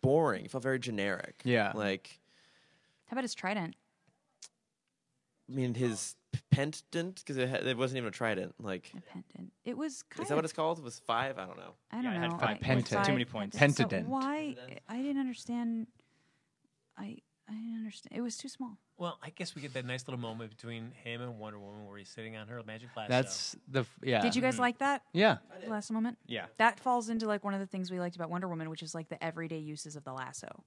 Speaker 1: boring. It felt very generic.
Speaker 3: Yeah.
Speaker 1: Like
Speaker 5: How about his trident?
Speaker 1: I mean his p- pendant because it, ha- it wasn't even a trident. Like
Speaker 5: A pendant. It was kind
Speaker 1: is that
Speaker 5: of.
Speaker 1: what it's called? It was five? I don't know.
Speaker 5: I don't
Speaker 2: Yeah, I
Speaker 5: know.
Speaker 2: had five
Speaker 5: I-
Speaker 3: points.
Speaker 5: five
Speaker 3: Too
Speaker 2: many points.
Speaker 5: So
Speaker 3: Pentadent.
Speaker 5: why? I didn't understand. I I didn't understand. It was too small.
Speaker 4: Well, I guess we get that nice little moment between him and Wonder Woman where he's sitting on her magic lasso.
Speaker 3: That's the f- yeah.
Speaker 5: Did you guys like that
Speaker 3: Yeah.
Speaker 5: last moment?
Speaker 2: Yeah.
Speaker 5: That falls into like one of the things we liked about Wonder Woman, which is like the everyday uses of the lasso.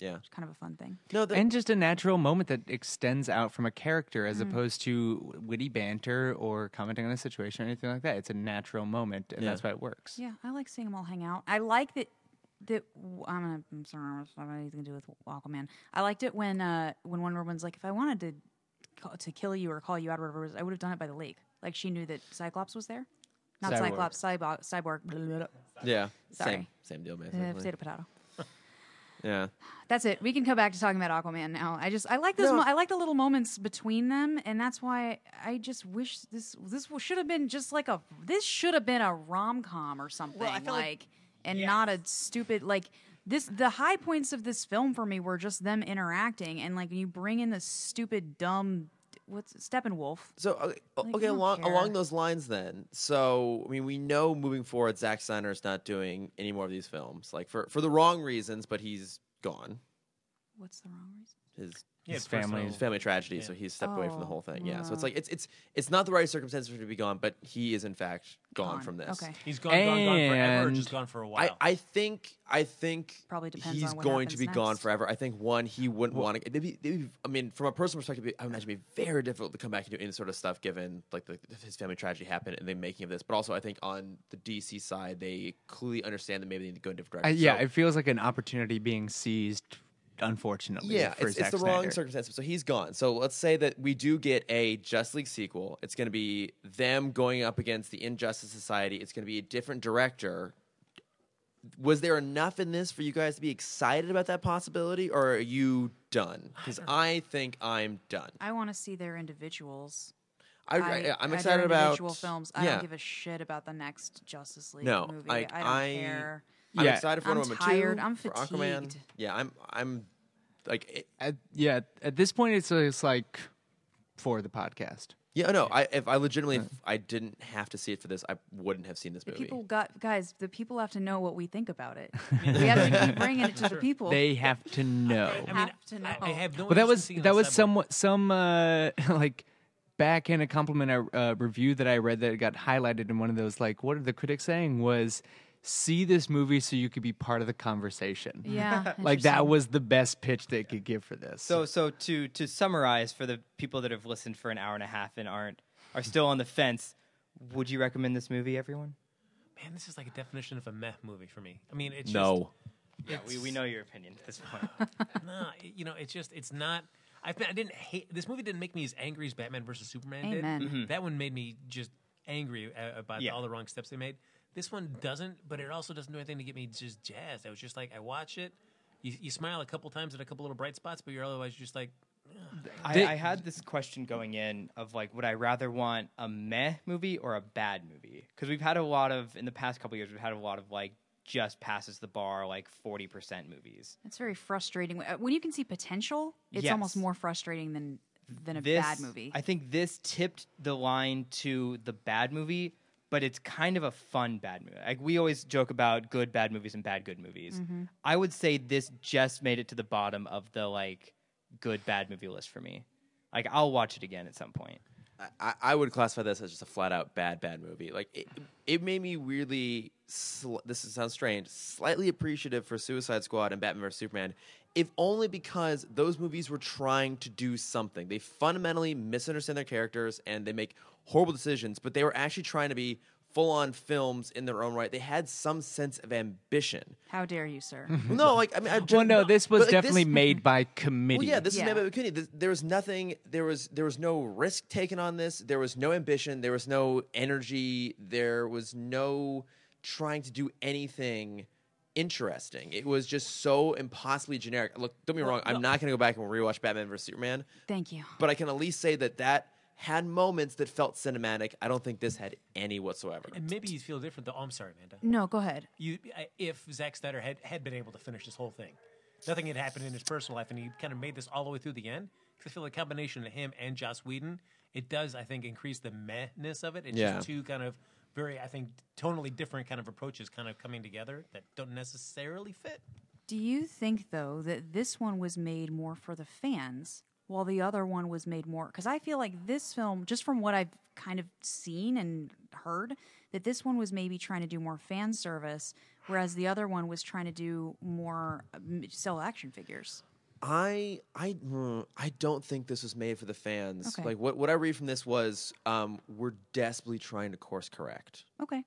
Speaker 1: Yeah.
Speaker 5: It's kind of a fun thing.
Speaker 1: No, the,
Speaker 3: and just a natural moment that extends out from a character
Speaker 5: Mm-hmm.
Speaker 3: as opposed to witty banter or commenting on a situation or anything like that. It's a natural moment, and
Speaker 1: Yeah.
Speaker 3: that's why it works.
Speaker 5: Yeah, I like seeing them all hang out. I like that. That I'm gonna. I'm sorry. I don't have anything to do with Aquaman. I liked it when uh when Wonder Woman's like, if I wanted to ca- to kill you or call you out or whatever, it was, I would have done it by the lake. Like she knew that Cyclops was there. Not
Speaker 3: Cyborg.
Speaker 5: Cyclops, Cyborg, Cyborg, blah, blah, blah,
Speaker 1: yeah. Same
Speaker 5: Sorry.
Speaker 1: same deal,
Speaker 5: blah,
Speaker 1: basically.
Speaker 5: potato, potato.
Speaker 1: Yeah.
Speaker 5: That's it. We can come back to talking about Aquaman now. I just I like those.
Speaker 1: No.
Speaker 5: Mo- I like the little moments between them, and that's why I just wish this this should have been just like a this should have been a rom com or something like, and not a stupid like this. The high points of this film for me were just them interacting, and like you bring in this stupid dumb what's Steppenwolf.
Speaker 1: So okay, o-
Speaker 5: Like,
Speaker 1: okay
Speaker 5: I don't
Speaker 1: along
Speaker 5: care.
Speaker 1: along those lines then. So I mean, we know moving forward, Zack Snyder is not doing any more of these films, like for for the wrong reasons, but he's gone.
Speaker 5: What's the wrong reason?
Speaker 1: His
Speaker 4: Yeah,
Speaker 3: His family.
Speaker 1: his family tragedy, so he's stepped away from the
Speaker 5: Oh,
Speaker 1: whole thing. Yeah, so it's like it's it's it's not the right circumstances for him to be gone, but he is in fact gone,
Speaker 5: Gone.
Speaker 1: from this.
Speaker 5: Okay.
Speaker 4: He's gone, gone, gone forever, or
Speaker 3: And-
Speaker 4: just gone for a
Speaker 1: I,
Speaker 4: while.
Speaker 1: I think I think
Speaker 5: Probably depends
Speaker 1: he's
Speaker 5: on what
Speaker 1: going to
Speaker 5: happens
Speaker 1: be gone
Speaker 5: next.
Speaker 1: forever. I think one he wouldn't want to. Maybe, maybe I mean from a personal perspective, I would imagine it'd be very difficult to come back and do any sort of stuff given like the, his family tragedy happened and the making of this. But also, I think on the DC side, they clearly understand that maybe they need to go in a different
Speaker 3: I,
Speaker 1: direction.
Speaker 3: yeah,
Speaker 1: So-
Speaker 3: it feels like an opportunity being seized, unfortunately.
Speaker 1: yeah,
Speaker 3: for
Speaker 1: it's,
Speaker 3: Zack
Speaker 1: it's the
Speaker 3: Snyder.
Speaker 1: wrong circumstance. So he's gone. So let's say that we do get a Just League sequel. It's going to be them going up against the Injustice Society. It's going to be a different director. Was there enough in this for you guys to be excited about that possibility, or are you done? Because I think I'm done.
Speaker 5: I want to see their individuals.
Speaker 1: I, I, I'm excited about
Speaker 5: individual films. I
Speaker 1: yeah,
Speaker 5: don't give a shit about the next Justice League
Speaker 1: No,
Speaker 5: movie.
Speaker 1: I-
Speaker 5: I, don't
Speaker 1: I-
Speaker 5: care.
Speaker 1: I'm
Speaker 3: Yeah.
Speaker 1: excited for
Speaker 5: I'm
Speaker 1: Wonder Woman
Speaker 5: tired.
Speaker 1: 2,
Speaker 5: I'm
Speaker 1: for Aquaman.
Speaker 5: fatigued.
Speaker 1: Yeah, I'm. I'm like it,
Speaker 3: At, yeah, at this point, it's, it's like for the podcast.
Speaker 1: yeah. No, I if I legitimately if I didn't have to see it for this, I wouldn't have seen this
Speaker 5: The
Speaker 1: movie.
Speaker 5: people got guys. The people have to know what we think about it. we have to keep bringing it to the people.
Speaker 3: They have to know.
Speaker 4: I mean,
Speaker 5: have to
Speaker 4: I, I
Speaker 5: know.
Speaker 4: have no.
Speaker 3: well, that
Speaker 4: interest in
Speaker 3: was
Speaker 4: seeing
Speaker 3: that
Speaker 4: the
Speaker 3: was
Speaker 4: cyborg.
Speaker 3: somewhat some uh, like backhanded compliment I uh, review that I read that got highlighted in one of those. Like, what are the critics saying? Was see this movie so you could be part of the conversation.
Speaker 5: yeah,
Speaker 3: Like that was the best pitch they could give for this.
Speaker 2: So so to to summarize for the people that have listened for an hour and a half and aren't are still on the fence, would you recommend this movie, everyone?
Speaker 4: Man, this is like a definition of a meh movie for me. I mean, it's
Speaker 1: no.
Speaker 2: Yeah, we, we know your opinion at this point.
Speaker 4: just nah, it- you know, it's just it's not. I've been, I didn't hate this movie. Didn't make me as angry as Batman versus Superman
Speaker 5: Amen.
Speaker 4: did. That one made me just angry uh, about
Speaker 2: Yeah.
Speaker 4: all the wrong steps they made. This one doesn't, but it also doesn't do anything to get me just jazzed. I was just like, I watch it. You, you smile a couple times at a couple little bright spots, but you're otherwise just like,
Speaker 2: I, I had this question going in of like, would I rather want a meh movie or a bad movie? Because we've had a lot of in the past couple years, we've had a lot of like just passes the bar like forty percent movies.
Speaker 5: It's very frustrating Uh, when you can see potential. It's
Speaker 2: Yes.
Speaker 5: almost more frustrating than than a bad movie.
Speaker 2: I think this tipped the line to the bad movie, but it's kind of a fun bad movie. Like we always joke about good bad movies and bad good movies.
Speaker 5: Mm-hmm.
Speaker 2: I would say this just made it to the bottom of the like good bad movie list for me. Like I'll watch it again at some point.
Speaker 1: I, I would classify this as just a flat out bad, bad movie. Like it, it made me weirdly. Sl- this is- sounds strange. Slightly appreciative for Suicide Squad and Batman vs Superman, if only because those movies were trying to do something. They fundamentally misunderstand their characters and they make horrible decisions, but they were actually trying to be full on films in their own right. They had some sense of ambition.
Speaker 5: How dare you, sir?
Speaker 1: Well, no, like I mean, I just,
Speaker 3: well, no, this was
Speaker 1: but, like,
Speaker 3: definitely
Speaker 1: this-
Speaker 3: made by committee.
Speaker 1: well, yeah, this
Speaker 5: Yeah.
Speaker 1: is Mabel Bakuni. This, there was nothing. There was there was no risk taken on this. There was no ambition. There was no energy. There was no trying to do anything interesting. It was just so impossibly generic. Look, don't be wrong. I'm not going to go back and rewatch Batman vs Superman,
Speaker 5: Thank you.
Speaker 1: but I can at least say that that had moments that felt cinematic. I don't think this had any whatsoever.
Speaker 4: and maybe you feel different. Though. Oh, I'm sorry, Amanda.
Speaker 5: No, go ahead.
Speaker 4: you I- if Zack Snyder had, had been able to finish this whole thing. Nothing had happened in his personal life, and he kind of made this all the way through the end. Because I feel the combination of him and Joss Whedon, it does, I think, increase the mehness of it. It's
Speaker 1: Yeah.
Speaker 4: just two kind of very, I think, tonally different kind of approaches kind of coming together that don't necessarily fit.
Speaker 5: Do you think though that this one was made more for the fans while the other one was made more cuz I feel like this film just from what I've kind of seen and heard that this one was maybe trying to do more fan service whereas the other one was trying to do more um, sell action figures.
Speaker 1: I I mm, I don't think this was made for the fans.
Speaker 5: Okay.
Speaker 1: Like what what I read from this was um, we're desperately trying to course correct.
Speaker 5: Okay.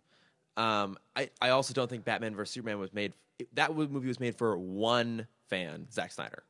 Speaker 1: Um, I I also don't think Batman vs Superman was made. That w- movie was made for one fan, Zack Snyder.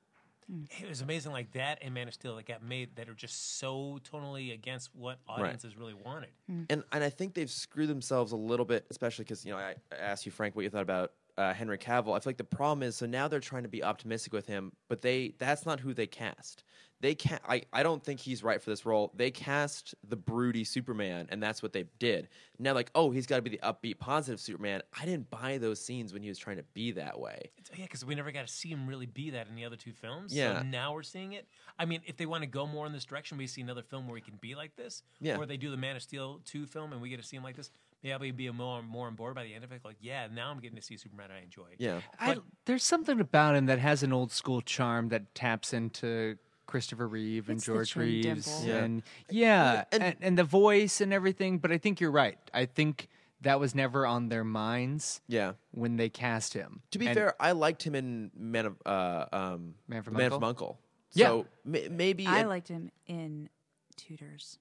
Speaker 4: It was amazing, like that and Man of Steel that got made that are just so tonally against what audiences really wanted.
Speaker 1: and and I think they've screwed themselves a little bit, especially because you know I, I asked you, Frank, what you thought about uh, Henry Cavill. I feel like the problem is so now they're trying to be optimistic with him, but they that's not who they cast. They can I, I don't think he's right for this role. They cast the broody Superman, and that's what they did. Now, like, oh, he's got to be the upbeat, positive Superman. I didn't buy those scenes when he was trying to be that way.
Speaker 4: It's- yeah, because we never got to see him really be that in the other two films.
Speaker 1: Yeah.
Speaker 4: So now we're seeing it. I mean, if they want to go more in this direction, we see another film where he can be like this.
Speaker 1: Yeah.
Speaker 4: Or they do the Man of Steel 2 film and we get to see him like this. Yeah, but you'd be more more on board by the end of it. Like, yeah, now I'm getting to see Superman I enjoy.
Speaker 1: Yeah.
Speaker 3: I, there's something about him that has an old school charm that taps into Christopher Reeve and
Speaker 5: It's the
Speaker 3: George
Speaker 5: Trim
Speaker 3: Reeves
Speaker 5: Dimple.
Speaker 1: Yeah.
Speaker 3: and yeah,
Speaker 1: and-
Speaker 3: and, and, the voice and everything. But I think you're right. I think that was never on their minds
Speaker 1: Yeah.
Speaker 3: when they cast him.
Speaker 1: To be
Speaker 3: And-
Speaker 1: fair, I liked him in Man of uh, um,
Speaker 3: Man from
Speaker 1: Man
Speaker 3: Uncle?
Speaker 1: from Uncle.
Speaker 3: Yeah.
Speaker 1: So ma- maybe
Speaker 5: I
Speaker 1: it-
Speaker 5: liked him in Tudors.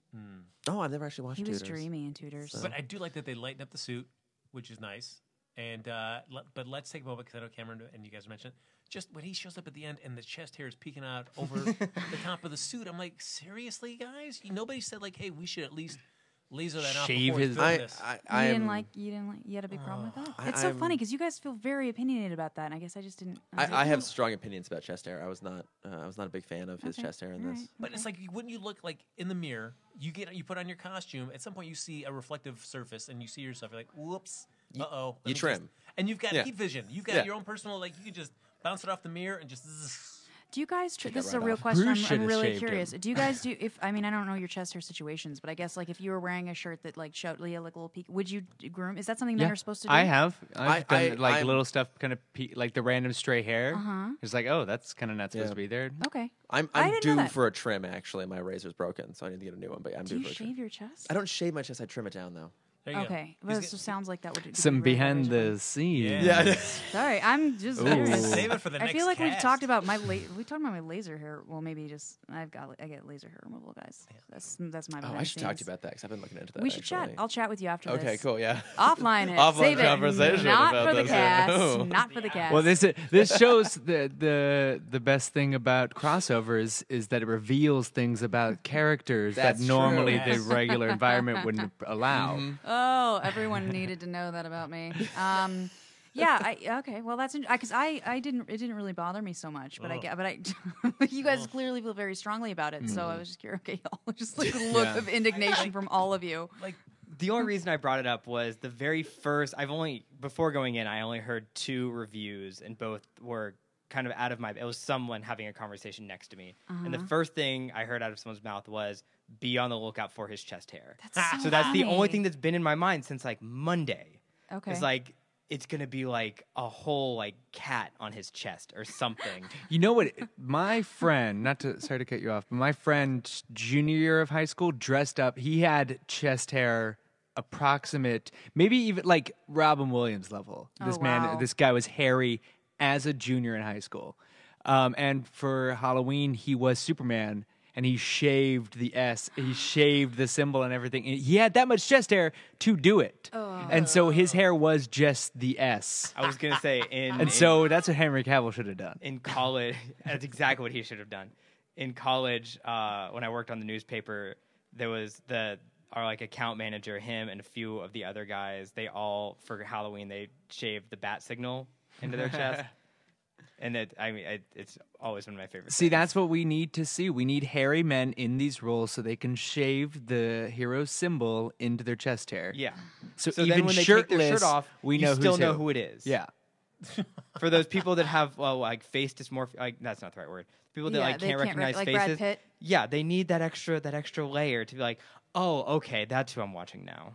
Speaker 1: Oh, I've never actually watched.
Speaker 5: He was
Speaker 1: Tudors.
Speaker 5: dreamy in Tudors.
Speaker 4: But I do like that they lighten up the suit, which is nice. And uh, let, but let's take a moment because I know Cameron and you guys mentioned just when he shows up at the end and the chest hair is peeking out over the top of the suit. I'm like, seriously, guys? You- Nobody said like, hey, we should at least laser that off.
Speaker 3: Shave
Speaker 4: before we
Speaker 3: his-
Speaker 4: film
Speaker 1: I
Speaker 4: this.
Speaker 1: I,
Speaker 5: you
Speaker 1: I
Speaker 5: didn't
Speaker 1: am-
Speaker 5: like. You didn't like. You had a big problem with that.
Speaker 1: Oh, I-
Speaker 5: it's so
Speaker 1: I'm-
Speaker 5: funny because you guys feel very opinionated about that, and I guess I just didn't. was
Speaker 1: I, I
Speaker 5: like,
Speaker 1: have
Speaker 5: "Oh,
Speaker 1: strong opinions about chest hair. I was not. Uh, I was not a big fan of his
Speaker 5: okay,
Speaker 1: chest hair in
Speaker 5: all
Speaker 1: this.
Speaker 5: right."
Speaker 4: But it's like, you- wouldn't you look like in the mirror? You get you put on your costume. At some point, you see a reflective surface, and you see yourself. You're like, whoops, uh oh.
Speaker 1: you trim.
Speaker 4: and you've got
Speaker 1: Yeah.
Speaker 4: heat vision. You've got
Speaker 1: Yeah.
Speaker 4: your own personal like. You can just bounce it off the mirror and just.
Speaker 5: Do you guys? Tr- this is
Speaker 1: right
Speaker 5: a real
Speaker 1: off.
Speaker 5: question.
Speaker 3: Bruce
Speaker 5: I'm,
Speaker 3: should
Speaker 5: I'm
Speaker 3: have
Speaker 5: really
Speaker 3: shaved
Speaker 5: curious. Do you guys do? If I mean, I don't know your chest hair situations, but I guess like if you were wearing a shirt that like showed Leah like a little peek, would you d- groom? Is that something men are supposed to do?
Speaker 3: I have.
Speaker 1: I-
Speaker 3: I've done
Speaker 1: I-
Speaker 3: like
Speaker 1: I'm-
Speaker 3: little stuff, kind of pe- like the random stray hair.
Speaker 5: Uh-huh.
Speaker 3: It's like, oh, that's kind of not supposed
Speaker 1: Yeah.
Speaker 3: to be there.
Speaker 5: Okay.
Speaker 1: I'm
Speaker 5: I
Speaker 1: I'm
Speaker 5: didn't know
Speaker 1: due
Speaker 5: that.
Speaker 1: for a trim. Actually, my razor's broken, so I need to get a new one. But I'm
Speaker 5: Do
Speaker 1: due
Speaker 5: you
Speaker 1: for a trim.
Speaker 5: shave Oh, your chest?
Speaker 1: I don't shave my chest. I trim it down though.
Speaker 4: There you go.
Speaker 5: Okay.
Speaker 4: He's
Speaker 5: Well,
Speaker 4: get-
Speaker 5: so sounds like that would. be
Speaker 3: Some
Speaker 5: really
Speaker 3: behind
Speaker 5: original.
Speaker 3: the scenes.
Speaker 4: Yeah.
Speaker 5: Sorry, I'm just. curious.
Speaker 4: Save it for the
Speaker 5: I
Speaker 4: next
Speaker 5: feel like we've
Speaker 4: cast.
Speaker 5: talked about my la- we talked about my laser hair. Well, maybe just I've got I get laser hair removal, guys. That's that's my.
Speaker 1: oh, I
Speaker 5: behind
Speaker 1: should talk to
Speaker 5: scenes.
Speaker 1: you about that because I've been looking into that.
Speaker 5: We should chat.
Speaker 1: actually.
Speaker 5: I'll chat with you after this.
Speaker 1: okay. Cool. Yeah.
Speaker 5: Offline, it.
Speaker 1: Offline
Speaker 5: Save it.
Speaker 1: conversation
Speaker 5: Not
Speaker 1: about
Speaker 5: for the
Speaker 1: this. Oh.
Speaker 5: cast. Not for the cast.
Speaker 3: Well, this this shows the the the best thing about crossovers is that it reveals things about characters
Speaker 1: That's
Speaker 3: that normally
Speaker 4: true.
Speaker 3: the regular environment wouldn't allow.
Speaker 5: Oh, everyone needed to know that about me. Um, yeah. I, okay. Well, that's because I, I didn't it didn't really bother me so much, but I
Speaker 3: Oh.
Speaker 4: Ugh.
Speaker 5: get but I you guys clearly feel very strongly about it, so I was just curious. Okay, y'all, just like a look
Speaker 3: Hmm. Yeah.
Speaker 5: of indignation from all of you.
Speaker 4: Like
Speaker 2: The only reason I brought it up was the very first. I've only before going in, I only heard two reviews, and both were kind of out of my. It was someone having a conversation next to me, and
Speaker 5: Uh-huh.
Speaker 2: the first thing I heard out of someone's mouth was, "Be on the lookout for his chest hair."
Speaker 5: That's
Speaker 3: Ah,
Speaker 5: so
Speaker 2: that's the only
Speaker 5: funny.
Speaker 2: thing that's been in my mind since like Monday.
Speaker 5: Okay.
Speaker 2: It's like it's gonna be like a whole like cat on his chest or something.
Speaker 3: You know what? My friend, not to sorry to cut you off, but my friend, junior year of high school, dressed up. He had chest hair approximate, maybe even like Robin Williams level. This
Speaker 5: Oh, wow.
Speaker 3: man, this guy was hairy as a junior in high school, um, and for Halloween he was Superman. And he shaved the S. He shaved the symbol and everything. And he had that much chest hair to do it,
Speaker 5: Oh.
Speaker 3: and so his hair was just the S.
Speaker 2: I was gonna say in in-
Speaker 3: And so that's what Henry Cavill should have done.
Speaker 2: in college that's exactly what he should have done in college uh, when i worked on the newspaper there was the our like account manager him and a few of the other guys they all for halloween they shaved the bat signal into their chest and it i mean it, it's always one of my favorites
Speaker 3: See, that's what we need to see. We need hairy men in these roles so they can shave the hero symbol into their chest hair.
Speaker 2: yeah
Speaker 3: So,
Speaker 2: so
Speaker 3: even
Speaker 2: then when they
Speaker 3: shirtless,
Speaker 2: take their shirt off
Speaker 3: we
Speaker 2: you
Speaker 3: know
Speaker 2: still
Speaker 3: who's
Speaker 2: know
Speaker 3: who.
Speaker 2: who it is
Speaker 3: Yeah.
Speaker 2: for those people that have well, like face dysmorphia like that's not the right word people that
Speaker 5: Yeah,
Speaker 2: like
Speaker 5: they
Speaker 2: can't,
Speaker 5: can't rec-
Speaker 2: recognize
Speaker 5: like Brad
Speaker 2: faces
Speaker 5: Pitt.
Speaker 2: yeah they need that extra that extra layer to be like oh okay that's who i'm watching now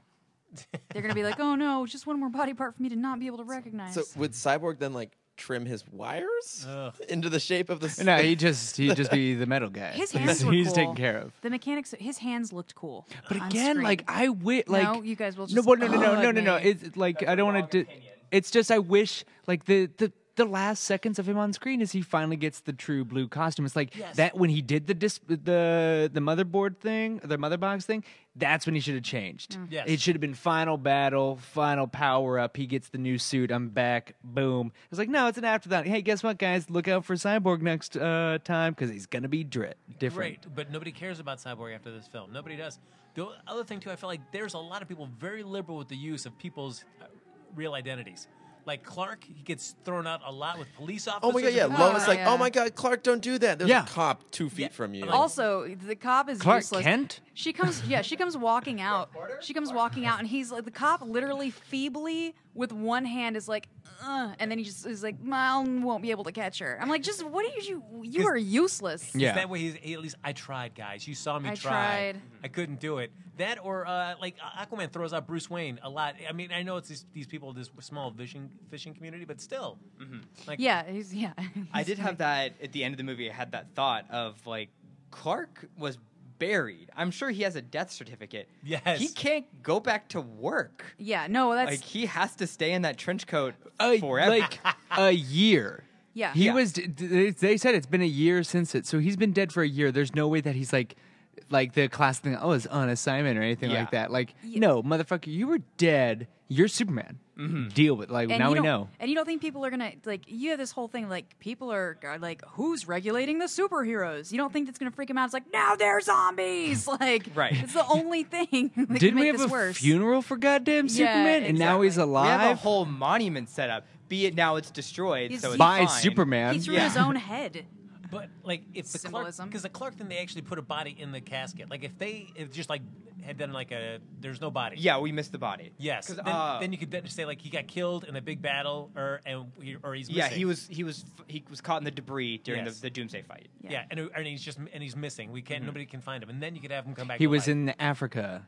Speaker 5: They're gonna be like, oh no, just one more body part for me to not be able to recognize.
Speaker 1: So would Cyborg then like trim his wires
Speaker 4: Ugh.
Speaker 1: into the shape of the? s-
Speaker 3: No, he just he'd just be the metal guy.
Speaker 5: His
Speaker 3: He's-
Speaker 5: hands were
Speaker 3: he's
Speaker 5: cool.
Speaker 3: taken care of.
Speaker 5: the mechanics, his hands looked cool.
Speaker 3: But
Speaker 5: on
Speaker 3: again,
Speaker 5: screen.
Speaker 3: like I wish, like
Speaker 5: No, you guys will
Speaker 3: no,
Speaker 5: just-
Speaker 3: well, no, no, no,
Speaker 5: Ugh,
Speaker 3: no, no, no.
Speaker 5: me.
Speaker 3: It's it's like I don't want to. It's just I wish, like the the the last seconds of him on screen is he finally gets the true blue costume. It's like that when he did the dis- the the motherboard thing, the mother box thing. That's when he should have changed.
Speaker 5: Mm.
Speaker 4: Yes.
Speaker 3: It should have been final battle, final power up. He gets the new suit. I'm back. Boom. It's like no, it's an after that. Hey, guess what, guys? Look out for Cyborg next uh, time because he's gonna be dri- different.
Speaker 4: Right, but nobody cares about Cyborg after this film. Nobody does. The other thing too, I felt like there's a lot of people very liberal with the use of people's uh, real identities. Like Clark, he gets thrown out a lot with police officers.
Speaker 1: Oh my god! Yeah,
Speaker 4: and-
Speaker 1: Lois like,
Speaker 5: yeah.
Speaker 1: oh my god, Clark, don't do that. There's
Speaker 3: Yeah.
Speaker 1: a cop two feet from you.
Speaker 5: Also, the cop is
Speaker 3: Clark
Speaker 5: useless.
Speaker 3: Kent?
Speaker 5: She comes, yeah, she comes walking out. She comes walking out, and he's like, the cop literally feebly with one hand is like, uh, and then he just is like, Mom won't be able to catch her. I'm like, just what are you? You are useless.
Speaker 3: Yeah.
Speaker 4: That way, he's, he, at least I tried, guys. You saw me
Speaker 5: I
Speaker 4: try.
Speaker 5: tried.
Speaker 4: I couldn't do it. That or uh, like Aquaman throws out Bruce Wayne a lot. I mean, I know it's these, these people, this small fishing fishing community, but still, like
Speaker 5: Yeah, he's yeah.
Speaker 2: I did have that at the end of the movie. I had that thought of like Clark was buried. I'm sure he has a death certificate.
Speaker 4: Yes.
Speaker 2: He can't go back to work.
Speaker 5: Yeah, no, that's
Speaker 2: Like he has to stay in that trench coat
Speaker 3: a,
Speaker 2: forever.
Speaker 3: Uh, like a year.
Speaker 5: Yeah.
Speaker 3: He
Speaker 5: Yeah.
Speaker 3: was. d- d- They said it's been a year since it, so he's been dead for a year. There's no way that he's like, like the class thing. Oh, it's on assignment or anything
Speaker 2: Yeah.
Speaker 3: like that. Like, no, motherfucker, you were dead. You're Superman.
Speaker 2: Mm-hmm.
Speaker 3: Deal with. Like
Speaker 5: and
Speaker 3: now
Speaker 5: you
Speaker 3: we
Speaker 5: don't-
Speaker 3: know.
Speaker 5: And you don't think people are gonna like? You have this whole thing like people are, are like, who's regulating the superheroes? You don't think that's gonna freak him out? It's like now they're zombies. Like
Speaker 2: Right.
Speaker 5: it's the only thing. That
Speaker 3: Did
Speaker 5: can make
Speaker 3: we have
Speaker 5: this
Speaker 3: a
Speaker 5: worse.
Speaker 3: funeral for goddamn Superman? And now he's
Speaker 5: exactly.
Speaker 2: we
Speaker 3: alive
Speaker 2: have a whole monument set up. Be it now it's destroyed,
Speaker 5: He's-
Speaker 2: so it's
Speaker 3: by
Speaker 2: fine.
Speaker 3: Superman.
Speaker 5: He threw
Speaker 2: Yeah.
Speaker 5: his own head.
Speaker 4: But like if the
Speaker 5: Symbolism.
Speaker 4: because the Clark thing they actually put a body in the casket. Like if they if just like had done like a there's no body.
Speaker 2: Yeah, we missed the body.
Speaker 4: Yes.
Speaker 2: 'Cause,
Speaker 4: Then,
Speaker 2: uh,
Speaker 4: then you could then say like he got killed in a big battle or and he- or he's
Speaker 2: yeah,
Speaker 4: missing.
Speaker 2: he was he was he was caught in the debris during
Speaker 4: Yes.
Speaker 2: the, the Doomsday fight.
Speaker 4: yeah, and, and he's just and he's missing. We can't
Speaker 2: Mm-hmm.
Speaker 4: nobody can find him, and then you could have him come back.
Speaker 3: he
Speaker 4: to
Speaker 3: was
Speaker 4: life.
Speaker 3: in Africa.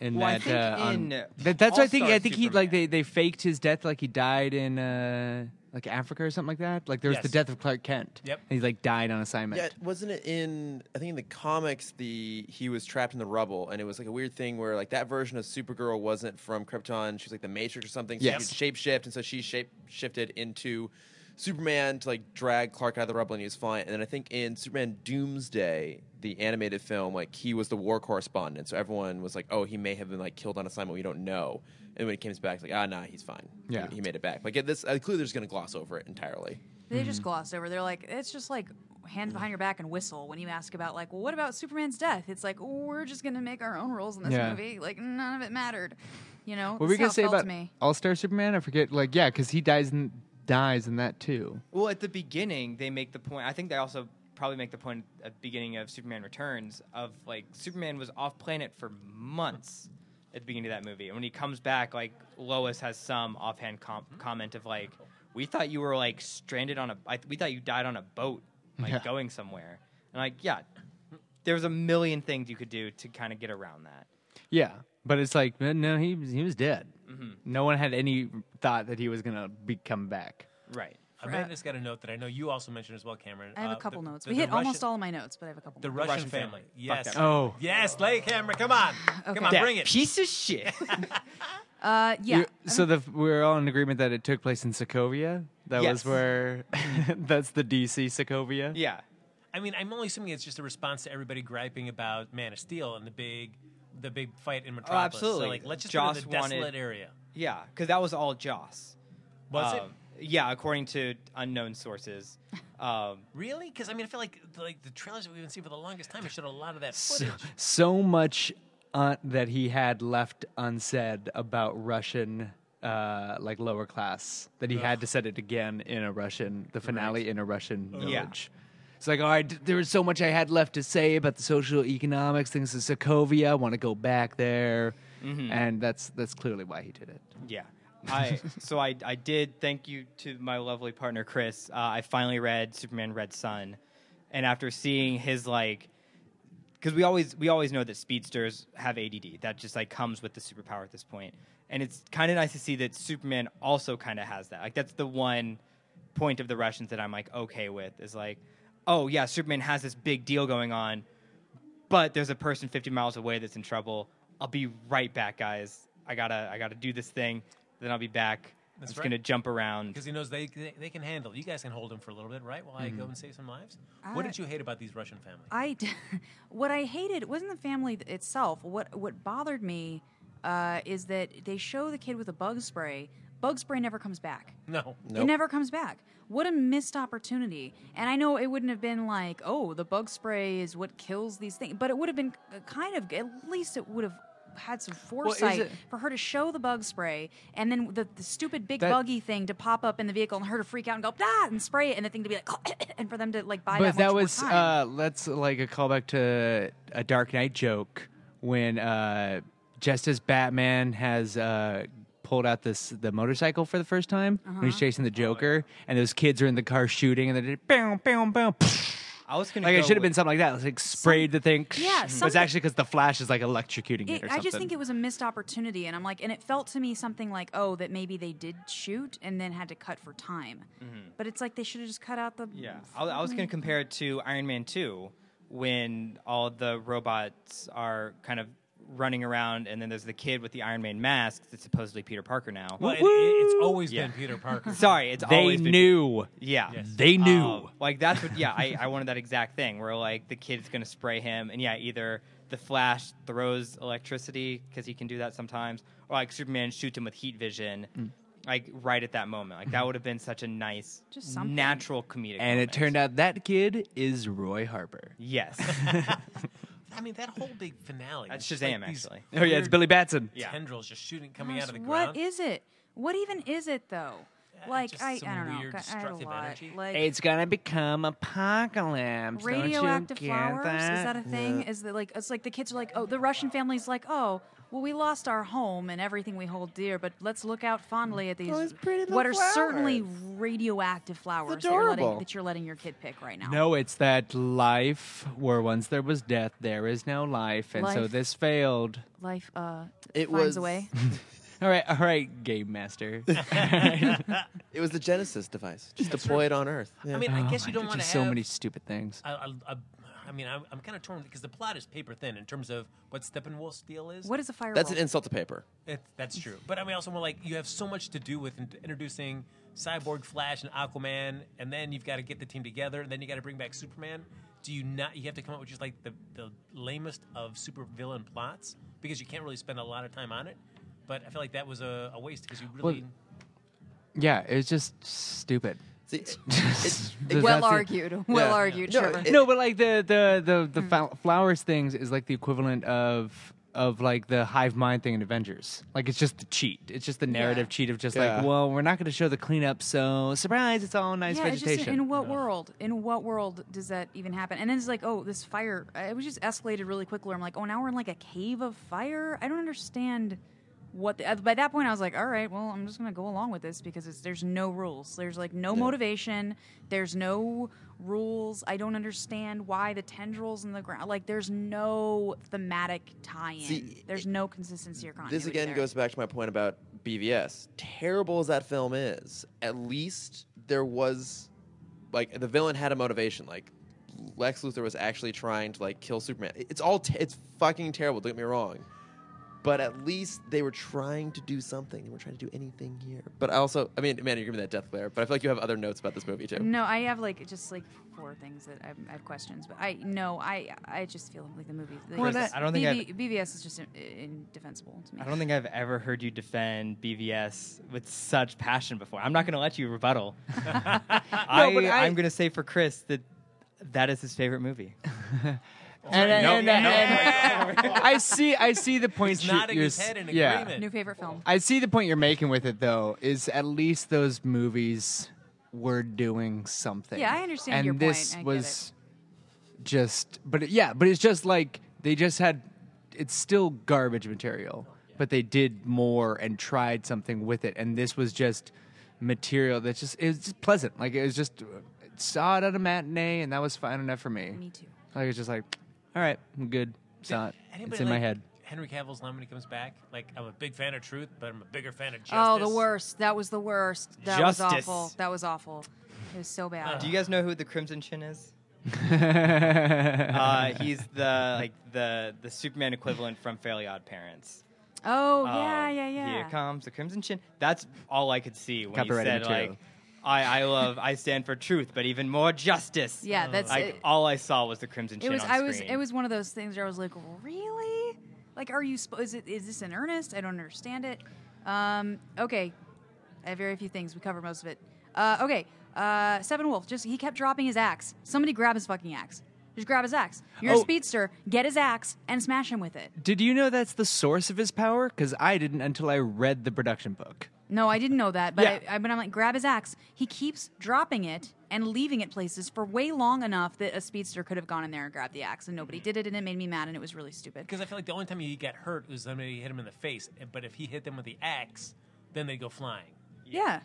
Speaker 3: In
Speaker 2: Well, I
Speaker 3: that,
Speaker 2: think
Speaker 3: uh, on-
Speaker 2: in
Speaker 3: that- that's why I think
Speaker 2: All-Star
Speaker 3: I think he
Speaker 2: Superman.
Speaker 3: like they, they faked his death like he died in uh, like Africa or something like that. Like there was the
Speaker 4: Yes.
Speaker 3: death of Clark Kent.
Speaker 4: Yep.
Speaker 3: and he like died on assignment.
Speaker 1: Yeah, wasn't it in? I think in the comics, the he was trapped in the rubble, and it was like a weird thing where like that version of Supergirl wasn't from Krypton. She was like the Matrix or something. So
Speaker 3: Yes.
Speaker 1: she could shapeshift, and so she shape shifted into Superman to like drag Clark out of the rubble, and he was fine. And then I think in Superman Doomsday, the animated film, like he was the war correspondent, so everyone was like, "Oh, he may have been like killed on assignment. We don't know." And when he comes back, it's like, "Ah, nah, he's fine. He-
Speaker 3: Yeah.
Speaker 1: he, made it back." Like this, uh, clearly, they're just gonna gloss over it entirely.
Speaker 5: They
Speaker 4: Mm-hmm.
Speaker 5: just glossed over. They're like, it's just like hand behind your back and whistle when you ask about like, well, what about Superman's death? It's like we're just gonna make our own rules in this
Speaker 3: Yeah.
Speaker 5: movie. Like none of it mattered. You know,
Speaker 3: What were
Speaker 5: That's
Speaker 3: we gonna
Speaker 5: how it
Speaker 3: say
Speaker 5: felt
Speaker 3: about
Speaker 5: to me.
Speaker 3: All Star Superman? I forget. Like yeah, because he dies in dies in that too.
Speaker 2: Well, at the beginning, they make the point. I think they also probably make the point at the beginning of Superman Returns of like Superman was off planet for months at the beginning of that movie, and when he comes back, like Lois has some offhand com- comment of like, "We thought you were like stranded on a. I, we thought you died on a boat, like
Speaker 3: Yeah.
Speaker 2: going somewhere." And like, yeah, there was a million things you could do to kind of get around that.
Speaker 3: Yeah, but it's like man, no, he was- he was dead.
Speaker 2: Mm-hmm.
Speaker 3: No one had any thought that he was gonna be come back.
Speaker 2: Right.
Speaker 4: Amanda's got a note that I know you also mentioned as well, Cameron.
Speaker 5: I have
Speaker 4: Uh,
Speaker 5: a couple
Speaker 4: the-
Speaker 5: notes.
Speaker 4: the-
Speaker 5: we
Speaker 4: the
Speaker 5: hit almost
Speaker 4: Russian-
Speaker 5: all of my notes, but I have a couple.
Speaker 4: The
Speaker 5: more.
Speaker 4: Russian,
Speaker 2: Russian
Speaker 4: family.
Speaker 2: family. Fuck
Speaker 4: Yes.
Speaker 2: that.
Speaker 3: Oh.
Speaker 4: Yes, lay camera. Come on. Come on,
Speaker 5: Okay.
Speaker 4: bring it.
Speaker 2: Piece of shit.
Speaker 5: uh, yeah.
Speaker 3: You're-
Speaker 2: uh-huh.
Speaker 3: So the we're all in agreement that it took place in Sokovia. That
Speaker 2: Yes.
Speaker 3: was where. that's the DC Sokovia.
Speaker 2: yeah.
Speaker 4: I mean, I'm only assuming it's just a response to everybody griping about Man of Steel and the big, the big fight in Metropolis.
Speaker 2: absolutely.
Speaker 4: So, like, let's just
Speaker 2: Joss
Speaker 4: put it in the
Speaker 2: wanted-
Speaker 4: desolate area.
Speaker 2: Yeah, because that was all Joss.
Speaker 4: Was
Speaker 2: Um, Yeah, according to unknown sources. Um,
Speaker 4: it really? Because I mean, I feel like like the trailers that we've been seeing for the longest time have showed a lot of that footage.
Speaker 3: so much uh, that he had left unsaid about Russian, uh, like lower class, that he had to set it again in a Russian, the finale in a Russian
Speaker 2: Yeah.
Speaker 3: village. It's like, all right, d- there was so much I had left to say about the social economics things of Sokovia. I want to go back there,
Speaker 2: Mm-hmm.
Speaker 3: and that's that's clearly why he did it.
Speaker 2: yeah, I so I I did. Thank you to my lovely partner Chris. Uh, I finally read Superman Red Sun, and after seeing his like, because we always we always know that speedsters have ADD. That just like comes with the superpower at this point, and it's kind of nice to see that Superman also kind of has that. Like that's the one point of the Russians that I'm like okay with is like, oh yeah, Superman has this big deal going on. but there's a person 50 miles away that's in trouble. I'll be right back, guys. I gotta, I gotta do this thing. Then I'll be back. I'm
Speaker 4: That's
Speaker 2: just
Speaker 4: right.
Speaker 2: gonna jump around.
Speaker 4: Because he knows they, they they can handle. You guys can hold him for a little bit, right? While I go and save some lives. what
Speaker 5: I-
Speaker 4: did you hate about these Russian families?
Speaker 5: I d- what I hated wasn't the family th- itself. What what bothered me uh, is that they show the kid with a bug spray. Bug spray never comes back.
Speaker 4: no.
Speaker 5: It
Speaker 1: Nope.
Speaker 5: never comes back. What a missed opportunity. And I know it wouldn't have been like, oh, the bug spray is what kills these things, but it would have been uh, kind of, at least it would have had some
Speaker 3: is
Speaker 5: foresight
Speaker 3: it-
Speaker 5: for her to show the bug spray and then the, the stupid big
Speaker 3: That-
Speaker 5: buggy thing to pop up in the vehicle and her to freak out and go, ah, and spray it and the thing to be like, and for them to like buy
Speaker 3: but
Speaker 5: that, much
Speaker 3: that
Speaker 5: more
Speaker 3: was
Speaker 5: time.
Speaker 3: uh that's like a callback to a dark knight joke when uh just as batman has uh pulled out this the motorcycle for the first time when
Speaker 5: Uh-huh.
Speaker 3: he's chasing the
Speaker 2: Oh,
Speaker 3: Joker, and those kids are in the car shooting, and they're just bam, bam, bam.
Speaker 2: I was gonna
Speaker 3: Like
Speaker 2: go
Speaker 3: it should have been
Speaker 2: with-
Speaker 3: something like that. It was like sprayed the thing.
Speaker 5: Yeah,
Speaker 3: but it's
Speaker 5: something-
Speaker 3: actually because the Flash is like electrocuting it,
Speaker 5: It,
Speaker 3: or
Speaker 5: I
Speaker 3: something.
Speaker 5: just think it was a missed opportunity, and I'm like, and it felt to me something like, oh, that maybe they did shoot and then had to cut for time, but it's like they should have just cut out the
Speaker 2: Yeah, I, I was
Speaker 5: Mm-hmm.
Speaker 2: going to compare it to Iron Man Two, when all the robots are kind of running around, and then there's the kid with the Iron Man mask that's supposedly Peter Parker now.
Speaker 4: Well, it, it- it's always
Speaker 2: Yeah.
Speaker 4: been Peter Parker.
Speaker 2: Sorry, it's
Speaker 3: they
Speaker 2: always been-
Speaker 3: knew.
Speaker 2: Yeah,
Speaker 4: Yes.
Speaker 3: They knew.
Speaker 2: Um, like that's what. Yeah, I, I wanted that exact thing where like the kid's going to spray him, and yeah, either the Flash throws electricity because he can do that sometimes, or like Superman shoots him with heat vision.
Speaker 3: Mm.
Speaker 2: Like right at that moment, like that would have been such a nice,
Speaker 5: Just something.
Speaker 2: natural comedic.
Speaker 3: and it
Speaker 2: moment.
Speaker 3: turned out that kid is Roy Harper.
Speaker 2: yes,
Speaker 4: I mean that whole big finale.
Speaker 2: That's
Speaker 4: was just like
Speaker 2: Shazam,
Speaker 4: these
Speaker 2: actually.
Speaker 3: Oh yeah, it's
Speaker 4: weird
Speaker 3: Billy Batson.
Speaker 2: Yeah.
Speaker 4: Tendrils just shooting coming out of the
Speaker 5: Gosh,
Speaker 4: ground.
Speaker 5: What is it? What even is it though? Like
Speaker 4: just
Speaker 5: I, I
Speaker 4: some
Speaker 5: don't know.
Speaker 4: weird
Speaker 5: God, I had a
Speaker 4: destructive
Speaker 5: lot.
Speaker 4: energy.
Speaker 5: Like
Speaker 3: It's gonna become apocalypse.
Speaker 5: radioactive
Speaker 3: Don't you
Speaker 5: flowers.
Speaker 3: Get
Speaker 5: Is that a thing? Is that like it's like the kids are like, oh, the Russian family's like, oh, well, we lost our home and everything we hold dear, but let's look out fondly at these
Speaker 1: Those pretty little
Speaker 5: what are certainly
Speaker 1: flowers.
Speaker 5: radioactive flowers that you're, letting,
Speaker 1: adorable.
Speaker 5: that you're letting your kid pick right now.
Speaker 3: No, it's that life where once there was death, there is no life, and so
Speaker 5: Life.
Speaker 3: this failed.
Speaker 5: Life uh,
Speaker 1: It
Speaker 5: finds
Speaker 1: was-
Speaker 5: a way.
Speaker 3: All right, all right, game master.
Speaker 1: It was the Genesis device. Just deploy it on Earth. Yeah.
Speaker 4: I mean, I
Speaker 3: Oh
Speaker 4: guess
Speaker 3: my
Speaker 4: you don't
Speaker 3: God,
Speaker 4: want to
Speaker 3: just so
Speaker 4: have
Speaker 3: many stupid things.
Speaker 4: I, I, I, I mean, I'm, I'm kind of torn because the plot is paper thin in terms of what Steppenwolf's deal is.
Speaker 5: What is a fire?
Speaker 1: That's an
Speaker 5: roll?
Speaker 1: insult to paper.
Speaker 4: It, that's true. But I mean, also more like you have so much to do with in- introducing Cyborg, Flash, and Aquaman, and then you've got to get the team together, and then you got to bring back Superman. Do you not? You have to come up with just like the, the lamest of super villain plots because you can't really spend a lot of time on it. But I feel like that was a, a waste because you really.
Speaker 3: Yeah, it was just stupid.
Speaker 1: See, it- it- it-
Speaker 3: Well
Speaker 5: well
Speaker 3: that's it.
Speaker 5: argued. Well
Speaker 1: Yeah.
Speaker 5: argued,
Speaker 1: No,
Speaker 5: Trevor.
Speaker 1: it-
Speaker 3: no, but like the the the
Speaker 5: Hmm.
Speaker 3: the fou- flowers things is like the equivalent of of like the hive mind thing in Avengers. Like it's just the cheat. It's just the narrative cheat of just
Speaker 1: Yeah.
Speaker 3: like, well, we're not going to show the cleanup, so surprise, it's all nice
Speaker 5: yeah, it's
Speaker 3: vegetation.
Speaker 5: just in- in what world? In what world does that even happen? And then it's like, oh, this fire. It was just escalated really quickly. I'm like, oh, now we're in like a cave of fire. I don't understand what. The, uh, by that point, I was like, all right, well, I'm just gonna go along with this because it's, there's no rules. There's like no motivation. There's no rules. I don't understand why the tendrils in the ground. Like, there's no thematic tie-in.
Speaker 1: See,
Speaker 5: there's no consistency or continuity.
Speaker 1: this again
Speaker 5: there.
Speaker 1: goes back to my point about BVS. Terrible as that film is, at least there was like the villain had a motivation. Like Lex Luthor was actually trying to like kill Superman. It- It's all te- it's fucking terrible. Don't get me wrong. But at least they were trying to do something. They weren't trying to do anything here. But I also, I mean, man, you're giving me that death glare. But I feel like you have other notes about this movie too.
Speaker 5: No, I have like just like four things that I I have questions, but I no, I I just feel like the movie. The,
Speaker 2: Well, that- I don't think
Speaker 5: BB, BVS is just in, indefensible to me.
Speaker 2: I don't think I've ever heard you defend BVS with such passion before. I'm not going to let you rebuttal. I,
Speaker 3: but I-
Speaker 2: am going to say for Chris that that is his favorite movie.
Speaker 3: And, and,
Speaker 2: Nope.
Speaker 3: and, and- I see. I see the point.
Speaker 4: He's
Speaker 3: you-
Speaker 4: nodding
Speaker 3: you're
Speaker 4: his
Speaker 3: s-
Speaker 4: head in
Speaker 3: yeah.
Speaker 4: agreement.
Speaker 5: New favorite film.
Speaker 3: I see the point you're making with it, though. Is at least those movies were doing something.
Speaker 5: Yeah, I understand
Speaker 3: and
Speaker 5: your point.
Speaker 3: this
Speaker 5: I get
Speaker 3: was just, but it, yeah, but it's just like they just had. It's still garbage material, but they did more and tried something with it, and this was just material that's just it was just pleasant. Like it was just uh, saw it at a matinee, and that was fine enough for me.
Speaker 5: Me too.
Speaker 3: Like it's just like, all right, I'm good. It's not.
Speaker 4: Anybody
Speaker 3: it's in my
Speaker 4: like
Speaker 3: head.
Speaker 4: Henry Cavill's line when he comes back. Like I'm a big fan of truth, but I'm a bigger fan of justice.
Speaker 5: Oh, the worst. That was the worst. That was
Speaker 2: Justice.
Speaker 5: awful. That was awful. It was so bad.
Speaker 2: Do you guys know who the Crimson Chin is? Uh, he's the like the the Superman equivalent from Fairly Odd Parents.
Speaker 5: oh
Speaker 2: Um,
Speaker 5: yeah, yeah, yeah.
Speaker 2: Here comes the Crimson Chin. That's all I could see when you
Speaker 3: Copyrighted
Speaker 2: said
Speaker 3: material.
Speaker 2: like, I I love I stand for truth, but even more justice.
Speaker 5: Yeah, that's
Speaker 2: like
Speaker 5: it.
Speaker 2: all I saw was the Crimson
Speaker 5: It
Speaker 2: Chin.
Speaker 5: was.
Speaker 2: on
Speaker 5: I was.
Speaker 2: screen.
Speaker 5: It was one of those things where I was like, really? Like, are you? Sp- is it? Is this in earnest? I don't understand it. Um. Okay. I have very few things. We cover most of it. Uh. Okay. Uh. Seven Wolf. Just he kept dropping his axe. Somebody grab his fucking axe. Just grab his axe. You're a
Speaker 3: Oh.
Speaker 5: speedster. Get his axe and smash him with it.
Speaker 3: Did you know that's the source of his power? Because I didn't until I read the production book.
Speaker 5: No, I didn't know that, but
Speaker 3: Yeah.
Speaker 5: I, I, but I'm like, grab his axe. He keeps dropping it and leaving it places for way long enough that a speedster could have gone in there and grabbed the axe, and nobody did it, and it made me mad, and it was really stupid.
Speaker 4: eh, Because I feel like the only time he got hurt was somebody hit him in the face. But if he hit them with the axe, then they go flying.
Speaker 5: Yeah.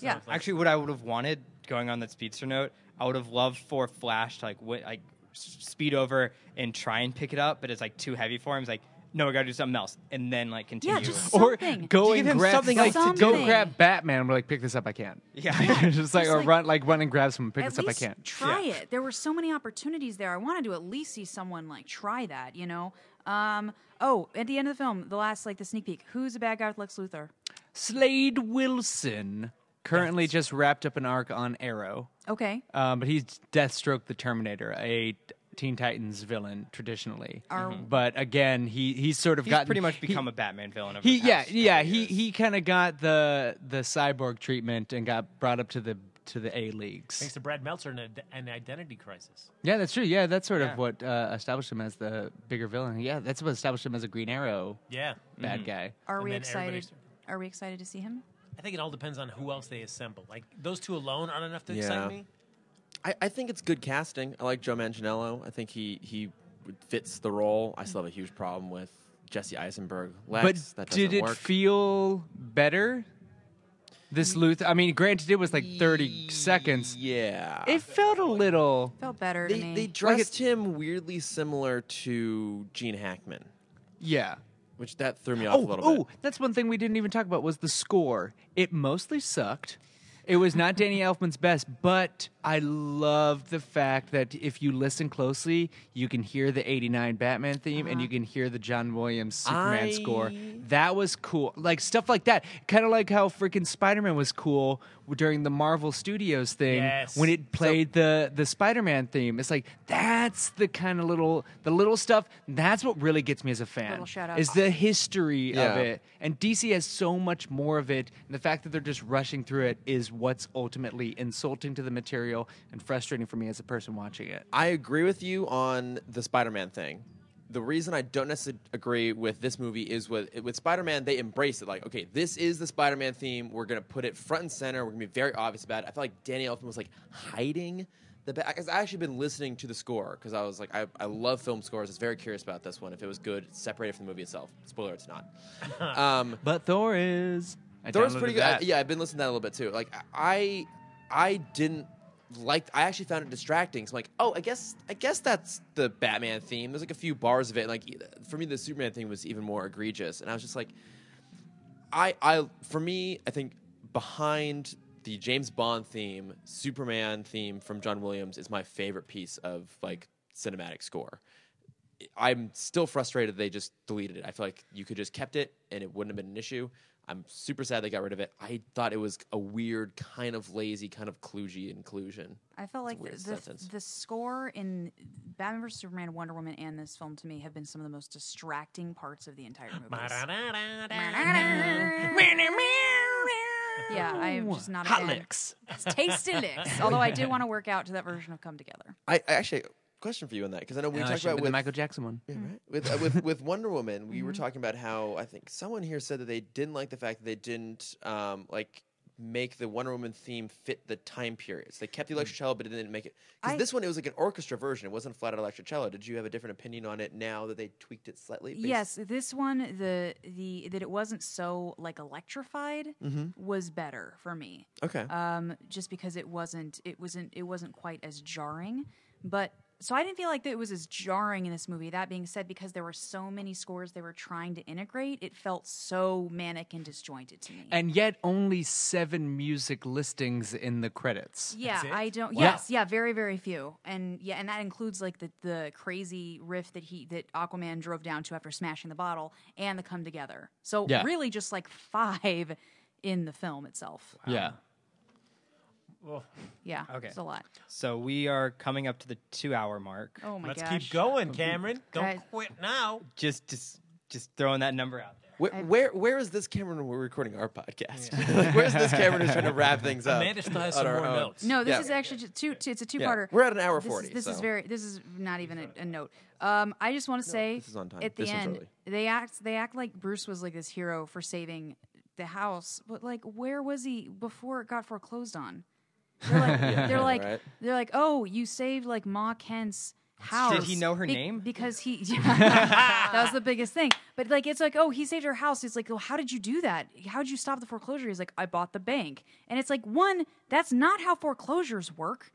Speaker 5: Yeah.
Speaker 4: it's like-
Speaker 2: Actually, what I would have wanted going on that speedster note, I would have loved for Flash to like wi- like s- speed over and try and pick it up, but it's like too heavy for him. He's like, no, we gotta do something else, and then like continue.
Speaker 5: Yeah, just
Speaker 3: or
Speaker 5: something.
Speaker 3: go
Speaker 2: Just give
Speaker 3: and
Speaker 2: him
Speaker 3: grab
Speaker 2: something
Speaker 3: like,
Speaker 5: else to
Speaker 3: go
Speaker 5: do.
Speaker 3: grab Batman. and be like, pick this up, I can't.
Speaker 2: Yeah.
Speaker 3: just like
Speaker 5: Just
Speaker 3: or
Speaker 5: like-
Speaker 3: run like run and grab someone, pick
Speaker 5: At
Speaker 3: this up, I
Speaker 5: least
Speaker 3: can't.
Speaker 5: try it. There were so many opportunities there. I wanted to at least see someone like try that, you know. Um. Oh, at the end of the film, the last like the sneak peek. Who's the bad guy with Lex Luthor?
Speaker 3: Slade Wilson currently just wrapped up an arc on Arrow,
Speaker 5: Okay.
Speaker 4: Uh,
Speaker 3: um, but he's Deathstroke the Terminator, a Teen Titans villain traditionally. But again, he he's sort of
Speaker 2: He's
Speaker 3: gotten
Speaker 2: pretty much
Speaker 3: he-
Speaker 2: become a Batman villain. Over
Speaker 3: He
Speaker 2: the
Speaker 3: yeah
Speaker 2: past
Speaker 3: yeah
Speaker 2: couple
Speaker 3: he
Speaker 2: years.
Speaker 3: he kind of got the the cyborg treatment and got brought up to the to the A
Speaker 4: Thanks
Speaker 3: leagues.
Speaker 4: to Brad Meltzer and ad- an identity crisis.
Speaker 3: Yeah, that's true. Yeah, that's sort
Speaker 2: Yeah.
Speaker 3: of what uh, established him as the bigger villain. Yeah, that's what established him as a Green Arrow
Speaker 4: Yeah.
Speaker 3: bad
Speaker 2: Mm-hmm.
Speaker 3: guy.
Speaker 5: Are
Speaker 4: And
Speaker 5: we
Speaker 4: then
Speaker 5: excited?
Speaker 4: everybody's-
Speaker 5: Are we excited to see him?
Speaker 4: I think it all depends on who else they assemble. Like those two alone aren't enough to
Speaker 1: Yeah.
Speaker 4: excite me.
Speaker 1: I, I think it's good casting. I like Joe Manganiello. I think he he fits the role. I still have a huge problem with Jesse Eisenberg. Lex,
Speaker 3: but
Speaker 1: that doesn't
Speaker 3: did it
Speaker 1: work.
Speaker 3: feel better? This Luthor. I mean, granted, it was like thirty seconds.
Speaker 1: Yeah,
Speaker 3: It felt a little.
Speaker 5: Felt better to
Speaker 1: they
Speaker 5: me.
Speaker 1: they dressed him weirdly similar to Gene Hackman,
Speaker 3: Yeah.
Speaker 1: which that threw me off a
Speaker 3: Oh,
Speaker 1: little
Speaker 3: oh,
Speaker 1: bit.
Speaker 3: that's one thing we didn't even talk about was the score. It mostly sucked. It was not Danny Elfman's best, but I loved the fact that if you listen closely, you can hear the 89 Batman theme and you
Speaker 5: Uh-huh.
Speaker 3: can hear the John Williams Superman score.
Speaker 1: I-
Speaker 3: That was cool. Like stuff like that. Kind of like how freaking Spider-Man was cool during the Marvel Studios thing
Speaker 4: Yes.
Speaker 3: when it played the the Spider-Man theme. It's like that's the kind of little the little stuff. That's what really gets me as a fan.
Speaker 5: Little shout-outs.
Speaker 3: Is the history
Speaker 1: Yeah.
Speaker 3: of it. And DC has so much more of it. And the fact that they're just rushing through it is what's ultimately insulting to the material and frustrating for me as a person watching it.
Speaker 1: I agree with you on the Spider-Man thing. The reason I don't necessarily agree with this movie is with with Spider-Man, they embrace it. Like, okay, this is the Spider-Man theme. We're gonna put it front and center. We're gonna be very obvious about it. I felt like Danny Elfman was like hiding the. Because I actually been listening to the score because I was like, I, I love film scores. I was very curious about this one. If it was good, separated from the movie itself. Spoiler, it's not. um,
Speaker 3: But Thor is I
Speaker 1: Thor's
Speaker 3: downloaded
Speaker 1: pretty good. I-
Speaker 3: that.
Speaker 1: yeah, I've been listening to that a little bit too. Like I, I didn't like. I actually found it distracting. So I'm like, oh, I guess, I guess that's the Batman theme. There's like a few bars of it. Like e, for me, the Superman thing was even more egregious, and I was just like, I, I, for me, I think behind the James Bond theme, Superman theme from John Williams is my favorite piece of like cinematic score. I'm still frustrated they just deleted it. I feel like you could just kept it and it wouldn't have been an issue. I'm super sad they got rid of it. I thought it was a weird, kind of lazy, kind of kludgy inclusion.
Speaker 5: I felt like
Speaker 1: weird
Speaker 5: the,
Speaker 1: sentence.
Speaker 5: the, the score in Batman vs Superman, Wonder Woman, and this film to me have been some of the most distracting parts of the entire movie. Yeah, I am just not a
Speaker 3: Hot
Speaker 5: fan.
Speaker 3: licks.
Speaker 5: It's tasty licks. Although I did want to work out to that version of Come Together.
Speaker 1: I, I actually question for you on that because I know we
Speaker 3: Uh,
Speaker 1: talked
Speaker 3: should've
Speaker 1: about
Speaker 3: been
Speaker 1: with
Speaker 3: the Michael Jackson one.
Speaker 1: Yeah, right. With, uh, with with Wonder Woman, we were talking about how I think someone here said that they didn't like the fact that they didn't um, like make the Wonder Woman theme fit the time periods. They kept the electric cello, but it didn't make it
Speaker 5: I-
Speaker 1: because this one it was like an orchestra version. It wasn't a flat out electric cello. Did you have a different opinion on it now that they tweaked it slightly? based-
Speaker 5: Yes, this one the the that it wasn't so like electrified
Speaker 3: Mm-hmm.
Speaker 5: was better for me.
Speaker 1: Okay.
Speaker 5: Um, just because it wasn't it wasn't it wasn't quite as jarring, but so I didn't feel like that it was as jarring in this movie. That being said, because there were so many scores they were trying to integrate, it felt so manic and disjointed to me.
Speaker 3: And yet only seven music listings in the credits.
Speaker 5: Yeah,
Speaker 4: That's it?
Speaker 5: I don't. Yes, yeah, very, very few, and yeah, and that includes like the the crazy riff that he that Aquaman drove down to after smashing the bottle and the Come Together. So
Speaker 3: Yeah.
Speaker 5: really, just like five in the film itself.
Speaker 2: Um,
Speaker 3: Yeah.
Speaker 4: Well,
Speaker 5: Yeah,
Speaker 2: Okay.
Speaker 5: it's a lot.
Speaker 2: So we are coming up to the two-hour mark.
Speaker 5: Oh my
Speaker 4: let's
Speaker 5: gosh,
Speaker 4: keep going, Cameron. Don't
Speaker 5: Guys.
Speaker 4: quit now.
Speaker 2: Just just just throwing that number out there.
Speaker 1: Where, where where is this Cameron when we're recording our podcast? Like, where's this Cameron who's trying to wrap things up?
Speaker 4: Amanda still has
Speaker 1: Uh, on
Speaker 4: some
Speaker 1: our
Speaker 4: more
Speaker 1: own?
Speaker 4: notes.
Speaker 5: No, this
Speaker 1: Yeah.
Speaker 5: is actually just two. two- It's a two-parter.
Speaker 1: We're at an hour
Speaker 5: This is-
Speaker 1: 40,
Speaker 5: This is
Speaker 1: so.
Speaker 5: very. This is not even a, a note. Um, I just want to say
Speaker 1: this is on time.
Speaker 5: at the
Speaker 1: This one's
Speaker 5: end
Speaker 1: early.
Speaker 5: they act they act like Bruce was like this hero for saving the house, but like where was he before it got foreclosed on? They're like, they're like,
Speaker 1: right.
Speaker 5: they're like, oh, you saved like Ma Kent's house.
Speaker 2: he know her name?
Speaker 5: Because he that was the biggest thing. But like it's like, oh, he saved her house. He's like, well, how did you do that? How did you stop the foreclosure? He's like, I bought the bank. And it's like, one, that's not how foreclosures work.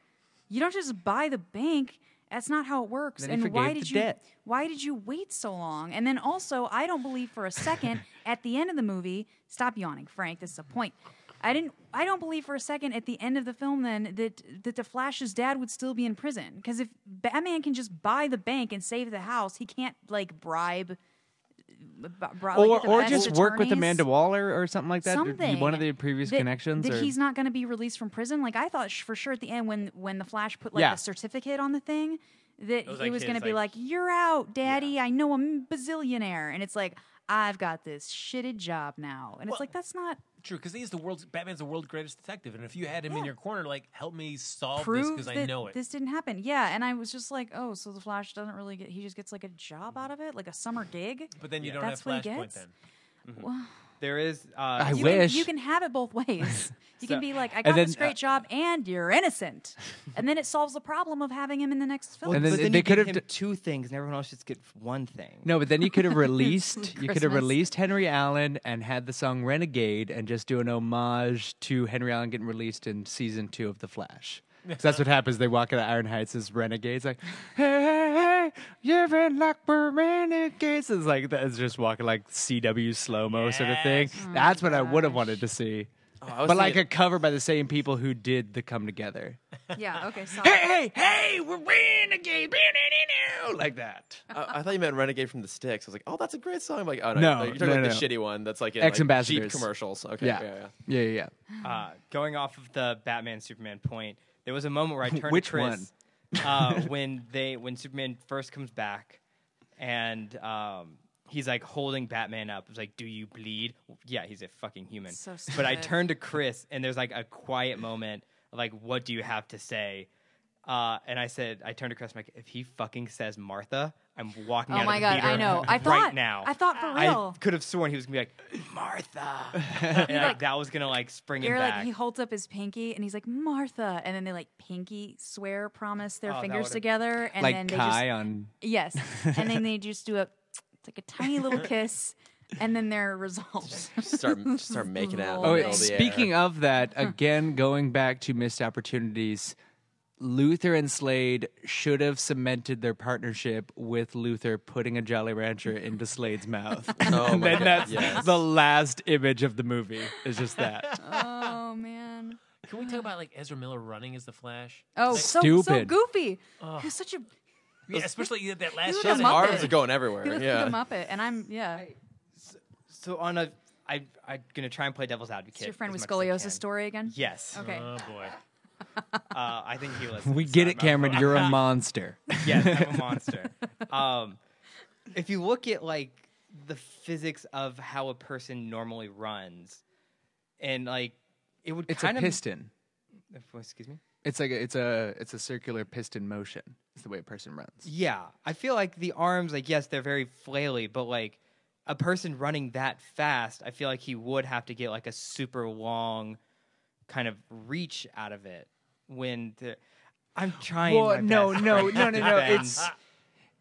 Speaker 5: You don't just buy the bank. That's not how it works.
Speaker 2: Then he
Speaker 5: and why
Speaker 2: forgave the
Speaker 5: did you
Speaker 2: debt.
Speaker 5: why did you wait so long? And then also, I don't believe for a second at the end of the movie, stop yawning, Frank, this is a point. I didn't I don't believe for a second at the end of the film then that that the Flash's dad would still be in prison cuz if Batman can just buy the bank and save the house, he can't like bribe uh, b- bri- like,
Speaker 3: or
Speaker 5: the
Speaker 3: or
Speaker 5: best
Speaker 3: just work with
Speaker 5: attorneys.
Speaker 3: Amanda Waller or something like that. or
Speaker 5: Something.
Speaker 3: One of the previous
Speaker 5: that-
Speaker 3: connections.
Speaker 5: that
Speaker 3: or,
Speaker 5: he's not going to be released from prison. Like I thought sh- for sure at the end when when the Flash put like
Speaker 3: Yeah.
Speaker 5: the certificate on the thing that
Speaker 2: was
Speaker 5: he was,
Speaker 2: like his,
Speaker 5: going to be
Speaker 2: like-
Speaker 5: like, "You're out, Daddy. I know I'm bazillionaire," and it's like. I've got this shitted job now, and
Speaker 4: Well-
Speaker 5: it's like that's not
Speaker 4: True, because he's the world's Batman's the world's greatest detective, and if you had him in
Speaker 5: Yeah.
Speaker 4: your corner, like help me solve this
Speaker 5: proof
Speaker 4: because
Speaker 5: that
Speaker 4: I know it.
Speaker 5: this didn't happen. Yeah, and I was just like, oh, so the Flash doesn't really get. He just gets like a job out of it, like a summer gig.
Speaker 4: but then you don't
Speaker 5: That's
Speaker 4: have
Speaker 5: what he
Speaker 4: Flashpoint
Speaker 5: gets?
Speaker 4: then.
Speaker 2: There is. Uh,
Speaker 3: I
Speaker 5: You
Speaker 3: wish.
Speaker 5: Can, you can have it both ways. You
Speaker 2: So-
Speaker 5: can be like, I got
Speaker 3: then,
Speaker 5: this great
Speaker 3: uh,
Speaker 5: job, and you're innocent, and then it solves the problem of having him in the next film.
Speaker 3: And then
Speaker 2: but then
Speaker 3: they
Speaker 2: you
Speaker 3: could
Speaker 2: give
Speaker 3: have
Speaker 2: him
Speaker 3: d-
Speaker 2: two things, and everyone else just get one thing.
Speaker 3: no, but then you could have released you could have
Speaker 5: Christmas.
Speaker 3: released Henry Allen and had the song Renegade and just do an homage to Henry Allen getting released in season two of The Flash. 'Cause that's what happens. They walk out of Iron Heights as renegades, like, hey, hey, hey, you've been like we're renegades. It's like that is just walking like CW slow mo sort of thing. That's
Speaker 1: Oh
Speaker 3: what I would have wanted to see,
Speaker 1: I was
Speaker 3: but like a
Speaker 1: thinking-
Speaker 3: cover by the same people who did the Come Together.
Speaker 5: yeah. Okay. So
Speaker 3: hey, hey, we're renegades, like that.
Speaker 1: I, I thought you meant Renegade from the Sticks. I was like, oh, that's a great song. I'm like, oh no,
Speaker 3: No,
Speaker 1: you're talking
Speaker 3: no,
Speaker 1: about
Speaker 3: no.
Speaker 1: the shitty one that's like in like, Jeep
Speaker 3: Ex-ambassadors.
Speaker 1: commercials. Okay,
Speaker 3: Yeah,
Speaker 1: yeah, yeah.
Speaker 3: yeah, yeah.
Speaker 2: Uh, going off of the Batman Superman point, there was a moment where I turned
Speaker 3: Which
Speaker 2: to Chris uh, when they when Superman first comes back, and um, he's like holding Batman up. It's like, "Do you bleed?" Yeah, he's a fucking human.
Speaker 5: So
Speaker 2: but I
Speaker 5: stupid.
Speaker 2: turned to Chris, and there's like a quiet moment of like, "What do you have to say?" Uh, and I said, I turned to Chris. I'm like, "If he fucking says Martha, I'm walking out
Speaker 5: Oh
Speaker 2: of
Speaker 5: my
Speaker 2: the
Speaker 5: god,
Speaker 2: theater
Speaker 5: I know. I
Speaker 2: right
Speaker 5: thought
Speaker 2: now."
Speaker 5: I thought for
Speaker 2: I
Speaker 5: real.
Speaker 2: could have sworn he was gonna be like Martha, and like,
Speaker 5: like-
Speaker 2: that was gonna like spring him
Speaker 5: You're
Speaker 2: back.
Speaker 5: like he holds up his pinky and he's like Martha, and then they like pinky swear promise their
Speaker 2: Oh, that
Speaker 5: fingers
Speaker 2: would've-
Speaker 5: together, and then
Speaker 3: Like
Speaker 5: they
Speaker 3: Kai
Speaker 5: just
Speaker 3: on.
Speaker 5: yes, and then they just do a it's like a tiny little kiss, and then they're resolved.
Speaker 1: Start start making out. in the
Speaker 5: Oh,
Speaker 3: Oh,
Speaker 5: wait,
Speaker 1: middle
Speaker 3: wait,
Speaker 1: of the air.
Speaker 3: speaking of that, again, going back to missed opportunities, Luther and Slade should have cemented their partnership with Luther putting a Jolly Rancher into Slade's mouth.
Speaker 1: Oh
Speaker 3: and
Speaker 1: my
Speaker 3: then
Speaker 1: God,
Speaker 3: that's
Speaker 1: yes.
Speaker 3: the last image of the movie. Is just that.
Speaker 5: oh man.
Speaker 4: Can we talk about like Ezra Miller running as the Flash?
Speaker 5: Oh,
Speaker 4: Like,
Speaker 5: so so
Speaker 3: Stupid.
Speaker 5: goofy. He was such a
Speaker 4: yeah, especially that last
Speaker 5: looked
Speaker 4: shot.
Speaker 1: his
Speaker 5: a
Speaker 4: that-
Speaker 5: Muppet.
Speaker 1: arms are going everywhere.
Speaker 5: he looked
Speaker 1: yeah.
Speaker 5: like a Muppet, and I'm yeah.
Speaker 2: So on a, I I'm gonna try and play devil's advocate.
Speaker 5: It's your friend
Speaker 2: as
Speaker 5: with
Speaker 2: much as I can.
Speaker 5: scoliosis story again.
Speaker 2: Yes.
Speaker 5: Okay.
Speaker 4: Oh boy.
Speaker 2: Uh, I think he listens.
Speaker 3: We get
Speaker 2: so
Speaker 3: it,
Speaker 2: I'm not-
Speaker 3: Cameron. You're a monster.
Speaker 2: yes, I'm a monster. Um, if you look at like the physics of how a person normally runs, and like it would
Speaker 3: It's a
Speaker 2: kind of
Speaker 3: piston.
Speaker 2: Excuse me.
Speaker 3: It's like a, it's a it's a circular piston motion. It's the way a person runs.
Speaker 2: Yeah, I feel like the arms, like yes, they're very flaily, but like a person running that fast, I feel like he would have to get like a super long kind of reach out of it. When the, I'm trying, my
Speaker 3: Well, no,
Speaker 2: best
Speaker 3: no,
Speaker 2: right
Speaker 3: no,
Speaker 2: to
Speaker 3: no, no.
Speaker 2: defend.
Speaker 3: It's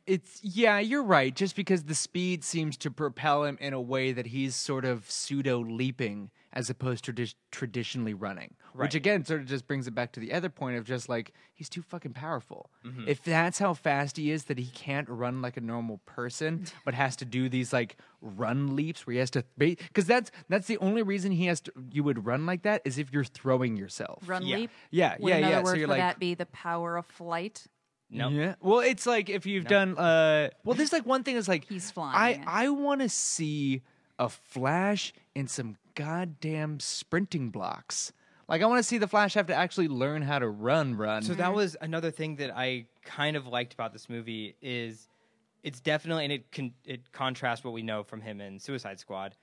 Speaker 3: it's yeah, you're right. Just because the speed seems to propel him in a way that he's sort of pseudo leaping as opposed to just traditionally running,
Speaker 2: Right.
Speaker 3: which again sort of just brings it back to the other point of just like he's too fucking powerful.
Speaker 2: Mm-hmm.
Speaker 3: If that's how fast he is that he can't run like a normal person, but has to do these like run leaps where he has to because that's that's the only reason he has to you would run like that is if you're throwing yourself.
Speaker 5: Run
Speaker 2: Yeah.
Speaker 5: leap.
Speaker 3: Yeah, Uh,
Speaker 5: Would
Speaker 3: yeah,
Speaker 5: another
Speaker 3: yeah.
Speaker 5: word
Speaker 3: so you're
Speaker 5: for
Speaker 3: like
Speaker 5: that be the power of flight?
Speaker 2: no.
Speaker 3: yeah. Well, it's like if you've done uh well there's like one thing is like
Speaker 5: He's flying it.
Speaker 3: I I want to see a flash in some goddamn sprinting blocks. Like I want to see the flash have to actually learn how to run run.
Speaker 2: So that was another thing that I kind of liked about this movie is it's definitely and it can it contrasts what we know from him in Suicide Squad.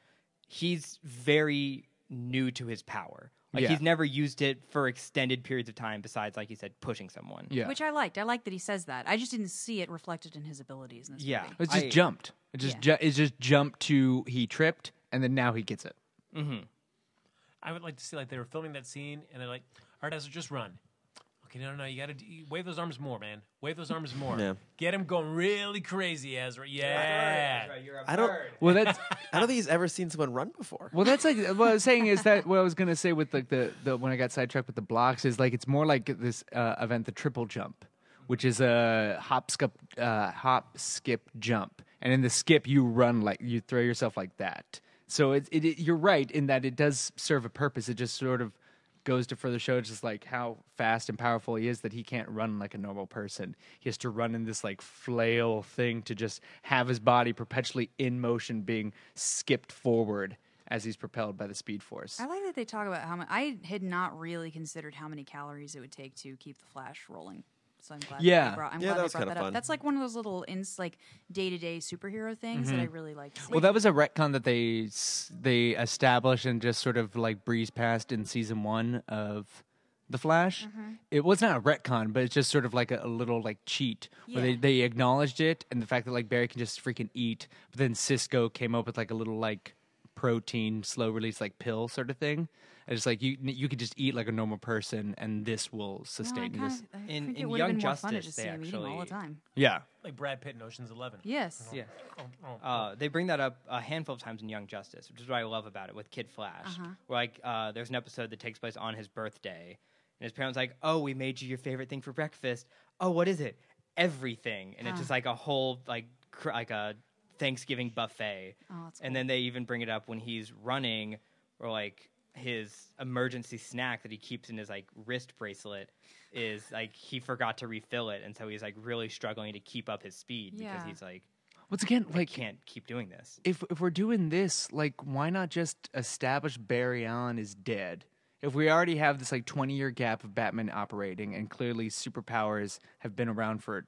Speaker 2: He's very new to his power. Like
Speaker 3: Yeah.
Speaker 2: he's never used it for extended periods of time besides like he said pushing someone.
Speaker 3: yeah.
Speaker 5: Which I liked. I liked that he says that. I just didn't see it reflected in his abilities in this
Speaker 2: Yeah.
Speaker 5: movie.
Speaker 3: It just
Speaker 2: I-
Speaker 3: jumped. It just ju- it just jumped to he tripped and then now he gets it.
Speaker 4: I would like to see like they were filming that scene and they're like, all right, Ezra, just run. Okay, no, no, no. You got to wave those arms more, man. Wave those arms more.
Speaker 1: Yeah.
Speaker 4: Get him going really crazy, Ezra. Yeah.
Speaker 1: I don't.
Speaker 3: Well, that's
Speaker 1: I don't think he's ever seen someone run before.
Speaker 3: well, that's like what I was saying is that what I was gonna say with like the, the when I got sidetracked with the blocks is like it's more like this uh, event, the triple jump, which is a hop skip, uh, hop skip jump, and in the skip you run like you throw yourself like that. So it, it, it you're right in that it does serve a purpose. It just sort of goes to further show just like how fast and powerful he is that he can't run like a normal person. He has to run in this like flail thing to just have his body perpetually in motion being skipped forward as he's propelled by the speed force.
Speaker 5: I like that they talk about how much. I had not really considered how many calories it would take to keep the Flash rolling. So I'm glad. that they
Speaker 3: Yeah.
Speaker 5: brought, I'm
Speaker 1: Yeah,
Speaker 5: glad
Speaker 1: that
Speaker 5: they
Speaker 1: was
Speaker 5: brought
Speaker 1: kinda
Speaker 5: that up.
Speaker 1: fun.
Speaker 5: That's like one of those little ins like day to day superhero things that I really like.
Speaker 3: Mm-hmm. Well, that was a retcon that they s- they established and just sort of like breezed past in season one of the Flash.
Speaker 5: Mm-hmm.
Speaker 3: It was not a retcon, but it's just sort of like a, a little like cheat where they,
Speaker 5: Yeah.
Speaker 3: they acknowledged it and the fact that like Barry can just freaking eat. But then Cisco came up with like a little like protein slow release like pill sort of thing. And it's like you you could just eat like a normal person and this will
Speaker 5: No, I
Speaker 3: sustain
Speaker 5: kinda-
Speaker 3: this.
Speaker 5: I
Speaker 2: In-
Speaker 5: think it
Speaker 2: in
Speaker 5: would've
Speaker 2: Young
Speaker 5: been more fun to
Speaker 2: Justice,
Speaker 5: just
Speaker 2: they
Speaker 5: see him eating all the
Speaker 2: actually-
Speaker 5: time.
Speaker 3: Yeah.
Speaker 4: Like Brad Pitt in Ocean's Eleven.
Speaker 5: Yes.
Speaker 2: Yeah.
Speaker 4: Oh, oh.
Speaker 2: Uh, they bring that up a handful of times in Young Justice, which is what I love about it with Kid Flash.
Speaker 5: Uh-huh.
Speaker 2: Where, like, uh, there's an episode that takes place on his birthday, and his parents like, "Oh, we made you your favorite thing for breakfast. Oh, what is it? Everything."
Speaker 5: Uh.
Speaker 2: And it's just like a whole like cr- like a Thanksgiving buffet.
Speaker 5: Oh, that's
Speaker 2: And then they even bring it up when he's running, or like his emergency snack that he keeps in his like wrist bracelet is like he forgot to refill it, and so he's like really struggling to keep up his speed because
Speaker 5: Yeah.
Speaker 2: he's like
Speaker 3: Once again,
Speaker 2: I
Speaker 3: like
Speaker 2: can't keep doing this.
Speaker 3: if if we're doing this, like, why not just establish Barry Allen is dead? If we already have this like twenty year gap of Batman operating, and clearly superpowers have been around for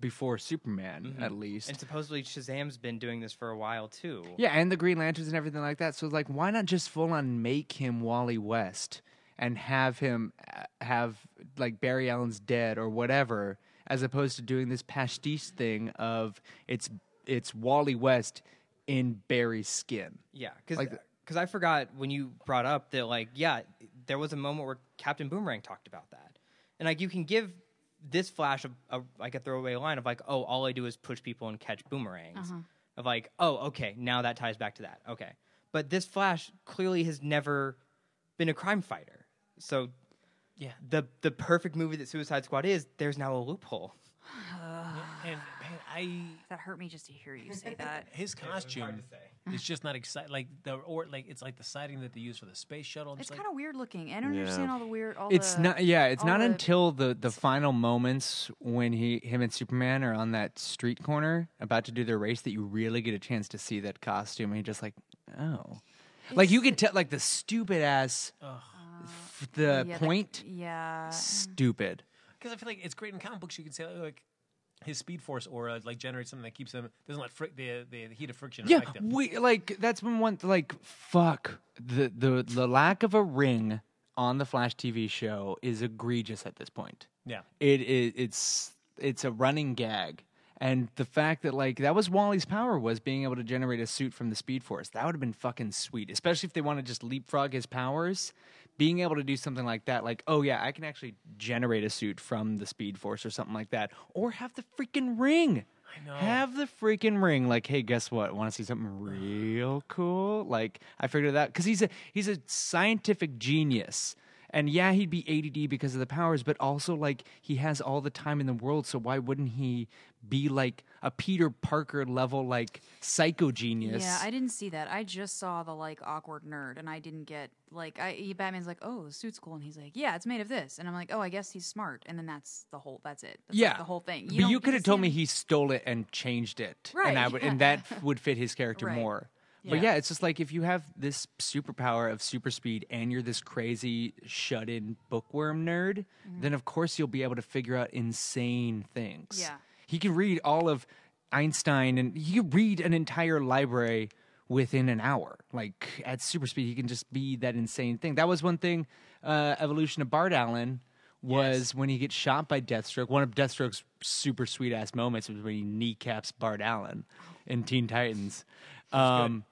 Speaker 3: before Superman, at least.
Speaker 2: And supposedly Shazam's been doing this for a while too.
Speaker 3: yeah, and the Green Lanterns and everything like that. So like, why not just full on make him Wally West and have him uh, have like Barry Allen's dead or whatever, as opposed to doing this pastiche thing of it's it's Wally West in Barry's skin.
Speaker 2: Yeah, because
Speaker 3: Like the-
Speaker 2: I forgot when you brought up that like yeah, there was a moment where Captain Boomerang talked about that, and like you can give this Flash a, a like a throwaway line of like oh all I do is push people and catch boomerangs of like oh okay now that ties back to that okay, but this Flash clearly has never been a crime fighter, so
Speaker 4: Yeah.
Speaker 2: the the perfect movie that Suicide Squad is there's now a loophole.
Speaker 4: And man, I
Speaker 5: That hurt me just to hear you say that.
Speaker 4: his costume is just not exciting. Like the or like it's like the siding that they use for the space shuttle. I'm
Speaker 5: It's
Speaker 4: just like,
Speaker 5: kind of weird looking. I don't
Speaker 1: Yeah.
Speaker 5: understand all the weird. All
Speaker 3: It's
Speaker 5: the,
Speaker 3: not. Yeah, it's
Speaker 5: all
Speaker 3: not
Speaker 5: the-
Speaker 3: until the the final moments when he, him, and Superman are on that street corner about to do their race that you really get a chance to see that costume. And you're just like, oh, like you could tell, like the stupid ass, f- the
Speaker 5: Oh, yeah, that-
Speaker 3: point,
Speaker 5: yeah.
Speaker 3: stupid.
Speaker 4: because I feel like it's great in comic books. You can say like his Speed Force aura like generates something that keeps him doesn't let fric the, the the heat of friction
Speaker 3: Yeah,
Speaker 4: affect him.
Speaker 3: we like that's been one like fuck the the the lack of a ring on the Flash TV show is egregious at this point.
Speaker 4: yeah,
Speaker 3: it, it it's it's a running gag and the fact that like that was wally's power was being able to generate a suit from the speed force that would have been fucking sweet especially if they want to just leapfrog his powers being able to do something like that like oh yeah i can actually generate a suit from the speed force or something like that or have the freaking ring I
Speaker 4: know.
Speaker 3: Have the freaking ring, like, hey, guess what? Want to see something real cool? Like, I figured it out because he's a he's a scientific genius. And yeah, he'd be ADD because of the powers, but also like he has all the time in the world, so why wouldn't he be like a Peter Parker level like psycho genius?
Speaker 5: Yeah, I didn't see that. I just saw the like awkward nerd, and I didn't get like I he- Batman's like, "Oh, the suit's cool," and he's like, "Yeah, it's made of this," and I'm like, "Oh, I guess he's smart." And then that's the whole. That's it. That's, like,
Speaker 3: yeah,
Speaker 5: the whole thing.
Speaker 3: but
Speaker 5: don't
Speaker 3: you
Speaker 5: get
Speaker 3: could
Speaker 5: to
Speaker 3: have
Speaker 5: see
Speaker 3: told me
Speaker 5: him-
Speaker 3: he stole it and changed it,
Speaker 5: Right,
Speaker 3: And I would, and
Speaker 5: yeah.
Speaker 3: that f- would fit his character
Speaker 5: Right.
Speaker 3: more. But
Speaker 5: Yeah.
Speaker 3: yeah, it's just like if you have this superpower of super speed and you're this crazy shut-in bookworm nerd,
Speaker 5: Mm-hmm.
Speaker 3: then of course you'll be able to figure out insane things.
Speaker 5: Yeah.
Speaker 3: he can read all of Einstein, and he can read an entire library within an hour. Like at super speed, he can just be that insane thing. That was one thing. Uh, Evolution of Bart Allen was when he gets shot by Deathstroke. One of Deathstroke's super sweet ass moments was when he kneecaps Bart Allen in Teen Titans. Um,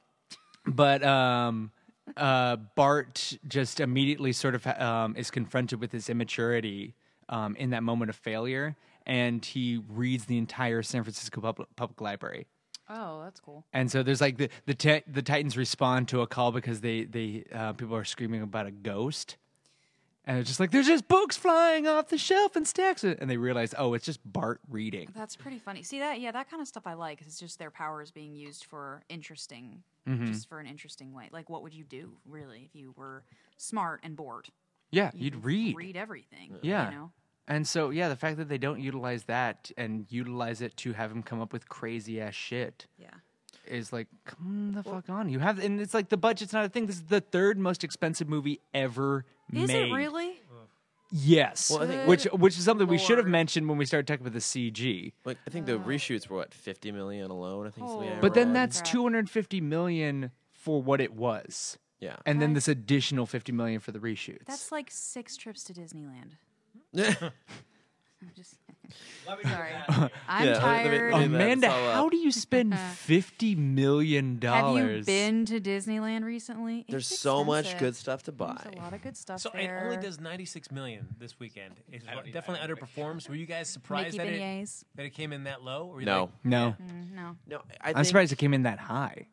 Speaker 3: but um, uh, Bart just immediately sort of um, is confronted with his immaturity um, in that moment of failure, and he reads the entire San Francisco Public, Public Library.
Speaker 5: Oh, that's cool.
Speaker 3: And so there's like the the, ti- the Titans respond to a call because they they uh, people are screaming about a ghost, and it's just like there's just books flying off the shelf and stacks, of-" and they realize oh it's just Bart reading.
Speaker 5: That's pretty funny. See that? Yeah, that kind of stuff I like. 'cause It's just their powers being used for interesting,
Speaker 3: Mm-hmm.
Speaker 5: just for an interesting way. Like, what would you do really if you were smart and bored?
Speaker 3: Yeah, you'd read.
Speaker 5: Read everything.
Speaker 3: Yeah.
Speaker 5: You know?
Speaker 3: And so yeah, the fact that they don't utilize that and utilize it to have him come up with crazy ass shit
Speaker 5: Yeah.
Speaker 3: is like come the fuck on. You have and it's like the budget's not a thing. This is the third most expensive movie ever
Speaker 5: Is
Speaker 3: made.
Speaker 5: it really?
Speaker 3: Yes.
Speaker 1: I think-
Speaker 3: which which is something we should have
Speaker 5: Lord.
Speaker 3: mentioned when we started talking about the CG.
Speaker 1: Like I think the reshoots were what fifty million alone. I think. is the
Speaker 5: Oh.
Speaker 1: number
Speaker 3: But then
Speaker 1: on.
Speaker 3: that's
Speaker 5: Crap.
Speaker 3: 250 million for what it was.
Speaker 1: yeah.
Speaker 3: And then
Speaker 5: Guys.
Speaker 3: this additional 50 million for the reshoots.
Speaker 5: That's like six trips to Disneyland. I'm just sorry. I'm
Speaker 1: Yeah, let me-
Speaker 5: tired.
Speaker 1: let me-
Speaker 3: Amanda,
Speaker 1: That's all up.
Speaker 3: how do you spend 50 million
Speaker 5: Have
Speaker 3: dollars?
Speaker 5: you been to Disneyland recently? It's
Speaker 1: There's so much
Speaker 5: expensive.
Speaker 1: good stuff to buy.
Speaker 5: There's a lot of good stuff
Speaker 4: So
Speaker 5: there.
Speaker 4: it only does 96 million this weekend. It definitely underperforms. Were you guys surprised
Speaker 5: Mickey
Speaker 4: that it,
Speaker 5: beignets.
Speaker 4: that it came in that low? Or were you
Speaker 1: No.
Speaker 4: like,
Speaker 3: No.
Speaker 5: Mm, no.
Speaker 1: No, I think,
Speaker 3: I'm surprised it came in that high.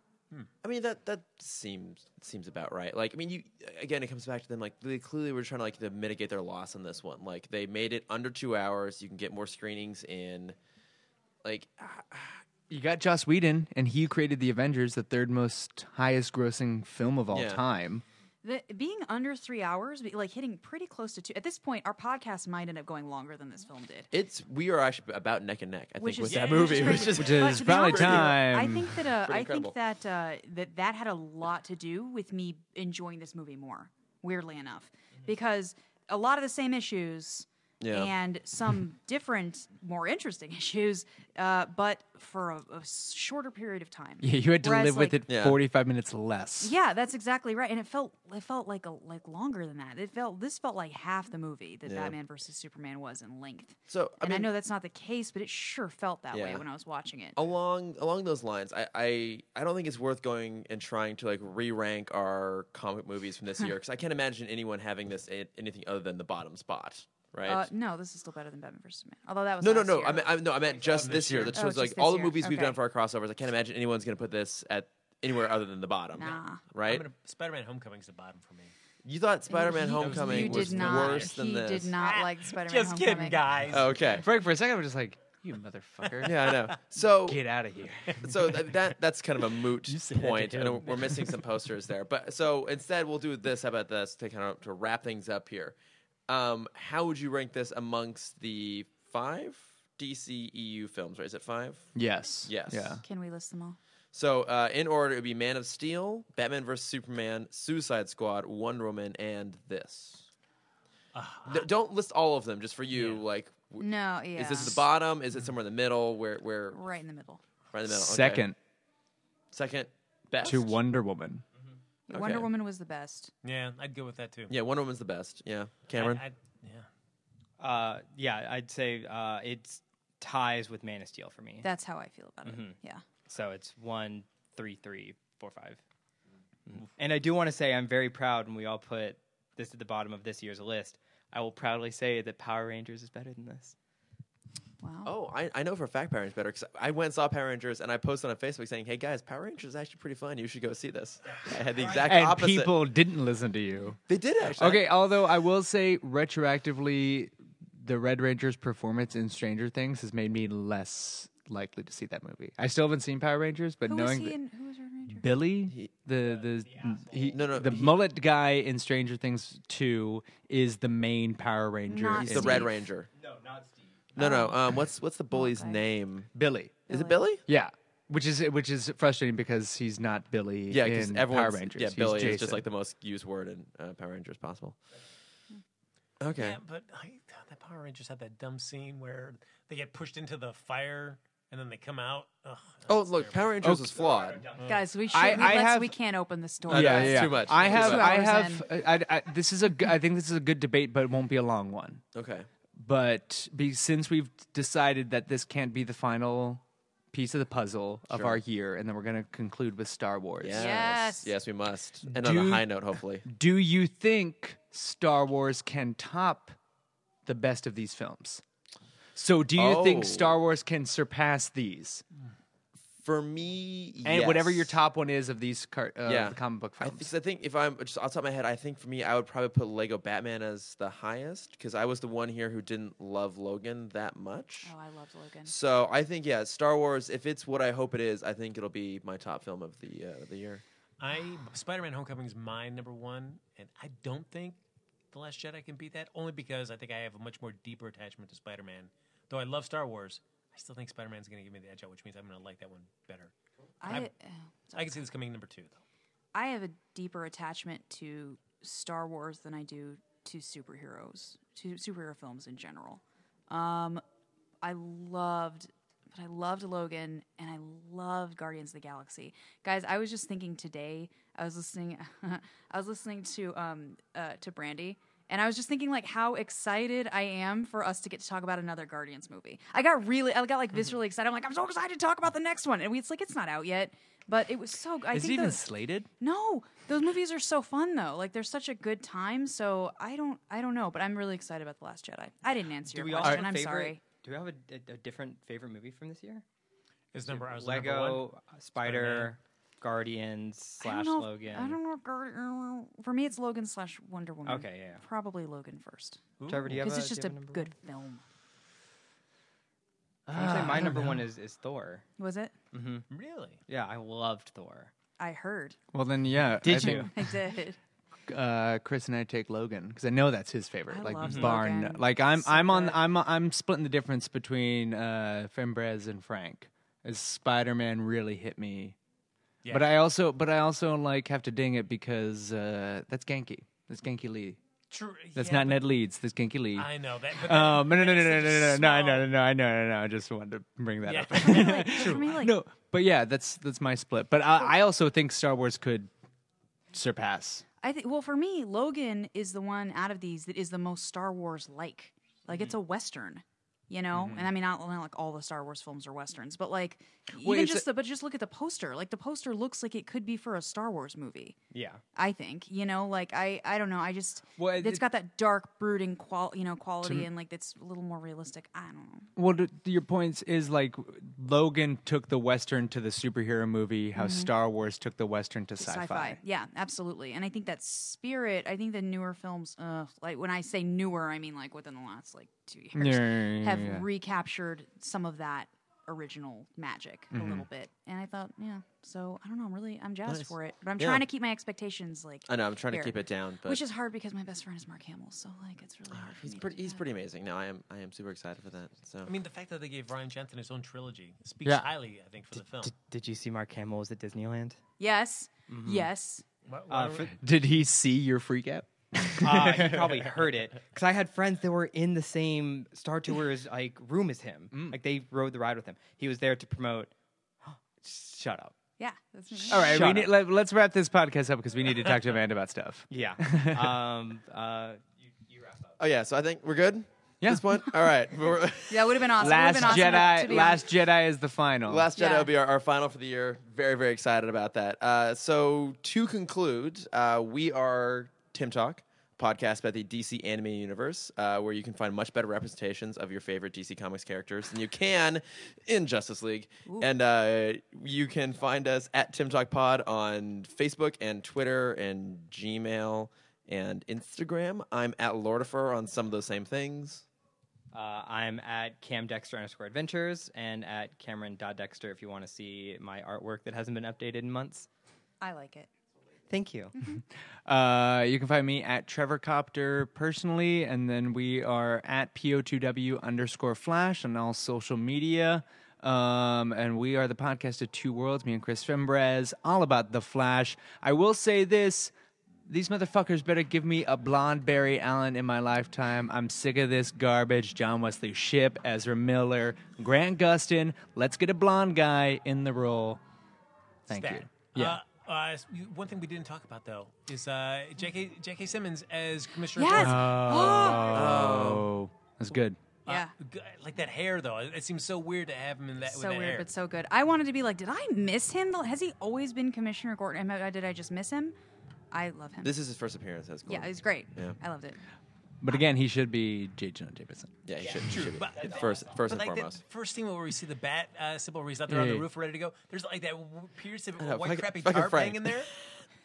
Speaker 1: I mean that that seems seems about right. Like I mean, you again, it comes back to them like they clearly were trying to like to mitigate their loss on this one. Like they made it under two hours. You can get more screenings in. Like
Speaker 3: You got Joss Whedon, and he created the Avengers, the third most highest grossing film of all
Speaker 1: Yeah.
Speaker 3: time.
Speaker 5: The, being under three hours, be- like hitting pretty close to two. At this point, our podcast might end up going longer than this film did.
Speaker 1: it's we are actually about neck and neck. I
Speaker 5: Which
Speaker 1: think with
Speaker 5: is-
Speaker 1: that
Speaker 5: which is
Speaker 1: movie,
Speaker 5: crazy.
Speaker 1: which is
Speaker 3: Which is
Speaker 5: to be
Speaker 3: probably
Speaker 5: honest with you, I
Speaker 3: time.
Speaker 5: think that uh, I
Speaker 1: Um, Pretty incredible.
Speaker 5: think that uh, that that had a lot to do with me enjoying this movie more. Weirdly enough, because a lot of the same issues
Speaker 1: Mm-hmm. Yeah.
Speaker 5: and some different, more interesting issues, uh, but for a, a shorter period of time.
Speaker 3: Yeah, you had to
Speaker 5: Whereas,
Speaker 3: live
Speaker 5: like,
Speaker 3: with it
Speaker 1: Yeah.
Speaker 3: 45 minutes less.
Speaker 5: Yeah, that's exactly right, and it felt it felt like a like longer than that. It felt this felt like half the movie that
Speaker 1: Yeah.
Speaker 5: Batman versus Superman was in length.
Speaker 1: so. I
Speaker 5: and
Speaker 1: mean,
Speaker 5: I know that's not the case, but it sure felt that way
Speaker 1: Yeah.
Speaker 5: when I was watching it.
Speaker 1: along along those lines, I, I I don't think it's worth going and trying to like re rank our comic movies from this year because I can't imagine anyone having this a- anything other than the bottom spot, right?
Speaker 5: Uh, no, this is still better than Batman versus Superman. Although that was
Speaker 1: no, no,
Speaker 5: last
Speaker 1: no.
Speaker 5: year.
Speaker 1: I meant, I, no, I meant just this year. That
Speaker 5: Oh,
Speaker 1: shows
Speaker 5: just
Speaker 1: like
Speaker 5: this
Speaker 1: all the
Speaker 5: year.
Speaker 1: movies we've done
Speaker 5: Okay.
Speaker 1: for our crossovers. I can't imagine anyone's going to put this at anywhere other than the bottom,
Speaker 5: Nah.
Speaker 1: right?
Speaker 4: I'm gonna, Spider-Man: Homecoming's the bottom for me.
Speaker 1: You thought Spider-Man:
Speaker 5: He-
Speaker 1: Homecoming
Speaker 5: you did
Speaker 1: was
Speaker 5: not.
Speaker 1: worse than
Speaker 5: he
Speaker 1: this?
Speaker 5: did not like Spider-Man.
Speaker 4: Just
Speaker 5: Homecoming.
Speaker 4: kidding, guys.
Speaker 1: Oh, okay.
Speaker 3: For, for a second, I was just like, you motherfucker.
Speaker 1: Yeah, I know. So
Speaker 3: Get out of here.
Speaker 1: so th- that that's kind of a moot
Speaker 3: that to
Speaker 1: point, and
Speaker 3: him.
Speaker 1: we're- we're missing some posters there. But so instead, we'll do this. How about this to kind of to wrap things up here? Um, how would you rank this amongst the five DC EU films? Right? Is it five?
Speaker 3: Yes.
Speaker 1: Yes.
Speaker 3: Yeah.
Speaker 5: Can we list them all?
Speaker 1: So uh, in order, it would be Man of Steel, Batman vs Superman, Suicide Squad, Wonder Woman, and this. Th- don't list all of them, just for you. Like, w-
Speaker 5: No, yeah.
Speaker 1: is this the bottom? Is it somewhere in the middle? Where where right
Speaker 5: Right in the middle.
Speaker 1: in the middle? Okay.
Speaker 3: Second
Speaker 1: second, best
Speaker 3: to Wonder Woman.
Speaker 1: Okay.
Speaker 5: Wonder Woman was the best.
Speaker 4: Yeah, I'd go with that too.
Speaker 1: Yeah, Wonder Woman's the best. Yeah,
Speaker 4: I,
Speaker 1: Cameron.
Speaker 4: I- yeah.
Speaker 2: Uh, yeah, I'd say uh, it ties with Man of Steel for me.
Speaker 5: That's how I feel about
Speaker 1: Mm-hmm.
Speaker 5: it. Yeah.
Speaker 2: So it's one, three, three, four, five.
Speaker 4: Mm-hmm.
Speaker 2: And I do want to say I'm very proud, and we all put this at the bottom of this year's list. I will proudly say that Power Rangers is better than this.
Speaker 5: Wow.
Speaker 1: oh, I, I know for a fact Power Rangers better because I went and saw Power Rangers and I posted on Facebook saying, "Hey guys, Power Rangers is actually pretty fun. You should go see this." I had the exact
Speaker 3: And
Speaker 1: opposite.
Speaker 3: people didn't listen to you.
Speaker 1: they did actually.
Speaker 3: Okay, although I will say retroactively, the Red Ranger's performance in Stranger Things has made me less likely to see that movie. I still haven't seen Power Rangers, but
Speaker 5: Who was
Speaker 3: knowing
Speaker 5: he
Speaker 3: that
Speaker 5: in? Who was Red Ranger?
Speaker 3: Billy, the the, he,
Speaker 1: No, no,
Speaker 3: the
Speaker 1: he-
Speaker 3: mullet guy in Stranger Things two is the main Power Ranger.
Speaker 5: Not
Speaker 3: in
Speaker 1: he's the
Speaker 5: Steve.
Speaker 1: Red Ranger.
Speaker 2: No, not Steve.
Speaker 1: No, no. Um, what's what's the bully's
Speaker 5: Okay.
Speaker 1: name?
Speaker 3: Billy.
Speaker 1: Is it Billy?
Speaker 3: Yeah. Which is which is frustrating because he's not Billy.
Speaker 1: Yeah,
Speaker 3: because
Speaker 1: because everyone.
Speaker 3: Power Rangers.
Speaker 1: Yeah,
Speaker 3: He's
Speaker 1: Billy is just
Speaker 3: Jason.
Speaker 1: like the most used word in uh, Power Rangers possible. Hmm. Okay.
Speaker 4: Yeah, but I, the Power Rangers had that dumb scene where they get pushed into the fire and then they come out. Ugh,
Speaker 1: Oh,
Speaker 4: that's
Speaker 1: look,
Speaker 4: terrible.
Speaker 1: Power Rangers was flawed.
Speaker 5: Guys, we should.
Speaker 3: I-
Speaker 5: we,
Speaker 3: I
Speaker 5: let's-
Speaker 3: have-
Speaker 5: we can't open this door.
Speaker 1: I know,
Speaker 3: yeah,
Speaker 5: guys.
Speaker 1: it's
Speaker 3: yeah.
Speaker 1: too much.
Speaker 3: I
Speaker 1: It's
Speaker 3: have,
Speaker 1: too
Speaker 3: I
Speaker 5: much.
Speaker 3: have, I, I, this is a, g- I think this is a good debate, but it won't be a long one.
Speaker 1: Okay.
Speaker 3: But be, since we've decided that this can't be the final piece of the puzzle of our year, and then we're gonna conclude with Star Wars.
Speaker 1: Yes.
Speaker 5: Yes.
Speaker 1: Yes, we must. And on
Speaker 3: Do-
Speaker 1: a high note, hopefully.
Speaker 3: Do you think Star Wars can top the best of these films? So, do you
Speaker 1: Oh.
Speaker 3: think Star Wars can surpass these?
Speaker 1: For me,
Speaker 3: And whatever your
Speaker 1: yes.
Speaker 3: top one is of these car- uh,
Speaker 1: yeah.
Speaker 3: the comic book
Speaker 1: I,
Speaker 3: films.
Speaker 1: th- I think if I'm just off the top of my head, I think for me, I would probably put Lego Batman as the highest because I was the one here who didn't love Logan that much.
Speaker 5: Oh, I loved Logan.
Speaker 1: So I think yeah, Star Wars. If it's what I hope it is, I think it'll be my top film of the uh, the year.
Speaker 4: I Spider-Man: Homecoming is my number one, and I don't think the Last Jedi can beat that. Only because I think I have a much more deeper attachment to Spider-Man. Though I love Star Wars, I still think Spider-Man's going to give me the edge out, which means I'm going to like that one better.
Speaker 5: I,
Speaker 4: I can see this coming number two, though.
Speaker 5: I have a deeper attachment to Star Wars than I do to superheroes, to superhero films in general. Um, I loved, but I loved Logan and I loved Guardians of the Galaxy. Guys, I was just thinking today. I was listening. I was listening to um uh, to Brandy. And I was just thinking, like, how excited I am for us to get to talk about another Guardians movie. I got really, I got like viscerally excited. I'm like, I'm so excited to talk about the next one. And we, it's like, it's not out yet, but it was so. I
Speaker 3: is it
Speaker 5: think
Speaker 3: even
Speaker 5: those-
Speaker 3: slated?
Speaker 5: no, those movies are so fun though. Like they're such a good time. So I don't, I don't know, but I'm really excited about the Last Jedi. I didn't answer
Speaker 2: Do
Speaker 5: your
Speaker 2: we all have
Speaker 5: question.
Speaker 2: a
Speaker 5: I'm
Speaker 2: favorite?
Speaker 5: sorry.
Speaker 2: Do we have a, a, a different favorite movie from this year?
Speaker 4: Is number I was
Speaker 2: Lego, uh,
Speaker 4: number one.
Speaker 2: Spider, Guardians
Speaker 5: I
Speaker 2: slash
Speaker 5: don't know.
Speaker 2: Logan.
Speaker 5: I don't know. if Gar- For me, it's Logan slash Wonder Woman.
Speaker 2: Okay, yeah, yeah.
Speaker 5: Probably Logan first
Speaker 2: Trevor, do you have
Speaker 5: because
Speaker 2: a-
Speaker 5: it's
Speaker 2: do
Speaker 5: just
Speaker 2: you
Speaker 5: a
Speaker 2: have number
Speaker 5: good film.
Speaker 2: One? I'm
Speaker 4: Ah,
Speaker 2: gonna say my number one is, is Thor.
Speaker 5: Was it?
Speaker 4: Really?
Speaker 2: Yeah, I loved Thor.
Speaker 5: I heard.
Speaker 3: Well, then, yeah.
Speaker 2: Did you?
Speaker 5: I did.
Speaker 3: uh, Chris and I take Logan because I know that's his favorite.
Speaker 5: I
Speaker 3: like
Speaker 5: love
Speaker 3: barn.
Speaker 5: Logan.
Speaker 3: Like I'm,
Speaker 5: So
Speaker 3: I'm on,
Speaker 5: good.
Speaker 3: I'm, I'm splitting the difference between uh, Fembrez and Frank. As Spider Man really hit me,
Speaker 4: Yeah.
Speaker 3: but I also, but I also like have to ding it because uh, that's Genki. That's Genki Lee.
Speaker 4: True.
Speaker 3: That's
Speaker 4: yeah,
Speaker 3: not
Speaker 4: but-
Speaker 3: Ned Leeds. That's Genki Lee.
Speaker 4: I know that. But
Speaker 3: Um, no, no, no,
Speaker 4: that
Speaker 3: no,
Speaker 4: is
Speaker 3: no, no, no,
Speaker 4: such a
Speaker 3: no, I know,
Speaker 4: small-
Speaker 3: no, no, I know, no, no. I just wanted to bring that
Speaker 4: Yeah.
Speaker 3: up.
Speaker 5: For me, like, for me, like
Speaker 3: No, but yeah, that's that's my split. But I, I also think Star Wars could surpass.
Speaker 5: I think. Well, for me, Logan is the one out of these that is the most Star Wars like. Like it's
Speaker 3: Mm-hmm.
Speaker 5: a western, you know. And I mean, not, not like all the Star Wars films are westerns, but like
Speaker 3: Well,
Speaker 5: even
Speaker 3: it's
Speaker 5: just
Speaker 3: a-
Speaker 5: the. But just look at the poster. Like the poster looks like it could be for a Star Wars movie.
Speaker 2: Yeah.
Speaker 5: I think you know, like I, I don't know. I just
Speaker 3: Well, it-
Speaker 5: it's got that dark brooding qual, you know, quality, and like it's a little more realistic. I don't know.
Speaker 3: Well, to, to your points is like Logan took the western to the superhero movie,
Speaker 5: Mm-hmm.
Speaker 3: how Star Wars took the western to sci-fi.
Speaker 5: Yeah, absolutely. And I think that spirit, I think the newer films, uh, like when I say newer, I mean like within the last like two years,
Speaker 3: Yeah, yeah, yeah,
Speaker 5: have
Speaker 3: yeah.
Speaker 5: recaptured some of that original magic a little bit. And I thought, yeah, so I don't know. I'm really, I'm jazzed
Speaker 1: Mm-hmm. Nice.
Speaker 5: for it, but I'm
Speaker 1: Yeah.
Speaker 5: trying to keep my expectations like,
Speaker 1: I know I'm trying
Speaker 5: Here.
Speaker 1: to keep it down, but Ah,
Speaker 5: which is hard because my best friend is Mark Hamill. So like, it's really hard. For
Speaker 1: he's
Speaker 5: me
Speaker 1: pretty
Speaker 5: to do
Speaker 1: he's
Speaker 5: that.
Speaker 1: pretty amazing. No, I am I am super excited for that. So
Speaker 4: I mean, the fact that they gave Ryan Johnson his own trilogy speaks
Speaker 3: Yeah.
Speaker 4: highly, I think, for the film.
Speaker 2: Did, did you see Mark Hamill was at Disneyland?
Speaker 5: Yes.
Speaker 1: Mm-hmm.
Speaker 5: Yes.
Speaker 4: Why- why
Speaker 2: Uh,
Speaker 4: don't
Speaker 2: for,
Speaker 4: we-
Speaker 3: Did he see your freak out?
Speaker 2: uh, he probably heard it because I had friends that were in the same Star Tours like room as him. Like they rode the ride with him. He was there to promote. Shut up.
Speaker 5: Yeah. That's me.
Speaker 3: All right,
Speaker 2: Shut
Speaker 3: we
Speaker 2: up.
Speaker 3: need, let, let's wrap this podcast up because we need to talk to Amanda about stuff.
Speaker 2: Yeah. um. Uh. You, you wrap up.
Speaker 1: oh yeah, so I think we're good.
Speaker 3: Yeah.
Speaker 1: At this point, all right. We're-
Speaker 5: That would have been awesome. It would've
Speaker 3: Last
Speaker 5: been awesome to-
Speaker 3: Jedi,
Speaker 5: to be on-
Speaker 3: Last Jedi is the final.
Speaker 1: Last Jedi
Speaker 5: Yeah.
Speaker 1: will be our, our final for the year. Very, very excited about that. Uh, so to conclude, uh, we are Tim Talk, a podcast about the DC anime universe, uh, where you can find much better representations of your favorite DC Comics characters than you can in Justice League. And uh, you can find us at Tim Talk Pod on Facebook and Twitter and Gmail and Instagram. I'm at Lordifer on some of those same things.
Speaker 2: Uh, I'm at Cam Dexter underscore adventures and at Cameron Dexter if you want to see my artwork that hasn't been updated in months.
Speaker 5: I like it.
Speaker 2: Thank you.
Speaker 3: Uh, you can find me at Trevor Copter personally, and then we are at PO2W underscore Flash on all social media. Um, and we are the podcast of Two Worlds, me and Chris Fembrez, all about The Flash. I will say this these motherfuckers better give me a blonde Barry Allen in my lifetime. I'm sick of this garbage. John Wesley Shipp, Ezra Miller, Grant Gustin. Let's get a blonde guy in the role. Thank
Speaker 4: Stat.
Speaker 3: you. Yeah.
Speaker 4: Uh, uh, s- you- one thing we didn't talk about though is uh, J.K. J.K. Simmons as Commissioner.
Speaker 5: Yes.
Speaker 4: Gordon.
Speaker 5: Oh.
Speaker 3: Oh, that's good.
Speaker 5: Yeah.
Speaker 4: Uh, g- like that hair though. It, it seems so weird to have him in that. with
Speaker 5: so
Speaker 4: that
Speaker 5: weird,
Speaker 4: hair.
Speaker 5: but so good. I wanted to be like, did I miss him? though? Has he always been Commissioner Gordon? Am I- Did I just miss him? I love him.
Speaker 1: This is his first appearance as
Speaker 5: yeah,
Speaker 1: Gordon.
Speaker 5: it was great.
Speaker 1: Yeah.
Speaker 5: I loved it.
Speaker 3: But again, he should be J. Jonah Jameson.
Speaker 1: Yeah, he should. he
Speaker 4: true,
Speaker 1: should be.
Speaker 4: but-
Speaker 1: first, first and
Speaker 4: But like the
Speaker 1: foremost.
Speaker 4: first scene where we see the bat uh, symbol where he's out there on
Speaker 3: Yeah,
Speaker 4: the
Speaker 3: yeah.
Speaker 4: roof ready to go, there's like that w- piercing
Speaker 1: know,
Speaker 4: white
Speaker 1: fucking-
Speaker 4: crappy
Speaker 1: fucking
Speaker 4: tarp
Speaker 1: Frank.
Speaker 4: hanging there.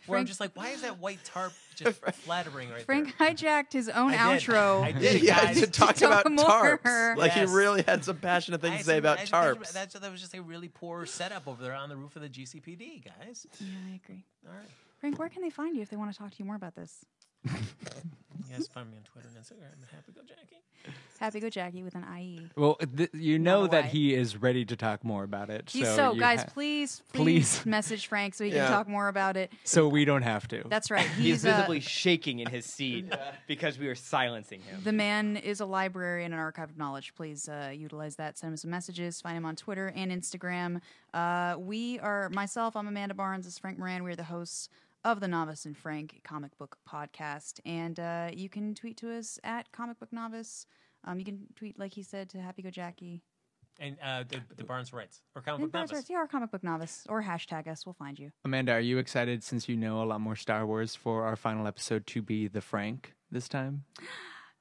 Speaker 4: Where I'm
Speaker 5: Frank-
Speaker 4: just like, why is that white tarp just flattering right
Speaker 5: Frank
Speaker 4: there?
Speaker 5: hijacked his own
Speaker 4: I did.
Speaker 5: outro.
Speaker 4: I
Speaker 1: Yeah,
Speaker 4: did,
Speaker 1: yeah,
Speaker 4: guys.
Speaker 1: to talk
Speaker 5: Talk
Speaker 1: about
Speaker 5: more.
Speaker 1: tarps. Like
Speaker 4: Yes.
Speaker 1: he really had some passionate
Speaker 4: I
Speaker 1: things to
Speaker 4: just
Speaker 1: say
Speaker 4: remember-
Speaker 1: about
Speaker 4: I just- I
Speaker 1: tarps.
Speaker 4: just- That's, that was just a really poor setup over there on the roof of the GCPD, guys.
Speaker 5: yeah, I agree.
Speaker 4: All right.
Speaker 5: Frank, where can they find you if they want to talk to you more about this?
Speaker 4: You guys find me on Twitter and Instagram at Happy Go Jackie.
Speaker 5: Happy Go Jackie with an E. IE.
Speaker 3: Well, th- you know
Speaker 5: know
Speaker 3: that
Speaker 5: why.
Speaker 3: he is ready to talk more about it.
Speaker 5: He's
Speaker 3: so
Speaker 5: so,
Speaker 3: you
Speaker 5: guys,
Speaker 3: ha-
Speaker 5: please, please,
Speaker 3: Please.
Speaker 5: message Frank so he
Speaker 1: Yeah.
Speaker 5: can talk more about it.
Speaker 3: So we don't have to.
Speaker 5: That's right.
Speaker 2: He's
Speaker 5: uh,
Speaker 2: visibly shaking in his seat because we are silencing him.
Speaker 5: the man is a library and an archive of knowledge. Please uh, utilize that. Send him some messages. Find him on Twitter and Instagram. Uh, we are myself. I'm Amanda Barnes. This is Frank Moran. We are the hosts of the Novice and Frank comic book podcast. And uh, you can tweet to us at Comic Book Novice. Um, you can tweet like he said to Happy Go Jackie.
Speaker 4: And uh, the, the Barnes Rights or Comic
Speaker 5: And
Speaker 4: Book
Speaker 5: Barnes
Speaker 4: Novice.
Speaker 5: Rights, yeah, our comic book novice or hashtag us. We'll find you.
Speaker 3: Amanda, are you excited since you know a lot more Star Wars for our final episode to be the Frank this time?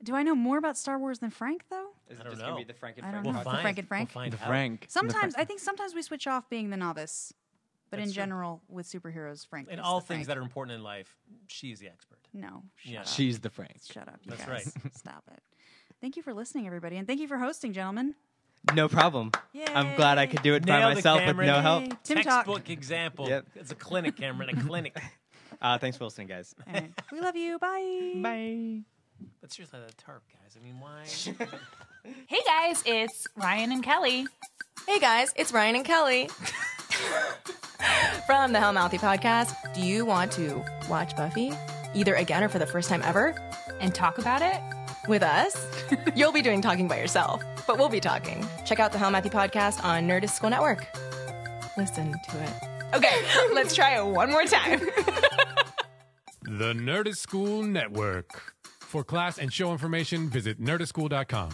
Speaker 5: Do I know more about Star Wars than Frank though?
Speaker 2: Is
Speaker 4: I
Speaker 2: it
Speaker 4: don't
Speaker 2: just going
Speaker 4: know.
Speaker 2: to be the Frank and
Speaker 5: I
Speaker 2: Frank
Speaker 5: don't know.
Speaker 2: podcast?
Speaker 5: The Frank and Frank?
Speaker 4: We'll find
Speaker 3: The
Speaker 4: out.
Speaker 3: Frank. the
Speaker 5: Sometimes
Speaker 3: Frank.
Speaker 5: I think sometimes we switch off being the novice, but in general with superheroes, Frank.
Speaker 4: In
Speaker 5: is
Speaker 4: all
Speaker 5: the
Speaker 4: things
Speaker 5: Frank.
Speaker 4: that are important in life, she's the expert.
Speaker 5: no, shut
Speaker 4: Yeah.
Speaker 5: up,
Speaker 3: she's the Frank.
Speaker 5: shut up. You
Speaker 4: That's
Speaker 5: guys. Stop it. Thank you for listening, everybody, and thank you for hosting, gentlemen.
Speaker 2: No problem. I'm glad I could do it by
Speaker 4: Nailed it,
Speaker 2: myself with
Speaker 4: Cameron.
Speaker 2: no help.
Speaker 5: Yay. Tim Talk.
Speaker 4: Textbook example.
Speaker 2: Yep.
Speaker 4: It's a clinic, Cameron. A clinic.
Speaker 2: Uh, thanks for listening, guys.
Speaker 5: All right. We love you. Bye.
Speaker 3: Bye.
Speaker 4: But seriously, the tarp, guys. I mean, why?
Speaker 6: Hey guys, it's Ryan and Kelly.
Speaker 7: Hey guys, it's Ryan and Kelly from the Hellmouthy podcast. Do you want to watch Buffy either again or for the first time ever
Speaker 6: And talk about it?
Speaker 7: with us? You'll be doing talking by yourself, but we'll be talking. Check out the Hellmouthy podcast on Nerdist School Network. Listen to it. Okay, let's try it one more time.
Speaker 8: The Nerdist School Network. For class and show information, visit nerdistschool.com.